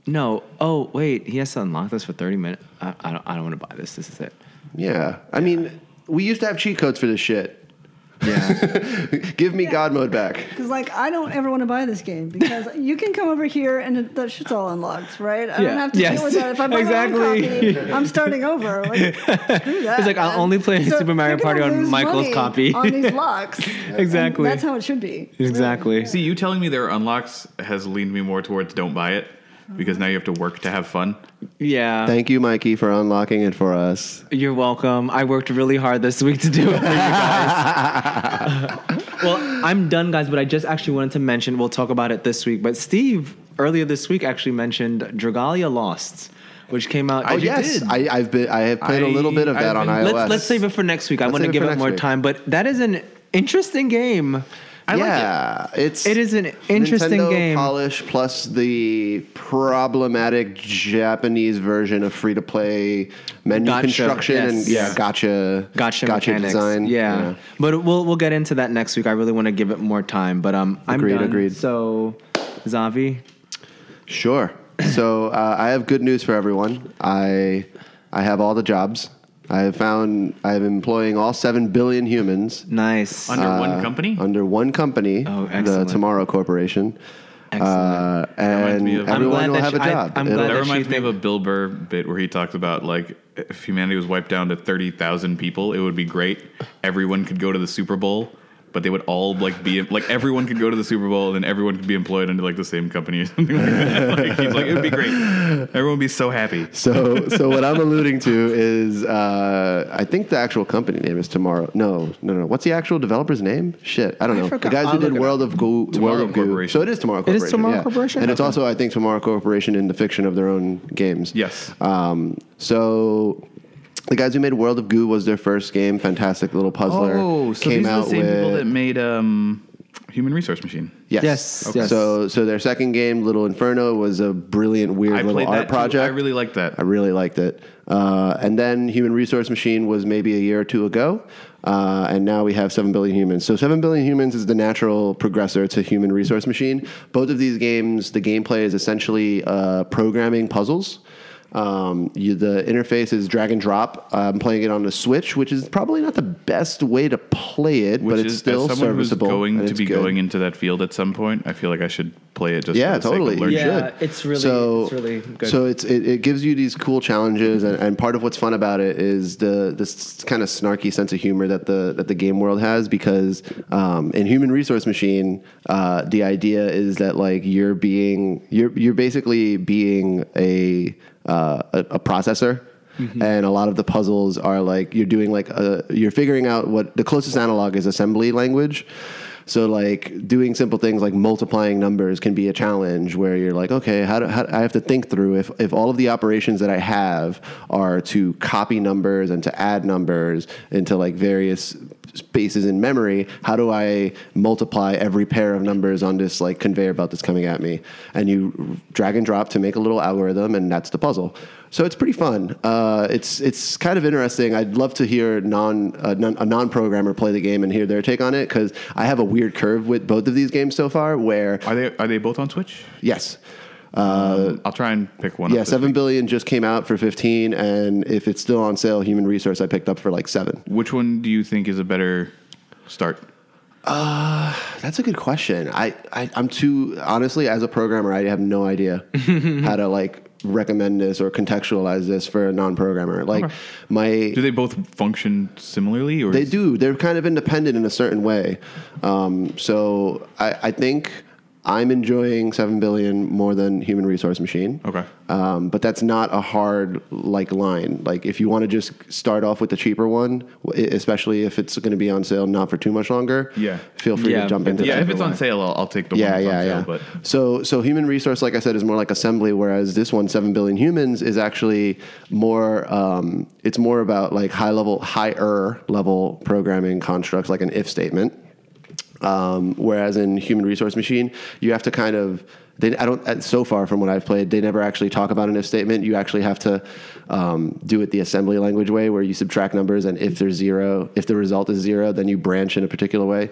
[SPEAKER 3] no, oh wait, he has to unlock this for thirty minutes. I, I don't, I don't want to buy this. This is it.
[SPEAKER 2] yeah, I mean, we used to have cheat codes for this shit.
[SPEAKER 3] Yeah.
[SPEAKER 2] Give me God mode back.
[SPEAKER 4] Because like I don't ever want to buy this game because you can come over here and it, that shit's all unlocked, right? I
[SPEAKER 3] Yeah.
[SPEAKER 4] don't have to
[SPEAKER 3] Yes.
[SPEAKER 4] deal with that. If I buy my own
[SPEAKER 3] Exactly.
[SPEAKER 4] copy, I'm starting over. Like, screw that,
[SPEAKER 3] It's like, I'll
[SPEAKER 4] man.
[SPEAKER 3] only play
[SPEAKER 4] So
[SPEAKER 3] Super Mario
[SPEAKER 4] you're gonna
[SPEAKER 3] Party on
[SPEAKER 4] lose
[SPEAKER 3] Michael's
[SPEAKER 4] money
[SPEAKER 3] copy.
[SPEAKER 4] on these locks.
[SPEAKER 3] Exactly.
[SPEAKER 4] That's how it should be.
[SPEAKER 3] exactly.
[SPEAKER 1] See, you telling me there are unlocks has leaned me more towards don't buy it because now you have to work to have fun.
[SPEAKER 3] Yeah.
[SPEAKER 2] Thank you, Mikey, for unlocking it for us.
[SPEAKER 3] You're welcome. I worked really hard this week to do it for you guys. well, I'm done, guys, but I just actually wanted to mention, we'll talk about it this week, but Steve earlier this week actually mentioned Dragalia Lost, which came out. Oh,
[SPEAKER 2] I, Ah, Oh, yes, I, I've been. I have played a little
[SPEAKER 1] I-
[SPEAKER 2] bit of that
[SPEAKER 1] I've
[SPEAKER 2] on
[SPEAKER 1] been-
[SPEAKER 2] iOS.
[SPEAKER 3] Let's, let's save it for next week. I
[SPEAKER 2] Let's
[SPEAKER 3] want
[SPEAKER 2] save
[SPEAKER 3] to
[SPEAKER 2] it
[SPEAKER 3] give
[SPEAKER 2] for
[SPEAKER 3] it
[SPEAKER 2] next
[SPEAKER 3] more
[SPEAKER 2] week.
[SPEAKER 3] time, but that is an interesting game. I like it.
[SPEAKER 2] yeah, it's
[SPEAKER 3] It is an interesting
[SPEAKER 2] Nintendo
[SPEAKER 3] game.
[SPEAKER 2] polish plus the problematic Japanese version of free to play menu
[SPEAKER 3] Gotcha,
[SPEAKER 2] construction and
[SPEAKER 3] yes.
[SPEAKER 2] yeah, gotcha,
[SPEAKER 3] Gotcha,
[SPEAKER 2] gotcha
[SPEAKER 3] mechanics.
[SPEAKER 2] design.
[SPEAKER 3] Yeah. but we'll we'll get into that next week. I really want to give it more time, but um, I'm
[SPEAKER 2] Agreed,
[SPEAKER 3] done.
[SPEAKER 2] agreed.
[SPEAKER 3] So, Zavi,
[SPEAKER 2] sure. So uh, I have good news for everyone. I I have all the jobs. I have found I am employing all seven billion humans.
[SPEAKER 3] nice.
[SPEAKER 1] Under one
[SPEAKER 2] uh,
[SPEAKER 1] company?
[SPEAKER 2] Under one company,
[SPEAKER 3] Oh,
[SPEAKER 2] the
[SPEAKER 3] excellent.
[SPEAKER 2] Tomorrow Corporation. Uh,
[SPEAKER 1] reminds
[SPEAKER 2] and
[SPEAKER 1] me of- I'm
[SPEAKER 2] everyone
[SPEAKER 3] glad
[SPEAKER 2] will
[SPEAKER 3] that
[SPEAKER 2] have a
[SPEAKER 3] you- I-
[SPEAKER 2] job.
[SPEAKER 3] I'm
[SPEAKER 2] It'll-
[SPEAKER 3] glad
[SPEAKER 1] that
[SPEAKER 3] that
[SPEAKER 1] reminds
[SPEAKER 3] she
[SPEAKER 1] me of a Bill Burr bit where he talks about like if humanity was wiped down to thirty thousand people, it would be great. Everyone could go to the Super Bowl, but they would all like be like everyone could go to the Super Bowl and then everyone could be employed under like the same company or something like that. Like, he's like, it would be great. Everyone would be so happy.
[SPEAKER 2] So, so what I'm alluding to is, uh, I think the actual company name is Tomorrow. No, no, no. What's the actual developer's name? Shit, I don't know. the
[SPEAKER 3] forgot.
[SPEAKER 2] guys who
[SPEAKER 3] I'll
[SPEAKER 2] did
[SPEAKER 3] look it
[SPEAKER 2] World of Goo, World
[SPEAKER 1] Tomorrow
[SPEAKER 2] of Goo.
[SPEAKER 1] Corporation.
[SPEAKER 2] So it is Tomorrow
[SPEAKER 3] It
[SPEAKER 2] Corporation.
[SPEAKER 3] is Tomorrow
[SPEAKER 2] yeah.
[SPEAKER 3] Corporation?
[SPEAKER 2] and it's
[SPEAKER 3] Okay.
[SPEAKER 2] also I think Tomorrow Corporation in the fiction of their own games.
[SPEAKER 1] Yes.
[SPEAKER 2] Um, so. The guys who made World of Goo was their first game, fantastic little puzzler.
[SPEAKER 1] Oh, so
[SPEAKER 2] came
[SPEAKER 1] these are
[SPEAKER 2] out
[SPEAKER 1] the same
[SPEAKER 2] with,
[SPEAKER 1] people that made um, Human Resource Machine.
[SPEAKER 2] Yes.
[SPEAKER 3] Yes, Okay. yes.
[SPEAKER 2] So so their second game, Little Inferno, was a brilliant, weird
[SPEAKER 1] I
[SPEAKER 2] little
[SPEAKER 1] played
[SPEAKER 2] art
[SPEAKER 1] that. too.
[SPEAKER 2] project.
[SPEAKER 1] I really liked that.
[SPEAKER 2] I really liked it. Uh, and then Human Resource Machine was maybe a year or two ago. Uh, and now we have 7 billion humans. So 7 billion humans is the natural progressor to Human Resource Machine. Both of these games, the gameplay is essentially uh, programming puzzles. Um, you, the interface is drag and drop. I'm playing it on the Switch, which is probably not the best way to play it,
[SPEAKER 1] Which
[SPEAKER 2] but it's
[SPEAKER 1] is
[SPEAKER 2] still
[SPEAKER 1] as someone who's
[SPEAKER 2] serviceable.
[SPEAKER 1] going
[SPEAKER 2] and
[SPEAKER 1] to
[SPEAKER 2] it's
[SPEAKER 1] be
[SPEAKER 2] good.
[SPEAKER 1] going into that field at some point. I feel like I should play it just
[SPEAKER 2] Yeah,
[SPEAKER 1] for the sake of
[SPEAKER 2] totally.
[SPEAKER 1] learning.
[SPEAKER 2] You
[SPEAKER 3] Yeah,
[SPEAKER 2] should.
[SPEAKER 3] it's really- it's really good.
[SPEAKER 2] So it's it, it gives you these cool challenges, and, and part of what's fun about it is the this kind of snarky sense of humor that the that the game world has. Because um, in Human Resource Machine, uh, the idea is that like you're being you're you're basically being a uh, a, a processor.
[SPEAKER 3] Mm-hmm.
[SPEAKER 2] And a lot of the puzzles are like you're doing like a, you're figuring out what the closest analog is assembly language, so like doing simple things like multiplying numbers can be a challenge where you're like, okay, how do how, I have to think through if if all of the operations that I have are to copy numbers and to add numbers into like various spaces in memory, how do I multiply every pair of numbers on this like conveyor belt that's coming at me? And you drag and drop to make a little algorithm and that's the puzzle. So it's pretty fun. Uh, it's it's kind of interesting. I'd love to hear non, uh, non a non programmer play the game and hear their take on it because I have a weird curve with both of these games so far. Where
[SPEAKER 1] Are they are they both on Switch?
[SPEAKER 2] yes, uh,
[SPEAKER 1] I'll try and pick one.
[SPEAKER 2] yeah,
[SPEAKER 1] up this
[SPEAKER 2] seven
[SPEAKER 1] week.
[SPEAKER 2] billion just came out for fifteen, and if it's still on sale, Human Resource I picked up for like seven.
[SPEAKER 1] Which one do you think is a better start?
[SPEAKER 2] That's a good question. I, I I'm too honestly as a programmer, I have no idea how to like recommend this or contextualize this for a non programmer. Like my
[SPEAKER 1] Do they both function similarly, or
[SPEAKER 2] They
[SPEAKER 1] is-
[SPEAKER 2] do. They're kind of independent in a certain way. Um, so I, I think I'm enjoying Seven Billion more than Human Resource Machine.
[SPEAKER 1] Okay.
[SPEAKER 2] Um, but that's not a hard like line. Like if you want to just start off with the cheaper one, w- e, especially if it's going to be on sale not for too much longer.
[SPEAKER 1] Yeah.
[SPEAKER 2] Feel free
[SPEAKER 3] Yeah,
[SPEAKER 2] to jump
[SPEAKER 3] but
[SPEAKER 2] into
[SPEAKER 1] Yeah,
[SPEAKER 2] that.
[SPEAKER 1] if
[SPEAKER 2] for
[SPEAKER 1] it's
[SPEAKER 2] a
[SPEAKER 1] on
[SPEAKER 2] while.
[SPEAKER 1] sale, I'll, I'll take the
[SPEAKER 2] Yeah,
[SPEAKER 1] one that's
[SPEAKER 2] yeah,
[SPEAKER 1] on sale.
[SPEAKER 2] yeah.
[SPEAKER 1] But
[SPEAKER 2] So, so human resource, like I said, is more like assembly, whereas this one, seven billion humans, is actually more. Um, it's more about like high level, higher level programming constructs, like an if statement. Um, whereas in human resource machine, you have to kind of They, I don't. uh, So far, from what I've played, they never actually talk about an if statement. You actually have to um, do it the assembly language way, where you subtract numbers, and if there's zero, if the result is zero, then you branch in a particular way.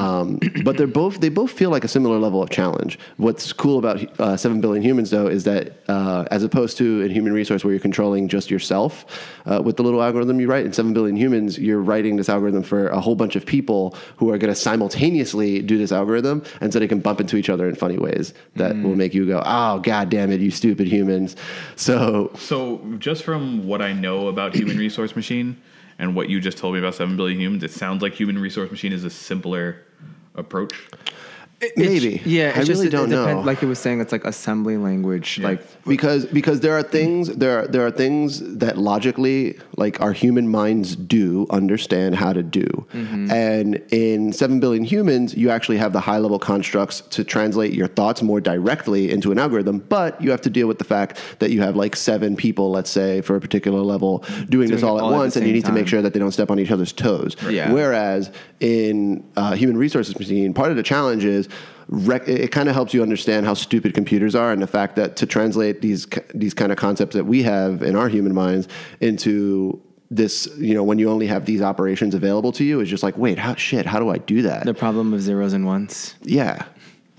[SPEAKER 2] Um, but they're both. They both feel like a similar level of challenge. What's cool about uh, Seven Billion Humans, though, is that uh, as opposed to in Human Resource, where you're controlling just yourself uh, with the little algorithm you write, in Seven Billion Humans, you're writing this algorithm for a whole bunch of people who are going to simultaneously do this algorithm, and so they can bump into each other in funny ways that
[SPEAKER 3] Mm.
[SPEAKER 2] will make you go, "Oh, god damn it, you stupid humans!" So
[SPEAKER 1] So, just from what I know about Human Resource Machine and what you just told me about 7 billion humans, it sounds like Human Resource Machine is a simpler approach.
[SPEAKER 2] maybe,
[SPEAKER 3] It's-
[SPEAKER 2] I
[SPEAKER 3] yeah, it's
[SPEAKER 2] really
[SPEAKER 3] just, it-
[SPEAKER 2] don't
[SPEAKER 3] it depend-
[SPEAKER 2] know.
[SPEAKER 3] Like it was saying, it's like assembly language. Like
[SPEAKER 2] because because there are things there are, there are things that logically like our human minds do understand how to do
[SPEAKER 3] Mm-hmm.
[SPEAKER 2] and in 7 billion humans you actually have the high level constructs to translate your thoughts more directly into an algorithm but you have to deal with the fact that you have like seven people let's say for a particular level doing, this
[SPEAKER 3] Mm-hmm. it
[SPEAKER 2] all at
[SPEAKER 3] all at the
[SPEAKER 2] once and you
[SPEAKER 3] same
[SPEAKER 2] need to make
[SPEAKER 3] time.
[SPEAKER 2] sure that they don't step on each other's toes
[SPEAKER 3] Yeah.
[SPEAKER 2] Where- Whereas in uh, human resources machine, part of the challenge is rec- it kind of helps you understand how stupid computers are and the fact that to translate these ki- these kind of concepts that we have in our human minds into this, you know, when you only have these operations available to you, is just like, wait, how shit, how do I do that?
[SPEAKER 3] the problem of zeros and ones.
[SPEAKER 2] Yeah.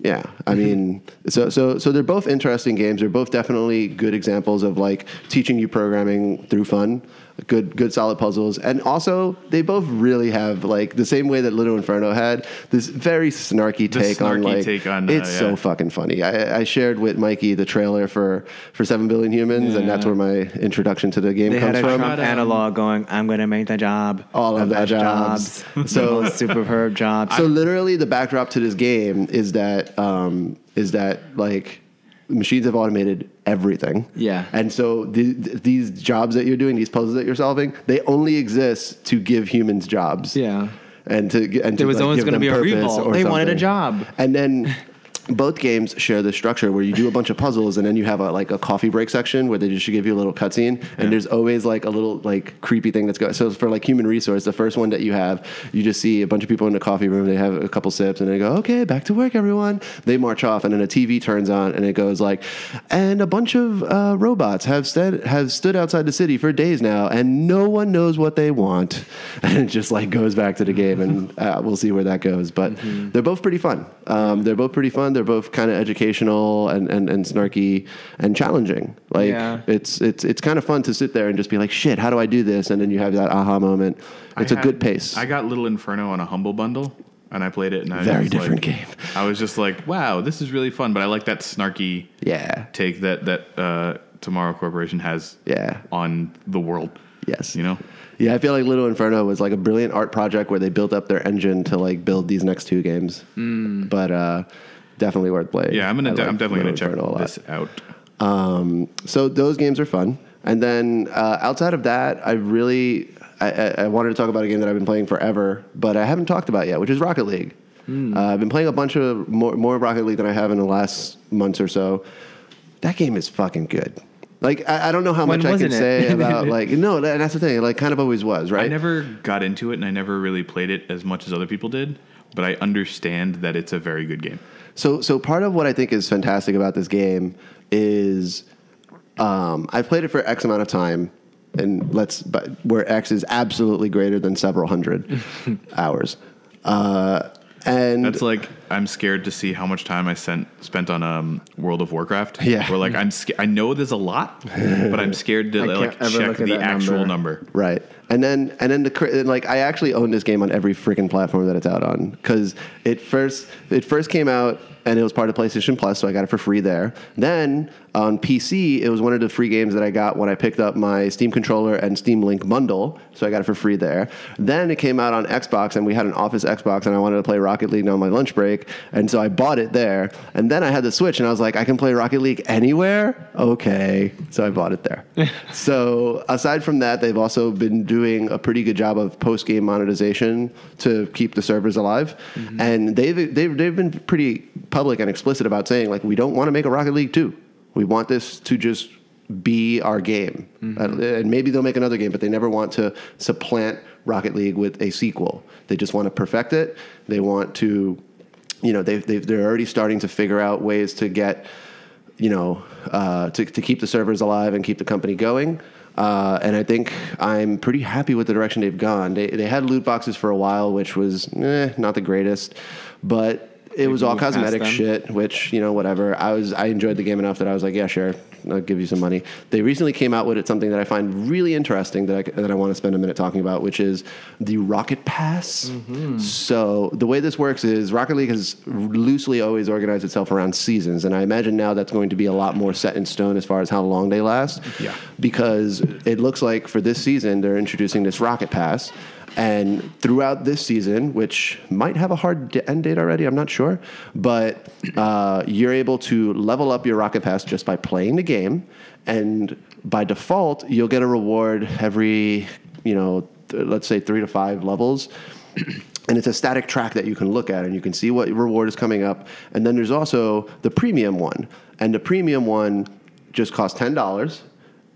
[SPEAKER 2] Yeah.
[SPEAKER 1] Mm-hmm.
[SPEAKER 2] I mean, so so so they're both interesting games. They're both definitely good examples of like teaching you programming through fun. Good good solid puzzles. And also they both really have like the same way that Little Inferno had this very snarky take on
[SPEAKER 1] snarky
[SPEAKER 2] like
[SPEAKER 1] take on, uh,
[SPEAKER 2] it's
[SPEAKER 1] yeah.
[SPEAKER 2] so fucking funny. I, I shared with Mikey the trailer for for 7 billion humans and that's where my introduction to the game
[SPEAKER 3] They
[SPEAKER 2] comes
[SPEAKER 3] had a
[SPEAKER 2] from.
[SPEAKER 3] Trump analog going, "I'm going to make the job
[SPEAKER 2] All of the
[SPEAKER 3] us
[SPEAKER 2] jobs." So-
[SPEAKER 3] so superb jobs."
[SPEAKER 2] So literally, the backdrop to this game is that um, is that like machines have automated everything.
[SPEAKER 3] Yeah.
[SPEAKER 2] And so the, th- these jobs that you're doing, these puzzles that you're solving, they only exist to give humans jobs.
[SPEAKER 3] yeah,
[SPEAKER 2] And to g- and to,
[SPEAKER 3] There was
[SPEAKER 2] like,
[SPEAKER 3] always
[SPEAKER 2] give
[SPEAKER 3] gonna
[SPEAKER 2] them
[SPEAKER 3] be a
[SPEAKER 2] purpose
[SPEAKER 3] revolt.
[SPEAKER 2] or
[SPEAKER 3] They wanted a
[SPEAKER 2] something.
[SPEAKER 3] job.
[SPEAKER 2] And then. Both games share the structure where you do a bunch of puzzles and then you have a, like a coffee break section where they just give you a little cutscene and there's always like a little like creepy thing that's going. So for like human resource, the first one that you have, you just see a bunch of people in the coffee room. They have a couple sips and they go, "Okay, back to work, everyone." They march off and then a TV turns on and it goes like, "And a bunch of uh, robots have stood have stood outside the city for days now and no one knows what they want." And it just like goes back to the game and uh, we'll see where that goes. But
[SPEAKER 1] Mm-hmm.
[SPEAKER 2] they're both pretty fun. Um, they're both pretty fun. They're both kind of educational and, and, and snarky and challenging. Like
[SPEAKER 3] Yeah.
[SPEAKER 2] it's it's it's kind of fun to sit there and just be like, shit, how do I do this? And then you have that aha moment. It's
[SPEAKER 1] a
[SPEAKER 2] a good pace.
[SPEAKER 1] I got Little Inferno on a humble bundle, and I played it. And I
[SPEAKER 2] Very
[SPEAKER 1] was like-
[SPEAKER 2] different game.
[SPEAKER 1] I was just like, "Wow, this is really fun." But I like that snarky
[SPEAKER 2] yeah.
[SPEAKER 1] take that that uh, Tomorrow Corporation has
[SPEAKER 2] Yeah.
[SPEAKER 1] on the world.
[SPEAKER 2] Yes.
[SPEAKER 1] you know.
[SPEAKER 2] Yeah, I feel like Little Inferno was like a brilliant art project where they built up their engine to like build these next two games. But uh, definitely worth playing.
[SPEAKER 1] Mm. Yeah, I'm gonna.
[SPEAKER 2] I
[SPEAKER 1] de-
[SPEAKER 2] like
[SPEAKER 1] I'm definitely
[SPEAKER 2] Little
[SPEAKER 1] gonna check
[SPEAKER 2] Inferno a lot.
[SPEAKER 1] this out.
[SPEAKER 2] Um, so those games are fun. And then uh, outside of that, I really I, I, I wanted to talk about a game that I've been playing forever, but I haven't talked about yet, which is Rocket League.
[SPEAKER 1] Hmm.
[SPEAKER 2] Uh, I've been playing a bunch of more, more Rocket League than I have in the last months or so. That game is fucking good. Like I, I don't know how
[SPEAKER 3] When
[SPEAKER 2] much I can
[SPEAKER 3] wasn't it?
[SPEAKER 2] say about like no, that- and that's the thing. It, Like kind of always was right.
[SPEAKER 1] I never got into it, and I never really played it as much as other people did. But I understand that it's a very good game.
[SPEAKER 2] So, so part of what I think is fantastic about this game is um, I've played it for X amount of time, and let's but where X is absolutely greater than several hundred hours, uh, and
[SPEAKER 1] That's like I'm scared to see how much time I sent spent on um, World of Warcraft.
[SPEAKER 2] Yeah.
[SPEAKER 1] where like I'm sca- I know there's a lot, but I'm scared to
[SPEAKER 3] I can't
[SPEAKER 1] like
[SPEAKER 3] ever
[SPEAKER 1] check
[SPEAKER 3] look at
[SPEAKER 1] the
[SPEAKER 3] that
[SPEAKER 1] actual
[SPEAKER 3] number.
[SPEAKER 1] number.
[SPEAKER 2] Right. And then and then the cra- and, like I actually own this game on every freaking platform that it's out on cuz it first it first came out and it was part of PlayStation Plus so I got it for free there. Then on PC it was one of the free games that I got when I picked up my Steam controller and Steam Link bundle so I got it for free there. Then it came out on Xbox and we had an office Xbox and I wanted to play Rocket League on my lunch break and so I bought it there. And then I had the Switch and I was like I can play Rocket League anywhere? Okay. So I bought it there. so aside from that, they've also been doing a pretty good job of post game monetization to keep the servers alive, and they've, they've they've been pretty public and explicit about saying like we don't want to make a Rocket League two. We want this to just be our game, Uh, and maybe they'll make another game, but they never want to supplant Rocket League with a sequel. They just want to perfect it. They want to you know they've, they've, they're already starting to figure out ways to get you know uh, to, to keep the servers alive and keep the company going uh, and I think I'm pretty happy with the direction they've gone. They, they had loot boxes for a while, which was eh, not the greatest, but it was all
[SPEAKER 1] moved past
[SPEAKER 2] cosmetic
[SPEAKER 1] them.
[SPEAKER 2] shit shit, which you know, whatever. I was I enjoyed the game enough that I was like, yeah, sure, I'll give you some money. They recently came out with it, something that I find really interesting that I, c- that I want to spend a minute talking about, which is the Rocket Pass. So the way this works is Rocket League has loosely always organized itself around seasons, and I imagine now that's going to be a lot more set in stone as far as how long they last.
[SPEAKER 1] Yeah.
[SPEAKER 2] because it looks like for this season they're introducing this Rocket Pass. And throughout this season, which might have a hard d- end date already, I'm not sure, but uh, you're able to level up your Rocket Pass just by playing the game. And by default, you'll get a reward every, you know, th- let's say three to five levels. And it's a static track that you can look at and you can see what reward is coming up. And then there's also the premium one. And the premium one just costs $10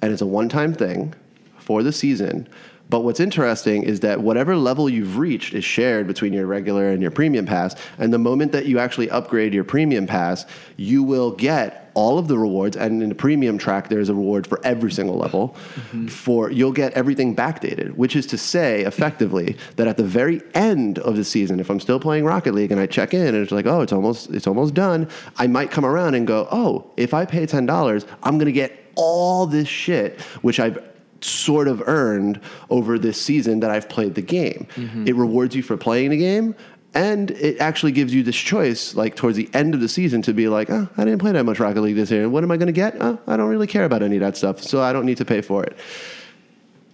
[SPEAKER 2] and it's a one time thing for the season. But what's interesting is that whatever level you've reached is shared between your regular and your premium pass. And the moment that you actually upgrade your premium pass, you will get all of the rewards. And in the premium track, there's a reward for every single level. For you'll get everything backdated, which is to say, effectively, that at the very end of the season, if I'm still playing Rocket League and I check in and it's like, oh, it's almost it's almost done, I might come around and go, oh, if I pay ten dollars, I'm gonna get all this shit, which I've sort of earned over this season that I've played the game. It rewards you for playing the game. And it actually gives you this choice, like towards the end of the season, to be like, oh, I didn't play that much Rocket League this year. And what am I going to get? Oh, I don't really care about any of that stuff. So I don't need to pay for it.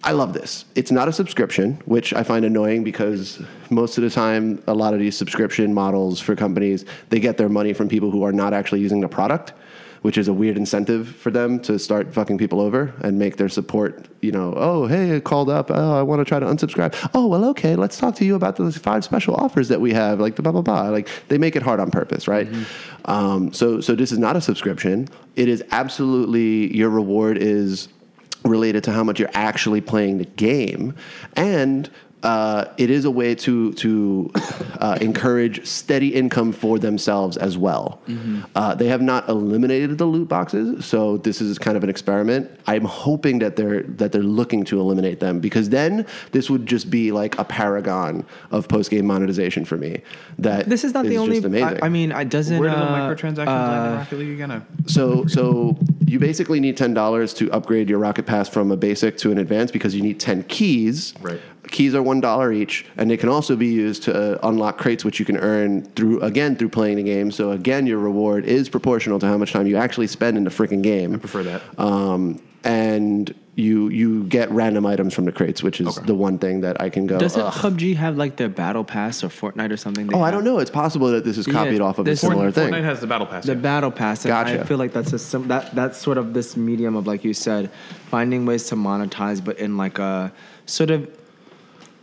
[SPEAKER 2] I love this. It's not a subscription, which I find annoying because most of the time, a lot of these subscription models for companies, they get their money from people who are not actually using the product, which is a weird incentive for them to start fucking people over and make their support, you know, oh, hey, I called up. Oh, I want to try to unsubscribe. Oh, well, okay, let's talk to you about the five special offers that we have, like the blah, blah, blah. Like they make it hard on purpose, right? Um, so, so this is not a subscription. It is absolutely, your reward is related to how much you're actually playing the game, and uh, it is a way to to uh, encourage steady income for themselves as well. Uh, they have not eliminated the loot boxes, so this is kind of an experiment. I'm hoping that they're that they're looking to eliminate them because then this would just be like a paragon of post game monetization for me. That
[SPEAKER 3] This is not the only.
[SPEAKER 2] just amazing.
[SPEAKER 3] I, I mean, I doesn't.
[SPEAKER 1] Where do the
[SPEAKER 3] uh,
[SPEAKER 1] microtransactions land in Rocket League again? I-
[SPEAKER 2] So, so you basically need ten dollars to upgrade your Rocket Pass from a basic to an advanced because you need ten keys.
[SPEAKER 1] Right.
[SPEAKER 2] Keys are one dollar each, and they can also be used to uh, unlock crates, which you can earn through again through playing the game. So again, your reward is proportional to how much time you actually spend in the freaking game. I
[SPEAKER 1] prefer that.
[SPEAKER 2] Um, and you you get random items from the crates, which is the one thing that I can go.
[SPEAKER 3] Doesn't
[SPEAKER 2] Oh, "Ugh."
[SPEAKER 3] PUBG have like their battle pass or Fortnite or something? They
[SPEAKER 2] oh, I
[SPEAKER 3] have
[SPEAKER 2] don't know. It's possible that this is copied off of a
[SPEAKER 3] this-
[SPEAKER 2] similar
[SPEAKER 1] Fortnite,
[SPEAKER 2] thing.
[SPEAKER 1] Fortnite has the battle pass.
[SPEAKER 3] The
[SPEAKER 1] yeah.
[SPEAKER 3] battle pass. and I
[SPEAKER 2] Gotcha.
[SPEAKER 3] feel like that's a sim- that that's sort of this medium of like you said, finding ways to monetize, but in like a sort of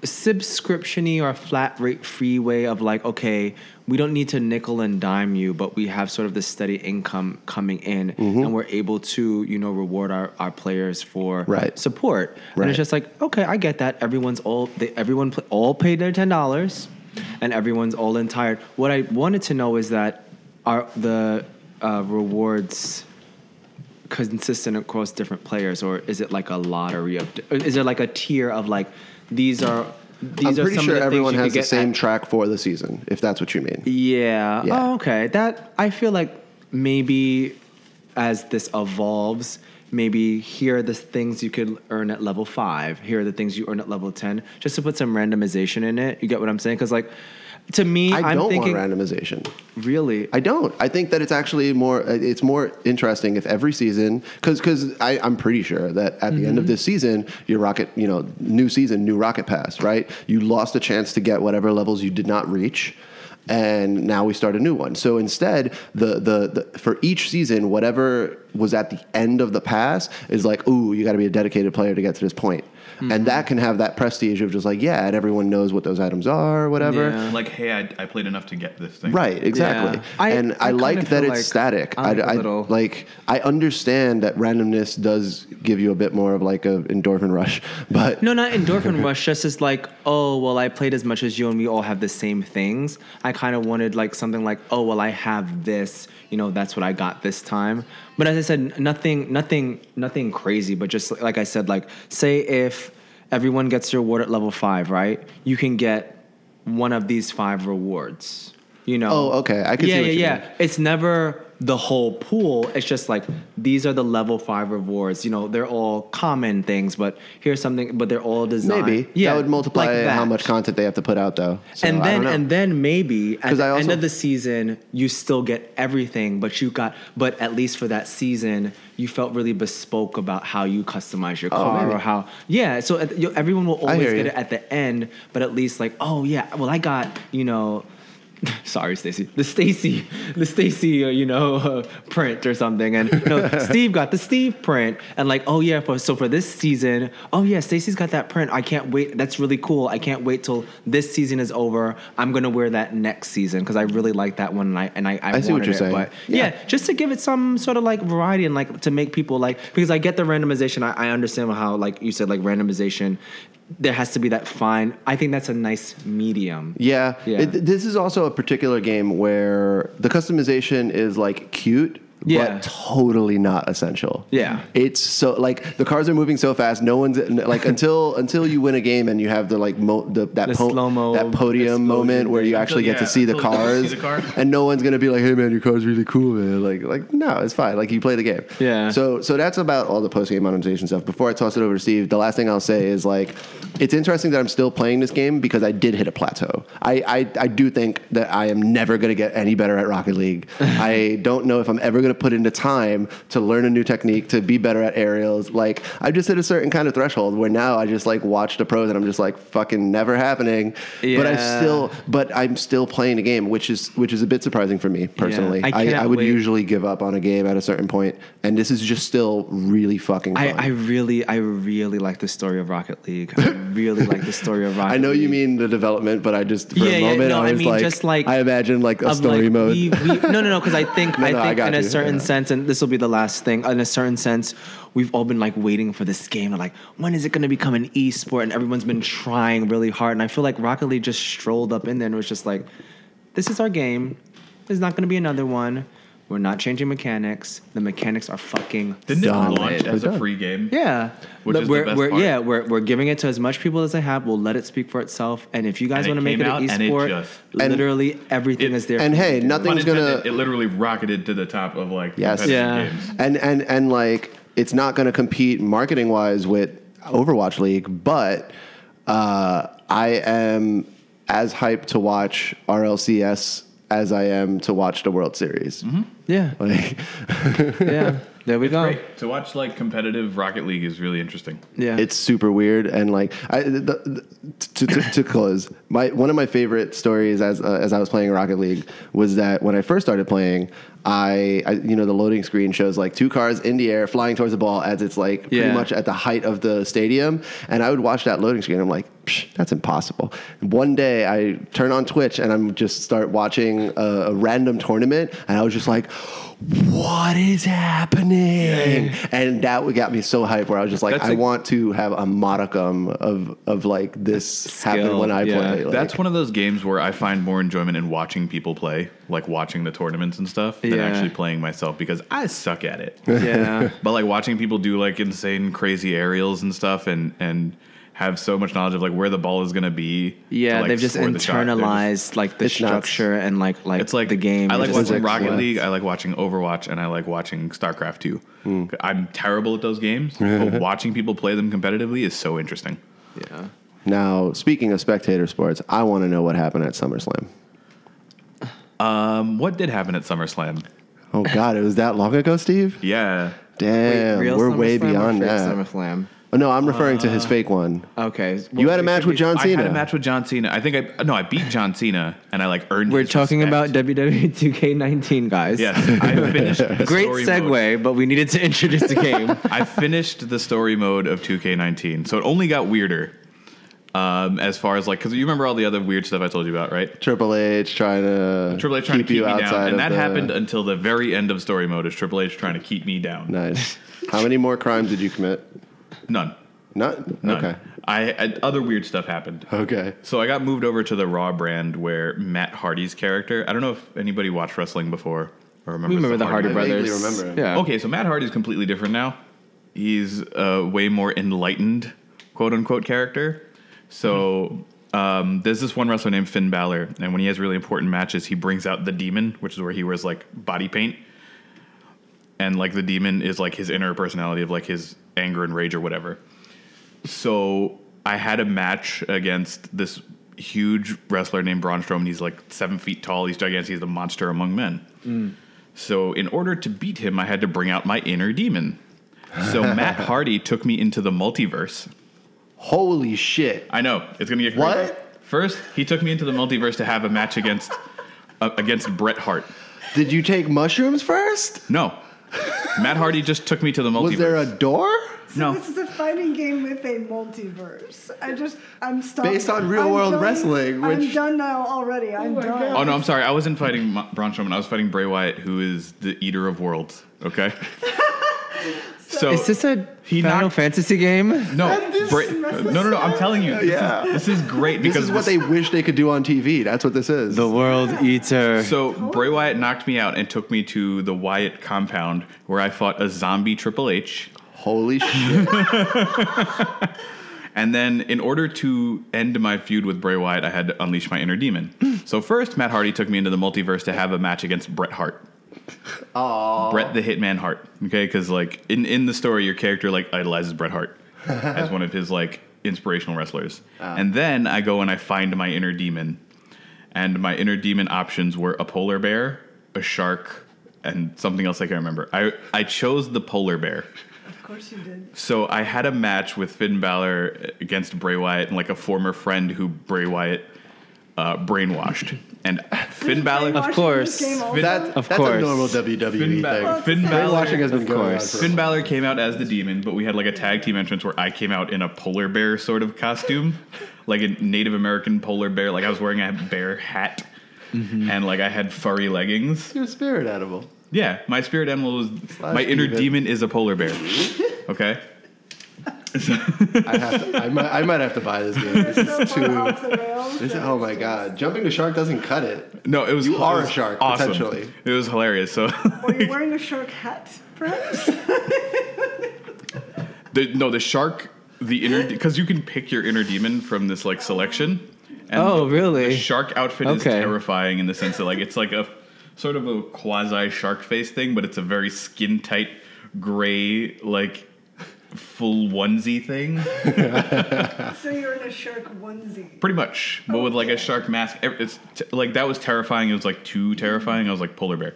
[SPEAKER 3] subscription-y or flat rate free way of like okay we don't need to nickel and dime you but we have sort of this steady income coming in
[SPEAKER 2] Mm-hmm.
[SPEAKER 3] and we're able to you know reward our, our players for
[SPEAKER 2] Right.
[SPEAKER 3] support and
[SPEAKER 2] Right.
[SPEAKER 3] it's just like okay i get that everyone's all they, everyone pl- all paid their $10 and everyone's all in tired what i wanted to know is that are the uh, rewards consistent across different players, or is it like a lottery of? or Is there like a tier of like these are?
[SPEAKER 2] I'm
[SPEAKER 3] These are
[SPEAKER 2] pretty
[SPEAKER 3] some
[SPEAKER 2] sure
[SPEAKER 3] of the
[SPEAKER 2] everyone
[SPEAKER 3] things you
[SPEAKER 2] has
[SPEAKER 3] could
[SPEAKER 2] the
[SPEAKER 3] get
[SPEAKER 2] same
[SPEAKER 3] At,
[SPEAKER 2] track for the season, if that's what you mean.
[SPEAKER 3] yeah.
[SPEAKER 2] Yeah.
[SPEAKER 3] Oh, okay. That I feel like maybe as this evolves, maybe here are the things you could earn at level five. Here are the things you earn at level ten. Just to put some randomization in it. You get what I'm saying? Because like to me,
[SPEAKER 2] I
[SPEAKER 3] am
[SPEAKER 2] don't
[SPEAKER 3] thinking
[SPEAKER 2] want randomization.
[SPEAKER 3] really.
[SPEAKER 2] I don't. I think that it's actually more. uh, It's more interesting if every season, because because I'm pretty sure that at the
[SPEAKER 3] Mm-hmm.
[SPEAKER 2] end of this season, your rocket, you know, new season, new rocket pass, right? You lost a chance to get whatever levels you did not reach. And now we start a new one. So instead, the, the the for each season, whatever was at the end of the pass is like, ooh, you got to be a dedicated player to get to this point.
[SPEAKER 3] Mm-hmm.
[SPEAKER 2] And that can have that prestige of just like, yeah, and everyone knows what those items are, or whatever.
[SPEAKER 3] Yeah.
[SPEAKER 1] Like, hey, I, I played enough to get this thing.
[SPEAKER 2] Right, exactly.
[SPEAKER 3] Yeah. I-
[SPEAKER 2] and I,
[SPEAKER 3] I kinda
[SPEAKER 2] like that
[SPEAKER 3] feel
[SPEAKER 2] it's
[SPEAKER 3] like
[SPEAKER 2] static. I,
[SPEAKER 3] I'm a
[SPEAKER 2] I-
[SPEAKER 3] little-
[SPEAKER 2] like I understand that randomness does give you a bit more of like a endorphin rush, but
[SPEAKER 3] No, not endorphin rush. Just as like, oh well, I played as much as you, and we all have the same things. I kind of wanted like something like, oh well, I have this. You know, that's what I got this time. But as I said, nothing, nothing, nothing crazy. But just like I said, like say if everyone gets your reward at level five, right? You can get one of these five rewards. You know.
[SPEAKER 2] Oh, okay. I can see
[SPEAKER 3] yeah,
[SPEAKER 2] what
[SPEAKER 3] yeah,
[SPEAKER 2] you
[SPEAKER 3] yeah.
[SPEAKER 2] mean.
[SPEAKER 3] It's never the whole pool. It's just like these are the level five rewards. You know, they're all common things, but here's something. But they're all designed.
[SPEAKER 2] maybe that would multiply
[SPEAKER 3] like that.
[SPEAKER 2] how much content they have to put out, though. So,
[SPEAKER 3] and
[SPEAKER 2] I
[SPEAKER 3] then
[SPEAKER 2] don't know.
[SPEAKER 3] and then maybe at
[SPEAKER 2] 'Cause
[SPEAKER 3] the
[SPEAKER 2] I
[SPEAKER 3] end
[SPEAKER 2] also-
[SPEAKER 3] of the season you still get everything, but you got but at least for that season you felt really bespoke about how you customize your car
[SPEAKER 2] Oh, maybe.
[SPEAKER 3] or how yeah. So at, you, everyone will
[SPEAKER 2] I
[SPEAKER 3] always
[SPEAKER 2] hear
[SPEAKER 3] get
[SPEAKER 2] you.
[SPEAKER 3] it at the end, but at least like oh yeah, well I got you know. Sorry, Stacy. The Stacy, the Stacy, uh, you know, uh, print or something, and no, Steve got the Steve print, and like, oh yeah, for, so for this season, oh yeah, Stacy's got that print. I can't wait. That's really cool. I can't wait till this season is over. I'm gonna wear that next season because I really like that one, and I and I, I,
[SPEAKER 2] I see what
[SPEAKER 3] wanted
[SPEAKER 2] you're
[SPEAKER 3] it,
[SPEAKER 2] saying.
[SPEAKER 3] But
[SPEAKER 2] Yeah.
[SPEAKER 3] yeah. just to give it some sort of like variety and like to make people like because I get the randomization. I, I understand how like you said like randomization. There has to be that fine. I think that's a nice medium.
[SPEAKER 2] Yeah.
[SPEAKER 3] Yeah.
[SPEAKER 2] It- this is also a particular game where the customization is like cute.
[SPEAKER 3] Yeah.
[SPEAKER 2] But totally not essential.
[SPEAKER 3] Yeah.
[SPEAKER 2] it's so like the cars are moving so fast. No one's like until until you win a game and you have the like mo- the, that
[SPEAKER 3] The slow-mo
[SPEAKER 2] that podium
[SPEAKER 3] explosion
[SPEAKER 2] moment where you
[SPEAKER 1] thing.
[SPEAKER 2] actually get to
[SPEAKER 1] Yeah,
[SPEAKER 2] see the
[SPEAKER 1] until you
[SPEAKER 2] cars,
[SPEAKER 1] see the car.
[SPEAKER 2] and no one's gonna be like, "Hey man, your car's really cool, man!" Like like no, it's fine. Like you play the game.
[SPEAKER 3] Yeah.
[SPEAKER 2] So so so that's about all the post game monetization stuff. Before I toss it over to Steve, the last thing I'll say is like, it's interesting that I'm still playing this game because I did hit a plateau. I I, I do think that I am never going to get any better at Rocket League. I don't know if I'm ever going to put into time to learn a new technique to be better at aerials. Like I just hit a certain kind of threshold where now I just like watch the pros and I'm just like fucking never happening. But I
[SPEAKER 3] Yeah.
[SPEAKER 2] still but I'm still playing the game, which is which is a bit surprising for me personally.
[SPEAKER 3] I
[SPEAKER 2] I, I,
[SPEAKER 3] cannot
[SPEAKER 2] would
[SPEAKER 3] wait.
[SPEAKER 2] usually give up on a game at a certain point, and this is just still really fucking fun.
[SPEAKER 3] I, I really, I really like the story of Rocket League. I really like the story of Rocket.
[SPEAKER 2] I know you
[SPEAKER 3] League.
[SPEAKER 2] mean the development, but I just for
[SPEAKER 3] Yeah,
[SPEAKER 2] a
[SPEAKER 3] yeah,
[SPEAKER 2] moment
[SPEAKER 3] no,
[SPEAKER 2] I
[SPEAKER 3] I
[SPEAKER 2] was
[SPEAKER 3] mean
[SPEAKER 2] like,
[SPEAKER 3] just like-
[SPEAKER 2] I imagine like a
[SPEAKER 3] Of,
[SPEAKER 2] story
[SPEAKER 3] like,
[SPEAKER 2] mode.
[SPEAKER 3] we- we- no, no, no. Because I think,
[SPEAKER 2] No,
[SPEAKER 3] I
[SPEAKER 2] no, I
[SPEAKER 3] think,
[SPEAKER 2] got
[SPEAKER 3] in
[SPEAKER 2] you,
[SPEAKER 3] a certain
[SPEAKER 2] yeah.
[SPEAKER 3] sense, and this will be the last thing. In a certain sense, we've all been like waiting for this game, and like, when is it going to become an e-sport? And everyone's been trying really hard. And I feel like Rocket League just strolled up in there and was just like, "This is our game. There's not going to be another one. We're not changing mechanics. The mechanics are fucking
[SPEAKER 1] Didn't it
[SPEAKER 2] Solid.
[SPEAKER 1] launch as
[SPEAKER 2] Done.
[SPEAKER 1] a free game?
[SPEAKER 3] Yeah,
[SPEAKER 1] Which
[SPEAKER 3] Look,
[SPEAKER 1] is the
[SPEAKER 3] we're,
[SPEAKER 1] best
[SPEAKER 3] we're,
[SPEAKER 1] part.
[SPEAKER 3] Yeah, we're, we're giving it to as much people as I have. We'll let it speak for itself. And if you guys
[SPEAKER 1] And
[SPEAKER 3] want
[SPEAKER 1] it
[SPEAKER 3] to make it
[SPEAKER 1] came
[SPEAKER 3] an
[SPEAKER 1] out and it
[SPEAKER 3] esport,
[SPEAKER 1] just-
[SPEAKER 2] And-
[SPEAKER 3] literally
[SPEAKER 1] it-
[SPEAKER 3] everything is there.
[SPEAKER 2] and
[SPEAKER 3] for you
[SPEAKER 2] hey,
[SPEAKER 3] to do.
[SPEAKER 2] nothing-
[SPEAKER 1] Pun
[SPEAKER 2] Nothing's gonna-
[SPEAKER 1] intended, It literally rocketed to the top of like
[SPEAKER 2] Yes.
[SPEAKER 1] competitive
[SPEAKER 3] Yeah.
[SPEAKER 1] games.
[SPEAKER 2] and and and like it's not going to compete marketing wise with Overwatch League, but uh, I am as hyped to watch RLCS as I am to watch the World Series.
[SPEAKER 1] Mm-hmm.
[SPEAKER 3] yeah,
[SPEAKER 2] Like,
[SPEAKER 3] yeah. There we go.
[SPEAKER 1] Great. To watch like competitive Rocket League is really interesting.
[SPEAKER 3] Yeah,
[SPEAKER 2] It's super weird and like I, the, the, to, to, to close my one of my favorite stories as uh, as I was playing Rocket League was that when I first started playing I, I you know the loading screen shows like two cars in the air flying towards the ball as it's like pretty
[SPEAKER 3] Yeah.
[SPEAKER 2] much at the height of the stadium and I would watch that loading screen I'm like Psh, that's impossible one day I turn on Twitch and I'm just start watching a, a random tournament and I was just like what is happening and that got me so hyped where I was just like
[SPEAKER 1] That's
[SPEAKER 2] I
[SPEAKER 1] like-
[SPEAKER 2] want to have a modicum of of like this happened when I
[SPEAKER 3] yeah.
[SPEAKER 2] play. Like,
[SPEAKER 1] That's one of those games where I find more enjoyment in watching people play, like watching the tournaments and stuff, than
[SPEAKER 3] Yeah.
[SPEAKER 1] actually playing myself because I suck at it.
[SPEAKER 3] yeah.
[SPEAKER 1] but like watching people do like insane, crazy aerials and stuff, and and have so much knowledge of like where the ball is going to be. to,
[SPEAKER 3] Yeah,
[SPEAKER 1] like,
[SPEAKER 3] they've just
[SPEAKER 1] score the shot. They're just-
[SPEAKER 3] internalized like the
[SPEAKER 2] It's nuts.
[SPEAKER 3] structure and like like
[SPEAKER 1] It's like
[SPEAKER 3] the game.
[SPEAKER 1] I like
[SPEAKER 3] is
[SPEAKER 2] just
[SPEAKER 1] watching
[SPEAKER 2] like-
[SPEAKER 1] Rocket
[SPEAKER 2] yeah.
[SPEAKER 1] League. I like watching Overwatch, and I like watching StarCraft 2
[SPEAKER 3] Hmm.
[SPEAKER 1] I'm terrible at those games, but watching people play them competitively is so interesting.
[SPEAKER 3] Yeah.
[SPEAKER 2] now speaking of spectator sports, I want to know what happened at SummerSlam.
[SPEAKER 1] Um, what did happen at SummerSlam?
[SPEAKER 2] Oh God, it was that long ago, Steve.
[SPEAKER 1] Yeah,
[SPEAKER 2] Damn,
[SPEAKER 3] real
[SPEAKER 2] we're way
[SPEAKER 3] SummerSlam or
[SPEAKER 2] beyond
[SPEAKER 3] fake
[SPEAKER 2] that.
[SPEAKER 3] SummerSlam. Uh.
[SPEAKER 2] Oh, no, I'm referring to his fake one.
[SPEAKER 3] Okay.
[SPEAKER 2] You had a match with John
[SPEAKER 1] I
[SPEAKER 2] Cena.
[SPEAKER 1] had a match with John Cena. I think I no, I beat John Cena and I like earned.
[SPEAKER 3] We're
[SPEAKER 1] his
[SPEAKER 3] talking
[SPEAKER 1] respect.
[SPEAKER 3] about E WWE 2K19, guys.
[SPEAKER 1] Yes, I finished. the
[SPEAKER 3] Great
[SPEAKER 1] story
[SPEAKER 3] segue,
[SPEAKER 1] mode.
[SPEAKER 3] but we needed to introduce the game.
[SPEAKER 1] I finished the story mode of 2K19, so it only got weirder. Um, as far as like, because you remember all the other weird stuff I told you about, right?
[SPEAKER 2] Triple H trying to
[SPEAKER 1] Triple H trying to keep
[SPEAKER 2] you
[SPEAKER 1] me
[SPEAKER 2] outside
[SPEAKER 1] down,
[SPEAKER 2] of
[SPEAKER 1] and that
[SPEAKER 2] the-
[SPEAKER 1] happened until the very end of story mode. Is Triple H trying to keep me down?
[SPEAKER 2] Nice. How many more crimes did you commit?
[SPEAKER 1] None.
[SPEAKER 2] Not
[SPEAKER 1] None.
[SPEAKER 2] okay.
[SPEAKER 1] I, I other weird stuff happened.
[SPEAKER 2] Okay.
[SPEAKER 1] So I got moved over to the Raw brand where Matt Hardy's character. I don't know if anybody watched wrestling before or remembers
[SPEAKER 3] We remember the Hardy
[SPEAKER 2] I
[SPEAKER 1] brothers.
[SPEAKER 2] vaguely
[SPEAKER 3] Brothers.
[SPEAKER 2] remember him.
[SPEAKER 3] Yeah.
[SPEAKER 1] Okay, so Matt Hardy's completely different now. He's a way more enlightened, quote unquote, character. So um, there's this one wrestler named Finn Balor, and when he has really important matches, he brings out the demon, which is where he wears like body paint. And like the demon is like his inner personality of like his anger and rage or whatever. So I had a match against this huge wrestler named Braun Strowman. He's like seven feet tall. He's gigantic. He's the monster among men. So in order to beat him, I had to bring out my inner demon. So Matt Hardy took me into the multiverse.
[SPEAKER 2] Holy shit.
[SPEAKER 1] I know it's gonna get crazy.
[SPEAKER 2] What?
[SPEAKER 1] First, he took me into the multiverse to have a match against uh, against Bret Hart.
[SPEAKER 2] Did you take mushrooms first?
[SPEAKER 1] No, Matt Hardy just took me to the multiverse.
[SPEAKER 2] Was there a door?
[SPEAKER 4] So
[SPEAKER 1] No.
[SPEAKER 4] this is a fighting game with a multiverse. I just I'm stuck.
[SPEAKER 2] Based on real
[SPEAKER 4] I'm
[SPEAKER 2] world
[SPEAKER 4] done-
[SPEAKER 2] wrestling,
[SPEAKER 4] I'm
[SPEAKER 2] which-
[SPEAKER 4] done now already. I'm done.
[SPEAKER 1] Oh no, I'm sorry. I wasn't fighting Ma- Braun Strowman. I was fighting Bray Wyatt, who is the eater of worlds. Okay. so
[SPEAKER 3] Is this a
[SPEAKER 1] He
[SPEAKER 3] Final
[SPEAKER 1] knocked-
[SPEAKER 3] Fantasy game?
[SPEAKER 1] no?
[SPEAKER 4] This
[SPEAKER 1] Bray-
[SPEAKER 4] is
[SPEAKER 1] no,
[SPEAKER 4] messed
[SPEAKER 1] no, no! I'm telling you. This
[SPEAKER 2] Yeah.
[SPEAKER 1] Is, this is great
[SPEAKER 2] This
[SPEAKER 1] because
[SPEAKER 2] is what they wish they could do on TV. That's what this is.
[SPEAKER 3] The World Eater.
[SPEAKER 1] So Bray Wyatt knocked me out and took me to the Wyatt compound where I fought a zombie Triple H.
[SPEAKER 2] Holy shit.
[SPEAKER 1] And then, in order to end my feud with Bray Wyatt, I had to unleash my inner demon. so first, Matt Hardy took me into the multiverse to have a match against Bret Hart. Aww. Bret the Hitman Hart. Okay, because like in in the story, your character like idolizes Bret Hart as one of his like inspirational wrestlers. And then I go and I find my inner demon, and my inner demon options were a polar bear, a shark, and something else I can't remember. I I chose the polar bear.
[SPEAKER 4] Of course you did.
[SPEAKER 1] So I had a match with Finn Balor against Bray Wyatt and like a former friend who Bray Wyatt uh, brainwashed. And Finn Balor,
[SPEAKER 4] Brainwashing this
[SPEAKER 3] course.
[SPEAKER 4] game also?
[SPEAKER 2] That,
[SPEAKER 3] Of
[SPEAKER 2] that's
[SPEAKER 3] course.
[SPEAKER 2] a normal WWE
[SPEAKER 1] Finn,
[SPEAKER 2] thing.
[SPEAKER 1] ba-
[SPEAKER 4] Well,
[SPEAKER 1] Finn
[SPEAKER 4] it's the same.
[SPEAKER 2] Brainwashing
[SPEAKER 1] Balor,
[SPEAKER 2] has been going on
[SPEAKER 3] course.
[SPEAKER 2] for
[SPEAKER 1] Finn Balor came out as the demon, but we had like a tag team entrance where I came out in a polar bear sort of costume, like a Native American polar bear. Like I was wearing a bear hat,
[SPEAKER 2] Mm-hmm.
[SPEAKER 1] and like I had furry leggings.
[SPEAKER 2] Your spirit animal.
[SPEAKER 1] Yeah, my spirit animal was
[SPEAKER 2] Slash
[SPEAKER 1] my inner
[SPEAKER 2] demon.
[SPEAKER 1] demon is a polar bear. Okay.
[SPEAKER 2] I, have to, I, might, I might have to buy this game. This
[SPEAKER 4] So
[SPEAKER 2] is
[SPEAKER 4] far
[SPEAKER 2] too.
[SPEAKER 4] off the rails
[SPEAKER 2] This is,
[SPEAKER 4] that
[SPEAKER 2] oh
[SPEAKER 4] it's
[SPEAKER 2] my
[SPEAKER 4] just-
[SPEAKER 2] god! Jumping the shark doesn't cut it.
[SPEAKER 1] No, it was
[SPEAKER 2] You
[SPEAKER 1] it
[SPEAKER 2] are a
[SPEAKER 1] was
[SPEAKER 2] shark,
[SPEAKER 1] awesome.
[SPEAKER 2] potentially.
[SPEAKER 1] It was hilarious. So
[SPEAKER 4] Were you wearing a shark hat, perhaps?
[SPEAKER 1] the, no, the shark, the inner because you can pick your inner demon from this like selection. And
[SPEAKER 3] Oh,
[SPEAKER 1] the-
[SPEAKER 3] really?
[SPEAKER 1] The shark outfit is
[SPEAKER 3] Okay.
[SPEAKER 1] terrifying in the sense that like it's like a sort of a quasi shark face thing, but it's a very skin tight gray like full onesie thing.
[SPEAKER 4] so you're in a shark onesie.
[SPEAKER 1] Pretty much, but with like a shark mask. Ev- It's t- like that was terrifying. It was like too terrifying. I was like polar bear.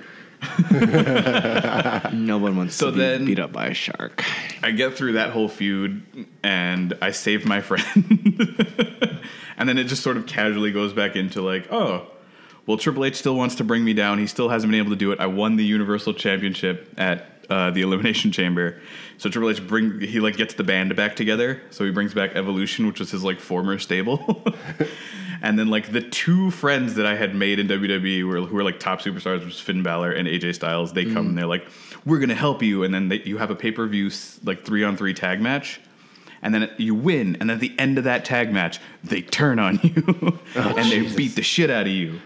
[SPEAKER 3] no one wants
[SPEAKER 1] So
[SPEAKER 3] to be
[SPEAKER 1] then-
[SPEAKER 3] beat up by a shark.
[SPEAKER 1] I get through that whole feud and I save my friend. and then it just sort of casually goes back into like, oh, well, Triple H still wants to bring me down. He still hasn't been able to do it. I won the Universal Championship at uh, the Elimination Chamber. So Triple H bring he like gets the band back together. So he brings back Evolution, which was his like former stable. and then like the two friends that I had made in WWE were who were like top superstars, was Finn Balor and AJ Styles. They come and they're like, "We're gonna help you," and then they, you have a pay per view like three on three tag match, and then you win. And at the end of that tag match, they turn on you and they beat the shit out of you,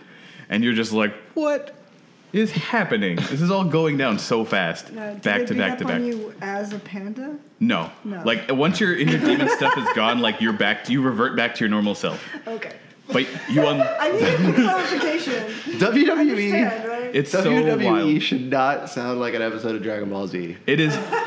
[SPEAKER 1] and you're just like, "What is happening? this is all going down so fast,
[SPEAKER 4] Now, did
[SPEAKER 1] back
[SPEAKER 4] they
[SPEAKER 1] to
[SPEAKER 4] beat
[SPEAKER 1] back
[SPEAKER 4] up
[SPEAKER 1] to
[SPEAKER 4] on
[SPEAKER 1] back."
[SPEAKER 4] You as a panda?
[SPEAKER 1] No.
[SPEAKER 4] No.
[SPEAKER 1] like once your inner demon stuff is gone, like you're back, you revert back to your normal self.
[SPEAKER 4] Okay.
[SPEAKER 1] But you un-
[SPEAKER 4] I needed clarification. Understand,
[SPEAKER 2] WWE.
[SPEAKER 4] right?
[SPEAKER 1] E It's so
[SPEAKER 2] WWE
[SPEAKER 1] wild.
[SPEAKER 2] E should not sound like an episode of Dragon Ball Z.
[SPEAKER 1] It is.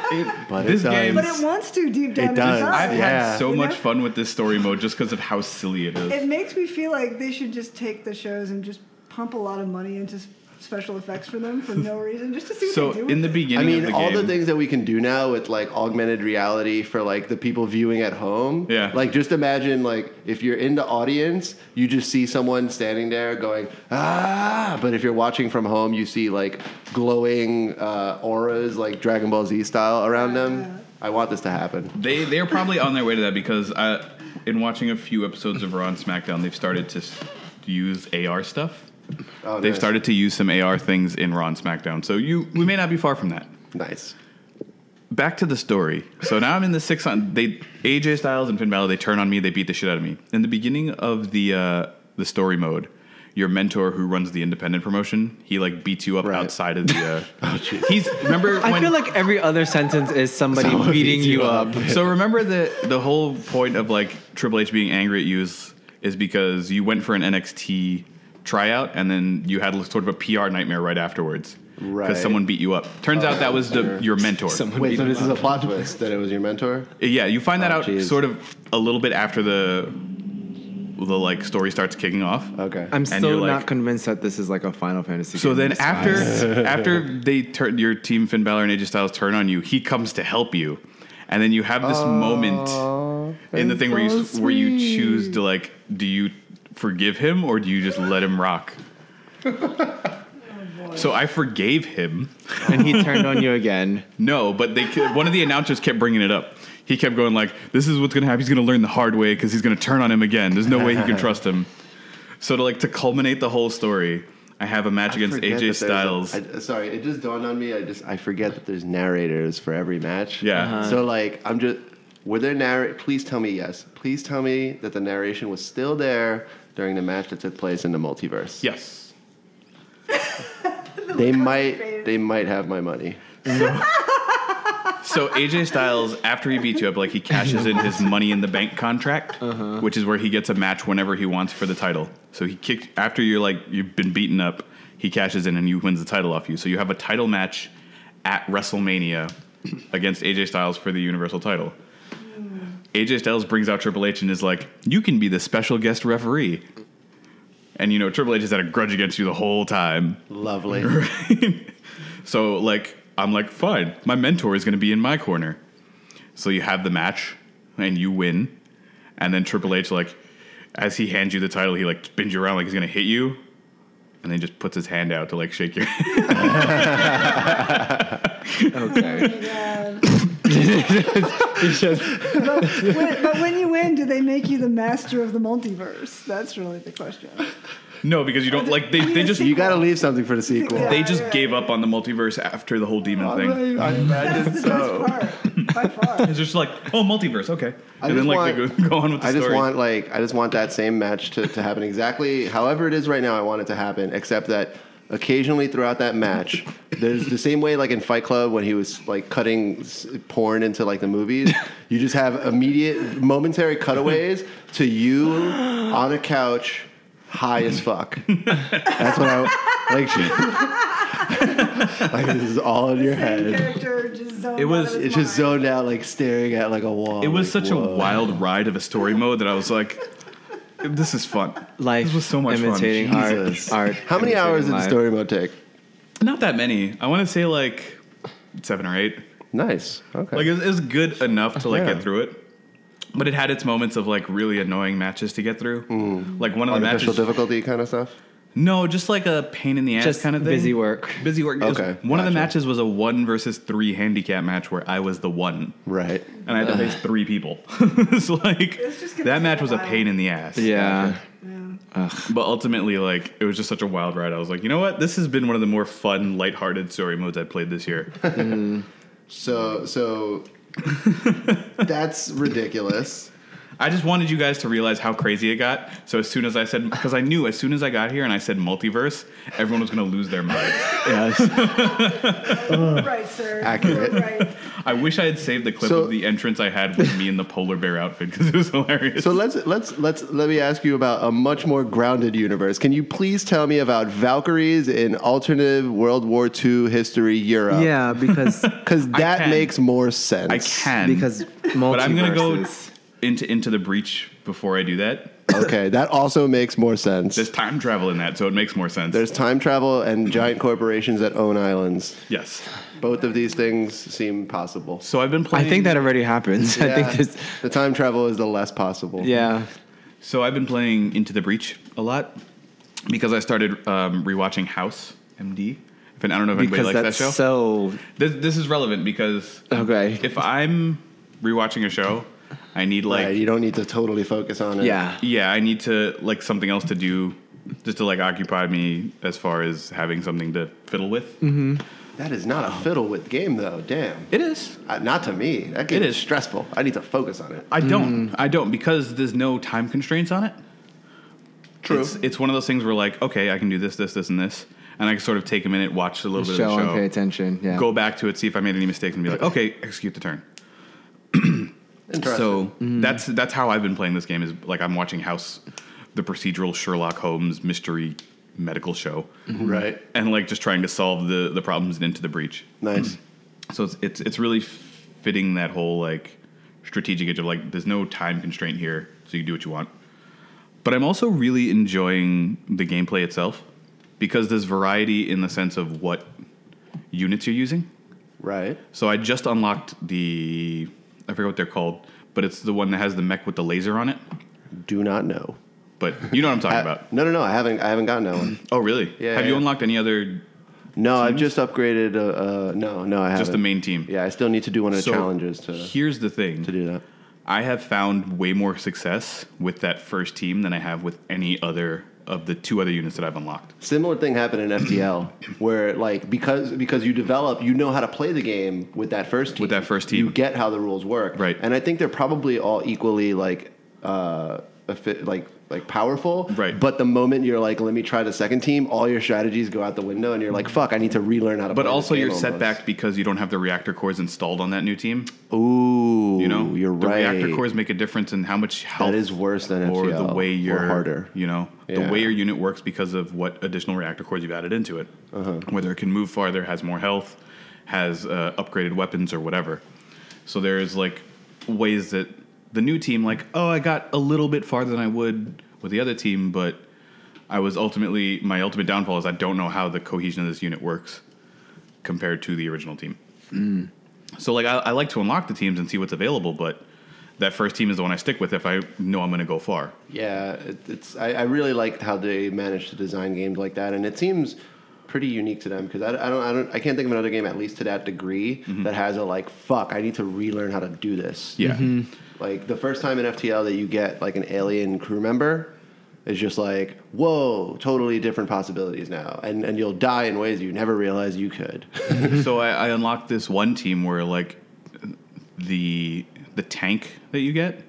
[SPEAKER 2] But
[SPEAKER 1] This
[SPEAKER 2] it does.
[SPEAKER 1] game-
[SPEAKER 4] but it wants to deep down.
[SPEAKER 2] It does.
[SPEAKER 4] inside.
[SPEAKER 1] I've
[SPEAKER 2] Yeah.
[SPEAKER 1] had so
[SPEAKER 4] You
[SPEAKER 1] much
[SPEAKER 4] know?
[SPEAKER 1] fun with this story mode just because of how silly it is.
[SPEAKER 4] It makes me feel like they should just take the shows and just pump a lot of money into s- special effects for them for no reason, just to see what
[SPEAKER 1] So
[SPEAKER 4] they do.
[SPEAKER 1] in the
[SPEAKER 4] with it.
[SPEAKER 1] beginning,
[SPEAKER 2] I mean,
[SPEAKER 1] of the
[SPEAKER 2] all the
[SPEAKER 1] game-
[SPEAKER 2] things that we can do now with like augmented reality for like the people viewing at home.
[SPEAKER 1] Yeah.
[SPEAKER 2] Like, just imagine like if you're in the audience, you just see someone standing there going ah. But if you're watching from home, you see like glowing uh, auras, like Dragon Ball Z style, around them. I want this to happen.
[SPEAKER 1] They they're probably on their way to that because I, in watching a few episodes of Raw and SmackDown, they've started to s- use AR stuff.
[SPEAKER 2] Oh,
[SPEAKER 1] They've
[SPEAKER 2] nice.
[SPEAKER 1] started to use some AR things in Raw and SmackDown. So you we may not be far from that.
[SPEAKER 2] Nice.
[SPEAKER 1] Back to the story. So now I'm in the six on they AJ Styles and Finn Balor. They turn on me. They beat the shit out of me. In the beginning of the uh, the story mode, your mentor who runs the independent promotion, he like beats you up
[SPEAKER 2] Right. Oh,
[SPEAKER 1] outside of the. Uh, he's remember
[SPEAKER 3] I
[SPEAKER 1] when
[SPEAKER 3] feel like every other sentence is somebody beating you up.
[SPEAKER 1] so remember the the whole point of like Triple H being angry at you is is because you went for an NXT tryout and then you had sort of a PR nightmare right afterwards
[SPEAKER 2] Right. Oh,
[SPEAKER 1] because someone beat you up. Turns out that was the your mentor.
[SPEAKER 3] Someone
[SPEAKER 2] Wait,
[SPEAKER 3] beat
[SPEAKER 2] so
[SPEAKER 3] him
[SPEAKER 2] this
[SPEAKER 3] up.
[SPEAKER 2] is a plot twist that it was your mentor.
[SPEAKER 1] Yeah, you find that
[SPEAKER 2] Oh,
[SPEAKER 1] out
[SPEAKER 2] geez.
[SPEAKER 1] sort of a little bit after the the like story starts kicking off.
[SPEAKER 2] Okay.
[SPEAKER 3] I'm
[SPEAKER 1] and
[SPEAKER 3] still
[SPEAKER 1] you're like-
[SPEAKER 3] not convinced that this is like a Final Fantasy.
[SPEAKER 1] So
[SPEAKER 3] game
[SPEAKER 1] then
[SPEAKER 3] in disguise.
[SPEAKER 1] after after they turn your team Finn Balor and AJ Styles turn on you, he comes to help you. And then you have this moment in the thing where you
[SPEAKER 3] that's so
[SPEAKER 1] where you choose to like do you forgive him or do you just let him rock? so I forgave him.
[SPEAKER 3] and he turned on you again.
[SPEAKER 1] No, but they ke- one of the announcers kept bringing it up. He kept going like, "This is what's going to happen. He's going to learn the hard way because he's going to turn on him again. There's no way he can trust him." So to like to culminate the whole story, I have a match against
[SPEAKER 2] forget that
[SPEAKER 1] AJ
[SPEAKER 2] there's a-
[SPEAKER 1] Styles.
[SPEAKER 2] I- sorry, it just dawned on me. I just I forget that there's narrators for every match.
[SPEAKER 1] Yeah. Uh-huh.
[SPEAKER 2] So like I'm just were there narr? Please tell me yes. Please tell me that the narration was still there during the match that took place in the multiverse.
[SPEAKER 1] yes.
[SPEAKER 2] They might they might have my money.
[SPEAKER 1] So AJ Styles, after he beats you up, like he cashes in his Money in the Bank contract, which is where he gets a match whenever he wants for the title. So he kicks after you're like you've been beaten up, he cashes in and he wins the title off you. So you have a title match at WrestleMania against AJ Styles for the Universal title. AJ Styles brings out Triple H and is like, "You can be the special guest referee." And you know Triple H has had a grudge against you the whole time.
[SPEAKER 2] Lovely.
[SPEAKER 1] So like I'm like, fine, my mentor is gonna be in my corner. So you have the match and you win. And then Triple H like as he hands you the title, he like spins you around like he's gonna hit you. And then just puts his hand out to like shake your
[SPEAKER 3] Okay.
[SPEAKER 4] When- but when you win, do they make you the master of the multiverse? That's really the question.
[SPEAKER 1] No, because you don't like they, they just
[SPEAKER 2] you got to leave something for the sequel.
[SPEAKER 4] Yeah.
[SPEAKER 1] they just gave up on the multiverse after the whole demon thing.
[SPEAKER 2] I, I imagine
[SPEAKER 4] That's the
[SPEAKER 2] so.
[SPEAKER 4] best part, by far.
[SPEAKER 1] It's just like, oh multiverse, okay.
[SPEAKER 2] I
[SPEAKER 1] and
[SPEAKER 2] just
[SPEAKER 1] then like they go, go on with the
[SPEAKER 2] I just
[SPEAKER 1] story.
[SPEAKER 2] want like I just want that same match to, to happen exactly however it is right now. I want it to happen, except that occasionally throughout that match, there's the same way like in Fight Club when he was like cutting s- porn into like the movies. You just have immediate, momentary cutaways to you on a couch, high as fuck. That's what I like. like this is all in your
[SPEAKER 4] Same
[SPEAKER 2] head.
[SPEAKER 4] character just zoned
[SPEAKER 1] It was-
[SPEAKER 4] out of his
[SPEAKER 2] It's just
[SPEAKER 4] mind.
[SPEAKER 2] zoned out, like staring at like a wall.
[SPEAKER 1] it was
[SPEAKER 2] like,
[SPEAKER 1] such
[SPEAKER 2] whoa.
[SPEAKER 1] a wild ride of a story mode that I was like, this is fun.
[SPEAKER 3] Life
[SPEAKER 1] This was so much fun.
[SPEAKER 3] imitating
[SPEAKER 2] Jesus.
[SPEAKER 3] art. Art.
[SPEAKER 2] How many hours did
[SPEAKER 3] imitating
[SPEAKER 2] the
[SPEAKER 3] life.
[SPEAKER 2] story mode take?
[SPEAKER 1] Not that many. I want to say like seven or eight.
[SPEAKER 2] Nice. Okay.
[SPEAKER 1] Like it was, it was good enough to like
[SPEAKER 2] Yeah.
[SPEAKER 1] get through it, but it had its moments of like really annoying matches to get through. Like one of the
[SPEAKER 2] Mm. artificial
[SPEAKER 1] matches.
[SPEAKER 2] difficulty kind of stuff.
[SPEAKER 1] no, just like a pain in the ass
[SPEAKER 3] Just
[SPEAKER 1] kind of thing.
[SPEAKER 3] busy work.
[SPEAKER 1] Busy work. It was-
[SPEAKER 2] Okay,
[SPEAKER 1] One of the
[SPEAKER 2] gotcha.
[SPEAKER 1] matches was a one versus three handicap match where I was the one
[SPEAKER 2] Right.
[SPEAKER 1] and I had to face three people. it's like
[SPEAKER 4] It's just gonna
[SPEAKER 1] that
[SPEAKER 4] take
[SPEAKER 1] match
[SPEAKER 4] a
[SPEAKER 1] was a
[SPEAKER 4] while.
[SPEAKER 1] pain in the ass.
[SPEAKER 3] Yeah.
[SPEAKER 1] But ultimately, like it was just such a wild ride. I was like, you know what? This has been one of the more fun, lighthearted story modes I played this year.
[SPEAKER 2] So so that's ridiculous.
[SPEAKER 1] I just wanted you guys to realize how crazy it got. So as soon as I said, because I knew as soon as I got here and I said multiverse, everyone was going to lose their mind.
[SPEAKER 4] Right, sir.
[SPEAKER 2] Accurate.
[SPEAKER 4] You're Right.
[SPEAKER 1] I wish I had saved the clip
[SPEAKER 2] So-
[SPEAKER 1] of the entrance I had with me in the polar bear outfit because it was hilarious.
[SPEAKER 2] So let's let's let's let me ask you about a much more grounded universe. Can you please tell me about Valkyries in alternative World War II history Europe?
[SPEAKER 3] Yeah, because
[SPEAKER 2] Because that
[SPEAKER 1] can.
[SPEAKER 2] makes more sense.
[SPEAKER 1] I can
[SPEAKER 3] because multiverses.
[SPEAKER 1] but I'm going to go into into the breach before I do that.
[SPEAKER 2] Oh, okay. That also makes more sense.
[SPEAKER 1] There's time travel in that, so it makes more sense.
[SPEAKER 2] There's time travel and giant corporations that own islands.
[SPEAKER 1] yes.
[SPEAKER 2] Both of these things seem possible.
[SPEAKER 1] So I've been playing.
[SPEAKER 3] I think that already happens. I think
[SPEAKER 2] Yeah.
[SPEAKER 3] this.
[SPEAKER 2] the time travel is the less possible.
[SPEAKER 3] Yeah.
[SPEAKER 1] So I've been playing Into the Breach a lot because I started um, rewatching House MD. If- and I don't know if anybody likes
[SPEAKER 3] Because
[SPEAKER 1] that
[SPEAKER 3] that's
[SPEAKER 1] show.
[SPEAKER 3] so.
[SPEAKER 1] this, this is relevant because
[SPEAKER 3] Okay.
[SPEAKER 1] if I'm rewatching a show, I need like
[SPEAKER 2] Right, you don't need to totally focus on it.
[SPEAKER 3] Yeah.
[SPEAKER 1] yeah, I need to like something else to do just to like occupy me as far as having something to fiddle with.
[SPEAKER 3] Mm-hmm.
[SPEAKER 2] That is not a fiddle with game, though. Damn.
[SPEAKER 1] It is.
[SPEAKER 2] Uh, not to me. That game
[SPEAKER 1] It
[SPEAKER 2] is
[SPEAKER 1] is.
[SPEAKER 2] stressful. I need to focus on it.
[SPEAKER 1] I
[SPEAKER 3] Mm.
[SPEAKER 1] don't. I don't because there's no time constraints on it.
[SPEAKER 2] True.
[SPEAKER 1] It's, it's one of those things where like, okay, I can do this, this, this, and this, and I can sort of take a minute, watch a little bit
[SPEAKER 3] Show
[SPEAKER 1] of the
[SPEAKER 3] and
[SPEAKER 1] show,
[SPEAKER 3] pay attention. Yeah.
[SPEAKER 1] go back to it, see if I made any mistakes, and be like, okay, execute the turn.
[SPEAKER 2] Interesting.
[SPEAKER 1] So
[SPEAKER 3] Mm-hmm.
[SPEAKER 1] that's that's how I've been playing this game. Is like I'm watching House, the procedural Sherlock Holmes mystery medical show,
[SPEAKER 3] Mm-hmm.
[SPEAKER 2] right.
[SPEAKER 1] and like just trying to solve the the problems in into the breach.
[SPEAKER 2] Nice.
[SPEAKER 1] So it's it's it's really fitting that whole like strategic edge of like there's no time constraint here, so you do what you want. But I'm also really enjoying the gameplay itself because there's variety in the sense of what units you're using.
[SPEAKER 2] Right.
[SPEAKER 1] So I just unlocked the I forget what they're called, but it's the one that has the mech with the laser on it.
[SPEAKER 2] Do not know.
[SPEAKER 1] But you know what I'm talking
[SPEAKER 2] I-
[SPEAKER 1] about.
[SPEAKER 2] no, no, no. I haven't. I haven't gotten that one.
[SPEAKER 1] Oh really?
[SPEAKER 2] Yeah,
[SPEAKER 1] Have you
[SPEAKER 2] yeah.
[SPEAKER 1] unlocked any other
[SPEAKER 2] No, I've just upgraded. Uh, uh, no, no, I haven't.
[SPEAKER 1] just the main team?
[SPEAKER 2] Yeah, I still need to do one of the
[SPEAKER 1] So
[SPEAKER 2] challenges to
[SPEAKER 1] here's the thing.
[SPEAKER 2] to do that.
[SPEAKER 1] I have found way more success with that first team than I have with any other of the two other units that I've unlocked.
[SPEAKER 2] Similar thing happened in FTL, where like because because you develop, you know how to play the game with that first team.
[SPEAKER 1] With that first
[SPEAKER 2] you
[SPEAKER 1] team.
[SPEAKER 2] get how the rules work.
[SPEAKER 1] Right.
[SPEAKER 2] And I think they're probably all equally like uh, affi- like like powerful.
[SPEAKER 1] Right.
[SPEAKER 2] But the moment you're like, let me try the second team, all your strategies go out the window, and you're like, fuck, I need to relearn how to.
[SPEAKER 1] But
[SPEAKER 2] play
[SPEAKER 1] also,
[SPEAKER 2] this game
[SPEAKER 1] you're
[SPEAKER 2] almost.
[SPEAKER 1] set back because you don't have the reactor cores installed on that new team.
[SPEAKER 2] Ooh,
[SPEAKER 1] You know,
[SPEAKER 2] you're
[SPEAKER 1] the
[SPEAKER 2] right.
[SPEAKER 1] reactor cores make a difference in how much health
[SPEAKER 2] is worse than
[SPEAKER 1] or
[SPEAKER 2] FTL,
[SPEAKER 1] the way
[SPEAKER 2] or
[SPEAKER 1] your
[SPEAKER 2] harder.
[SPEAKER 1] You know,
[SPEAKER 2] Yeah.
[SPEAKER 1] the way your unit works because of what additional reactor cores you've added into it. Whether it can move farther, has more health, has uh, upgraded weapons or whatever. So there's like ways that the new team, like, oh, I got a little bit farther than I would with the other team, but I was ultimately my ultimate downfall is I don't know how the cohesion of this unit works compared to the original team. So like I, I like to unlock the teams and see what's available, but that first team is the one I stick with if I know I'm going to go far.
[SPEAKER 2] Yeah, it, it's. I, I really liked how they managed to design games like that, and it seems pretty unique to them because I, I don't, I don't, I can't think of another game at least to that degree that has a like, fuck, I need to relearn how to do this.
[SPEAKER 1] Yeah.
[SPEAKER 2] Like the first time in FTL that you get like an alien crew member is just like, whoa, totally different possibilities now, and and you'll die in ways you never realized you could.
[SPEAKER 1] so I, I unlocked this one team where like the the tank that you get,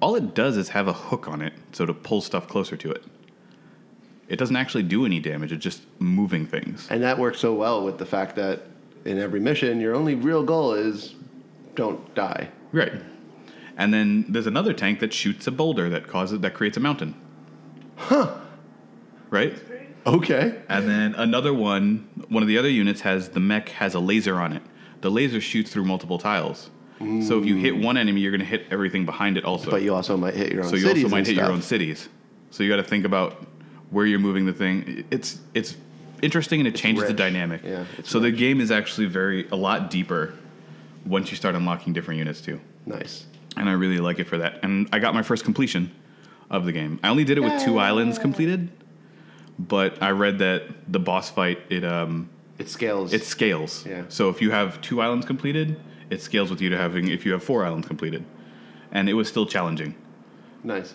[SPEAKER 1] all it does is have a hook on it, so to pull stuff closer to it. It doesn't actually do any damage; it's just moving things.
[SPEAKER 2] And that works so well with the fact that in every mission, your only real goal is don't die.
[SPEAKER 1] Right. And then there's another tank that shoots a boulder that causes that creates a mountain. Huh. Right?
[SPEAKER 2] Okay.
[SPEAKER 1] And then another one, one of the other units has the mech has a laser on it. The laser shoots through multiple tiles. So if you hit one enemy, you're going to hit everything behind it also.
[SPEAKER 2] Mm. But you also might hit your own.
[SPEAKER 1] so you
[SPEAKER 2] cities
[SPEAKER 1] also might
[SPEAKER 2] and
[SPEAKER 1] hit your
[SPEAKER 2] stuff.
[SPEAKER 1] own cities. So you got to think about where you're moving the thing. It's it's interesting and it changes the
[SPEAKER 2] rich.
[SPEAKER 1] dynamic.
[SPEAKER 2] Yeah, it's
[SPEAKER 1] so the game is actually very a lot deeper once you start unlocking different units too.
[SPEAKER 2] Nice.
[SPEAKER 1] and I really like it for that. And I got my first completion of the game. I only did it with two islands completed, but I read that the boss fight it um
[SPEAKER 2] It scales.
[SPEAKER 1] it scales.
[SPEAKER 2] Yeah.
[SPEAKER 1] So if you have two islands completed, it scales with you to having if you have four islands completed, and it was still challenging.
[SPEAKER 2] nice.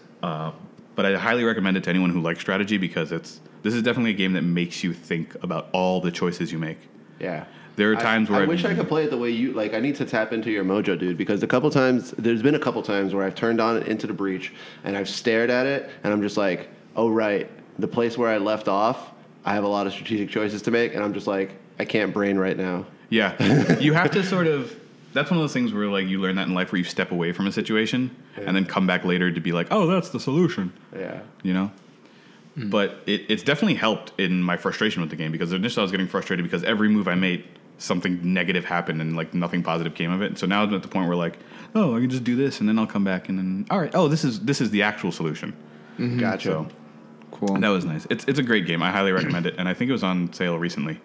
[SPEAKER 1] But I highly recommend it to anyone who likes strategy because it's this is definitely a game that makes you think about all the choices you make.
[SPEAKER 2] Yeah.
[SPEAKER 1] There are times
[SPEAKER 2] I,
[SPEAKER 1] where
[SPEAKER 2] I
[SPEAKER 1] I've-
[SPEAKER 2] wish I could play it the way you like. I need to tap into your mojo, dude, because a couple times there's been a couple times where I've turned on it into the breach and I've stared at it and I'm just like, oh right, the place where I left off, I have a lot of strategic choices to make, and I'm just like, I can't brain right now.
[SPEAKER 1] Yeah. you have to sort of that's one of those things where like you learn that in life where you step away from a situation and then come back later to be like, "Oh, that's the solution."
[SPEAKER 2] Yeah.
[SPEAKER 1] you know.
[SPEAKER 2] Hmm.
[SPEAKER 1] But it, it's definitely helped in my frustration with the game because initially I was getting frustrated because every move I made, something negative happened and like nothing positive came of it. So now I'm at the point where like, oh, I can just do this and then I'll come back and then all right, oh, this is this is the actual solution.
[SPEAKER 3] Mm-hmm.
[SPEAKER 2] Gotcha.
[SPEAKER 1] So
[SPEAKER 3] Cool.
[SPEAKER 1] that was nice. It's it's a great game. I highly recommend it, and I think it was on sale recently.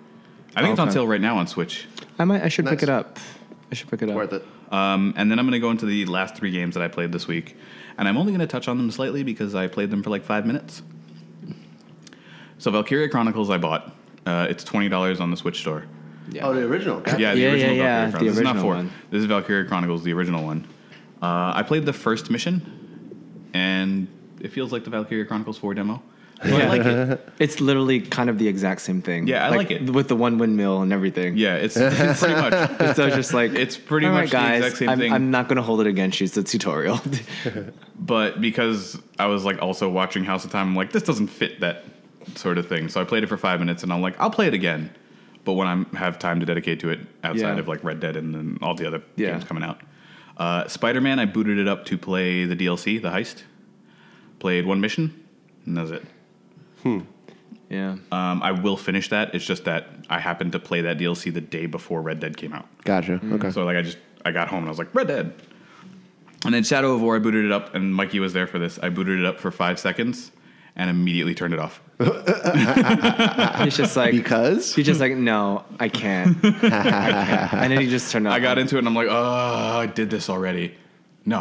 [SPEAKER 1] I think it's on
[SPEAKER 3] Okay.
[SPEAKER 1] sale right now on Switch.
[SPEAKER 3] I might. I should pick
[SPEAKER 2] Nice.
[SPEAKER 3] it up. I should pick it up.
[SPEAKER 2] Worth it.
[SPEAKER 1] Um, and then I'm going to go into the last three games that I played this week. And I'm only going to touch on them slightly because I played them for like five minutes. So, Valkyria Chronicles, I bought. Uh, it's $20 on the Switch store.
[SPEAKER 3] Yeah.
[SPEAKER 2] Oh, the original. Gotcha.
[SPEAKER 1] Yeah, the
[SPEAKER 3] Yeah, yeah,
[SPEAKER 1] original Valkyria
[SPEAKER 3] yeah, the
[SPEAKER 1] Chronicles. this is not
[SPEAKER 3] original
[SPEAKER 1] four.
[SPEAKER 3] one.
[SPEAKER 1] This is Valkyria Chronicles, the original one. Uh, I played the first mission, and it feels like the Valkyria Chronicles 4 demo. But I
[SPEAKER 3] Yeah.
[SPEAKER 1] like it.
[SPEAKER 3] It's literally kind of the exact same thing.
[SPEAKER 1] Yeah, I like it.
[SPEAKER 3] with the one windmill and everything.
[SPEAKER 1] Yeah, it's, it's pretty much.
[SPEAKER 3] So it's just like
[SPEAKER 1] It's pretty
[SPEAKER 3] "All right,
[SPEAKER 1] much the
[SPEAKER 3] guys,
[SPEAKER 1] exact same
[SPEAKER 3] I'm,
[SPEAKER 1] thing."
[SPEAKER 3] I'm not gonna hold it against you. It's a tutorial.
[SPEAKER 1] but because I was like also watching House of Time, I'm like, this doesn't fit that sort of thing. So I played it for five minutes, and I'm like, I'll play it again, but when I have time to dedicate to it outside
[SPEAKER 3] Yeah.
[SPEAKER 1] of like Red Dead and then all the other
[SPEAKER 3] Yeah.
[SPEAKER 1] games coming out. Uh, Spider Man, I booted it up to play the DLC, the heist. Played one mission, and that's it.
[SPEAKER 3] yeah.
[SPEAKER 1] Um, I will finish that. It's just that I happened to play that DLC the day before Red Dead came out.
[SPEAKER 2] Gotcha.
[SPEAKER 3] Mm-hmm.
[SPEAKER 2] Okay.
[SPEAKER 1] So like I just I got home and I was like Red Dead, and then Shadow of War I booted it up and Mikey was there for this. I booted it up for five seconds and immediately turned it off.
[SPEAKER 3] He's just like
[SPEAKER 2] because
[SPEAKER 3] he's just like no, I can't. I can't. And then he just turned. Off.
[SPEAKER 1] I got into it and I'm like, oh, I did this already. No,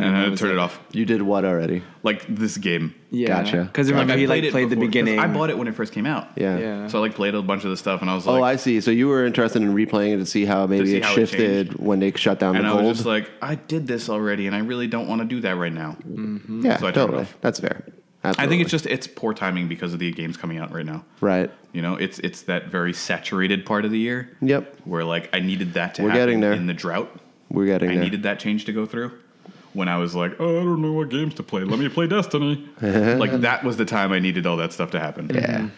[SPEAKER 1] and,
[SPEAKER 3] then that
[SPEAKER 1] I
[SPEAKER 3] was
[SPEAKER 1] turned
[SPEAKER 3] it.
[SPEAKER 1] it off.
[SPEAKER 2] you did what already?
[SPEAKER 1] Like this game.
[SPEAKER 3] Yeah.
[SPEAKER 2] Gotcha.
[SPEAKER 3] Because remember
[SPEAKER 1] I
[SPEAKER 3] he like
[SPEAKER 1] it
[SPEAKER 3] played the
[SPEAKER 1] before- 'cause
[SPEAKER 3] beginning.
[SPEAKER 1] I bought it when it first came out.
[SPEAKER 2] Yeah.
[SPEAKER 3] Yeah.
[SPEAKER 1] So I like played a bunch of the stuff and I was
[SPEAKER 2] Oh,
[SPEAKER 1] like,
[SPEAKER 2] I see. So you were interested in replaying it to see how maybe
[SPEAKER 1] see
[SPEAKER 2] it
[SPEAKER 1] how it
[SPEAKER 2] shifted when they shut down
[SPEAKER 1] and
[SPEAKER 2] the
[SPEAKER 1] I
[SPEAKER 2] gold.
[SPEAKER 1] was just like, I did this already and I really don't want to do that right now.
[SPEAKER 3] Mm-hmm.
[SPEAKER 2] yeah,
[SPEAKER 1] so I turned it
[SPEAKER 2] totally.
[SPEAKER 1] off.
[SPEAKER 2] That's fair.
[SPEAKER 1] I
[SPEAKER 2] Absolutely.
[SPEAKER 1] think it's just it's poor timing because of the games coming out right now.
[SPEAKER 2] right.
[SPEAKER 1] You know, it's it's that very saturated part of the year.
[SPEAKER 2] Yep.
[SPEAKER 1] Where like I needed that to
[SPEAKER 2] We're
[SPEAKER 1] happen
[SPEAKER 2] getting there.
[SPEAKER 1] in the drought.
[SPEAKER 2] We're getting
[SPEAKER 1] I
[SPEAKER 2] there.
[SPEAKER 1] needed that change to go through. When I was like, oh, I don't know what games to play. Let me play Destiny. like that was the time I needed all that stuff to happen.
[SPEAKER 2] yeah.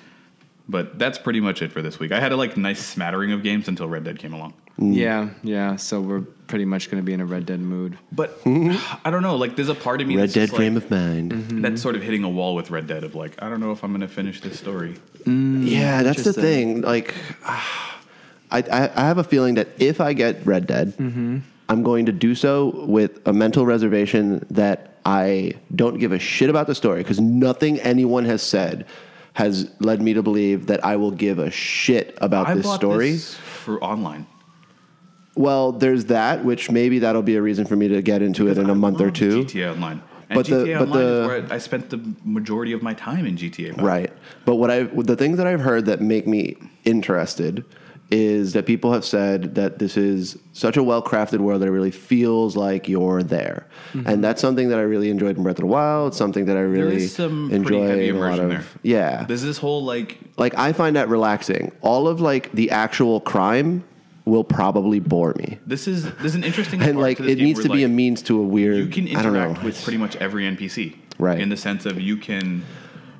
[SPEAKER 1] But that's pretty much it for this week. I had a like nice smattering of games until Red Dead came along.
[SPEAKER 3] Yeah, yeah. So we're pretty much gonna be in a Red Dead mood.
[SPEAKER 1] But I don't know. Like there's a part of me
[SPEAKER 2] Red
[SPEAKER 1] that's
[SPEAKER 2] Dead
[SPEAKER 1] just, like,
[SPEAKER 2] frame of mind.
[SPEAKER 1] that's sort of hitting a wall with Red Dead of like I don't know if I'm gonna finish this story.
[SPEAKER 2] Yeah, that's the
[SPEAKER 3] Interesting.
[SPEAKER 2] thing. Like, I, I, I have a feeling that if I get Red Dead, I'm going to do so with a mental reservation that I don't give a shit about the story because nothing anyone has said has led me to believe that I will give a shit about
[SPEAKER 1] I
[SPEAKER 2] this
[SPEAKER 1] bought
[SPEAKER 2] story.
[SPEAKER 1] this for online.
[SPEAKER 2] Well, there's that, which maybe that'll be a reason for me to get into it in a month or
[SPEAKER 1] loved
[SPEAKER 2] two.
[SPEAKER 1] GTA Online. And
[SPEAKER 2] But the-
[SPEAKER 1] GTA
[SPEAKER 2] but
[SPEAKER 1] Online
[SPEAKER 2] the-
[SPEAKER 1] is where I spent the majority of my time in GTA.
[SPEAKER 2] Right. But what I the things that I've heard that make me interested is that people have said that this is such a well-crafted world that it really feels like you're there. And that's something that I really enjoyed in Breath of the Wild, it's something that I
[SPEAKER 1] Mm-hmm. There
[SPEAKER 2] really
[SPEAKER 1] is some
[SPEAKER 2] enjoy
[SPEAKER 1] pretty heavy
[SPEAKER 2] in a lot
[SPEAKER 1] immersion
[SPEAKER 2] of.
[SPEAKER 1] there.
[SPEAKER 2] Yeah.
[SPEAKER 1] There's this whole like
[SPEAKER 2] like I find that relaxing. All of like the actual crime will probably bore me.
[SPEAKER 1] this is this is an interesting
[SPEAKER 2] And
[SPEAKER 1] part
[SPEAKER 2] like
[SPEAKER 1] to this
[SPEAKER 2] it
[SPEAKER 1] game
[SPEAKER 2] needs
[SPEAKER 1] where,
[SPEAKER 2] to be a
[SPEAKER 1] like,
[SPEAKER 2] means to a weird
[SPEAKER 1] you can
[SPEAKER 2] I don't
[SPEAKER 1] interact
[SPEAKER 2] know.
[SPEAKER 1] with pretty much every NPC.
[SPEAKER 2] Right.
[SPEAKER 1] In the sense of you can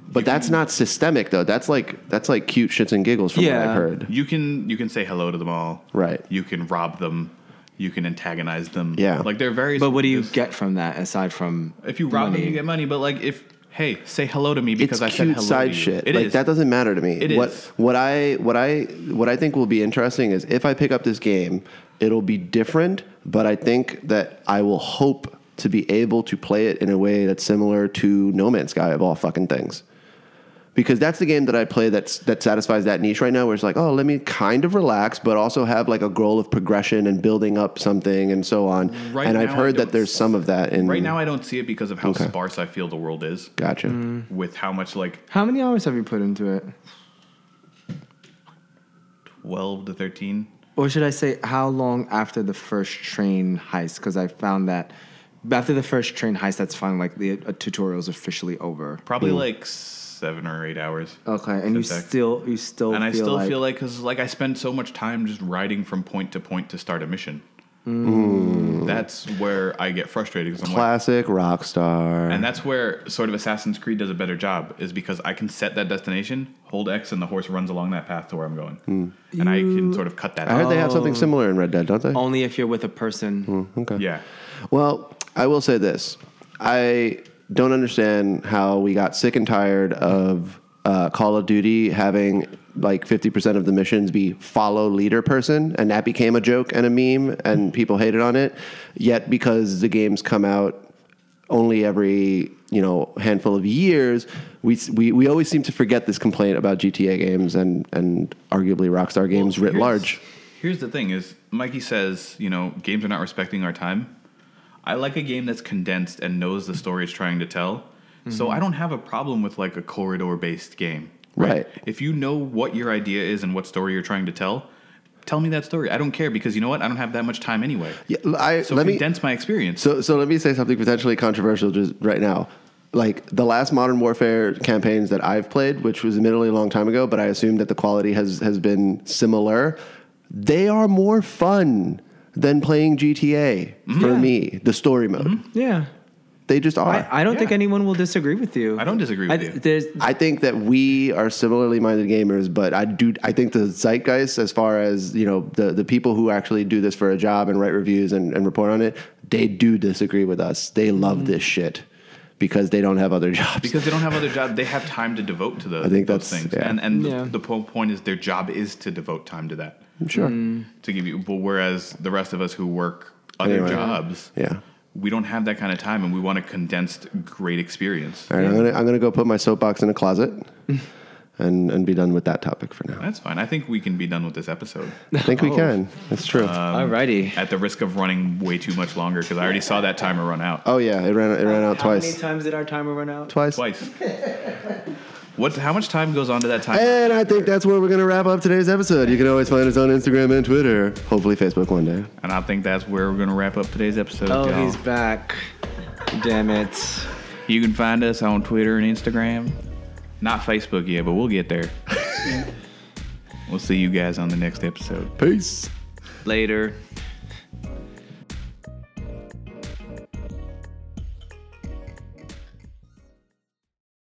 [SPEAKER 2] but that's not systemic though. That's like that's like cute shits and giggles from what
[SPEAKER 3] Yeah.
[SPEAKER 2] I've heard.
[SPEAKER 1] you can you can say hello to them all.
[SPEAKER 2] Right.
[SPEAKER 1] You can rob them. You can antagonize them.
[SPEAKER 2] Yeah.
[SPEAKER 1] Like there are various
[SPEAKER 3] But what do you
[SPEAKER 1] this-
[SPEAKER 3] get from that aside from
[SPEAKER 1] if you rob
[SPEAKER 3] money?
[SPEAKER 1] them you get money, but like if hey, say hello to me because I
[SPEAKER 2] it's
[SPEAKER 1] said
[SPEAKER 2] cute
[SPEAKER 1] hello
[SPEAKER 2] side
[SPEAKER 1] to you.
[SPEAKER 2] shit.
[SPEAKER 1] It
[SPEAKER 2] like
[SPEAKER 1] is.
[SPEAKER 2] that doesn't matter to me.
[SPEAKER 1] It
[SPEAKER 2] what,
[SPEAKER 1] is.
[SPEAKER 2] What I what I what I think will be interesting is if I pick up this game, it'll be different. But I think that I will hope to be able to play it in a way that's similar to No Man's Sky of all fucking things. Because that's the game that I play that's that satisfies that niche right now, where it's like, oh, let me kind of relax, but also have like a goal of progression and building up something and so on.
[SPEAKER 1] Right
[SPEAKER 2] and I've
[SPEAKER 1] now, I
[SPEAKER 2] heard that
[SPEAKER 1] don't
[SPEAKER 2] there's some of that in
[SPEAKER 1] right now I don't see it because of how
[SPEAKER 2] Okay.
[SPEAKER 1] sparse I feel the world is
[SPEAKER 2] Gotcha.
[SPEAKER 3] Mm.
[SPEAKER 1] with how much like
[SPEAKER 3] How many hours have you put into it?
[SPEAKER 1] 12 to 13
[SPEAKER 3] Or should I say, how long after the first train heist? Because I found that after the first train heist, that's fine. Like the uh, tutorial's officially over.
[SPEAKER 1] probably
[SPEAKER 2] Mm.
[SPEAKER 1] like 7 or 8 hours.
[SPEAKER 3] Okay, and you
[SPEAKER 1] Syntax.
[SPEAKER 3] still, you still,
[SPEAKER 1] and
[SPEAKER 3] feel
[SPEAKER 1] I still
[SPEAKER 3] like,
[SPEAKER 1] feel like because like I spend so much time just riding from point to point to start a mission.
[SPEAKER 2] Mm.
[SPEAKER 1] That's where I get frustrated because I'm like,
[SPEAKER 2] Classic rock star.
[SPEAKER 1] and that's where sort of Assassin's Creed does a better job is because I can set that destination, hold X, and the horse runs along that path to where I'm going, and I can sort of cut that.
[SPEAKER 2] Mm. I heard
[SPEAKER 1] out.
[SPEAKER 2] they have something similar in Red Dead, don't they?
[SPEAKER 1] Oh.
[SPEAKER 3] only if you're with a person.
[SPEAKER 2] okay.
[SPEAKER 1] yeah,
[SPEAKER 2] Well, I will say this: I don't understand how we got sick and tired of uh, Call of Duty having like 50% of the missions be follow leader person and that became a joke and a meme and people hated on it yet because the games come out only every you know handful of years, we s- we, we always seem to forget this complaint about GTA games and and arguably Rockstar games
[SPEAKER 1] Well,
[SPEAKER 2] writ
[SPEAKER 1] here's-
[SPEAKER 2] large.
[SPEAKER 1] Here's the thing: is Mikey says, you know, games are not respecting our time. I like a game that's condensed and knows the story it's trying to tell. So
[SPEAKER 2] Mm-hmm.
[SPEAKER 1] I don't have a problem with like a corridor-based game.
[SPEAKER 2] Right.
[SPEAKER 1] If you know what your idea is and what story you're trying to tell, tell me that story. I don't care because you know what? I don't have that much time anyway.
[SPEAKER 2] Yeah, l- I,
[SPEAKER 1] So
[SPEAKER 2] let me
[SPEAKER 1] condense my experience.
[SPEAKER 2] So, so let me say something potentially controversial just right now. Like the last Modern Warfare campaigns that I've played, which was admittedly a long time ago, but I assume that the quality has has been similar. They are more fun than playing GTA for
[SPEAKER 3] Yeah.
[SPEAKER 2] me. The story mode,
[SPEAKER 3] Yeah.
[SPEAKER 2] they just are. I,
[SPEAKER 3] I, I don't think
[SPEAKER 1] Yeah.
[SPEAKER 3] anyone will disagree with you.
[SPEAKER 1] I don't disagree with
[SPEAKER 3] I-
[SPEAKER 1] you.
[SPEAKER 3] There's,
[SPEAKER 2] think that we are similarly minded gamers, but I do. I think the zeitgeist, as far as you know, the the people who actually do this for a job and write reviews and, and report on it, they do disagree with us. They love this shit because they don't have other jobs.
[SPEAKER 1] because they don't have other jobs, they have time to devote to those,
[SPEAKER 2] I think
[SPEAKER 1] those
[SPEAKER 2] that's-
[SPEAKER 1] things.
[SPEAKER 2] yeah.
[SPEAKER 1] And and
[SPEAKER 3] Yeah.
[SPEAKER 1] the, the po- point is, their job is to devote time to that.
[SPEAKER 2] Sure.
[SPEAKER 1] To give you, but whereas the rest of us who work other
[SPEAKER 2] Anyway.
[SPEAKER 1] jobs,
[SPEAKER 2] Yeah.
[SPEAKER 1] we don't have that kind of time, and we want a condensed, great experience.
[SPEAKER 2] All right. I'm gonna I'm gonna go put my soapbox in a closet, and and be done with that topic for now.
[SPEAKER 1] That's fine. I think we can be done with this episode.
[SPEAKER 2] I think we can. That's true.
[SPEAKER 1] Um,
[SPEAKER 3] alrighty.
[SPEAKER 1] At the risk of running way too much longer, because I already saw that timer run out
[SPEAKER 2] oh yeah, it ran it ran out
[SPEAKER 3] How many
[SPEAKER 2] twice.
[SPEAKER 3] times did our timer run out?
[SPEAKER 2] Twice.
[SPEAKER 1] twice. what? How much time goes on to that timer?
[SPEAKER 2] And I think that's where we're gonna wrap up today's episode. You can always find us on Instagram and Twitter. Hopefully Facebook one day.
[SPEAKER 1] And I think that's where we're going to wrap up today's episode.
[SPEAKER 3] Oh,
[SPEAKER 1] y'all.
[SPEAKER 3] he's back. Damn it.
[SPEAKER 1] You can find us on Twitter and Instagram. Not Facebook yet, but we'll get there. we'll see you guys on the next episode.
[SPEAKER 2] Peace.
[SPEAKER 1] Later.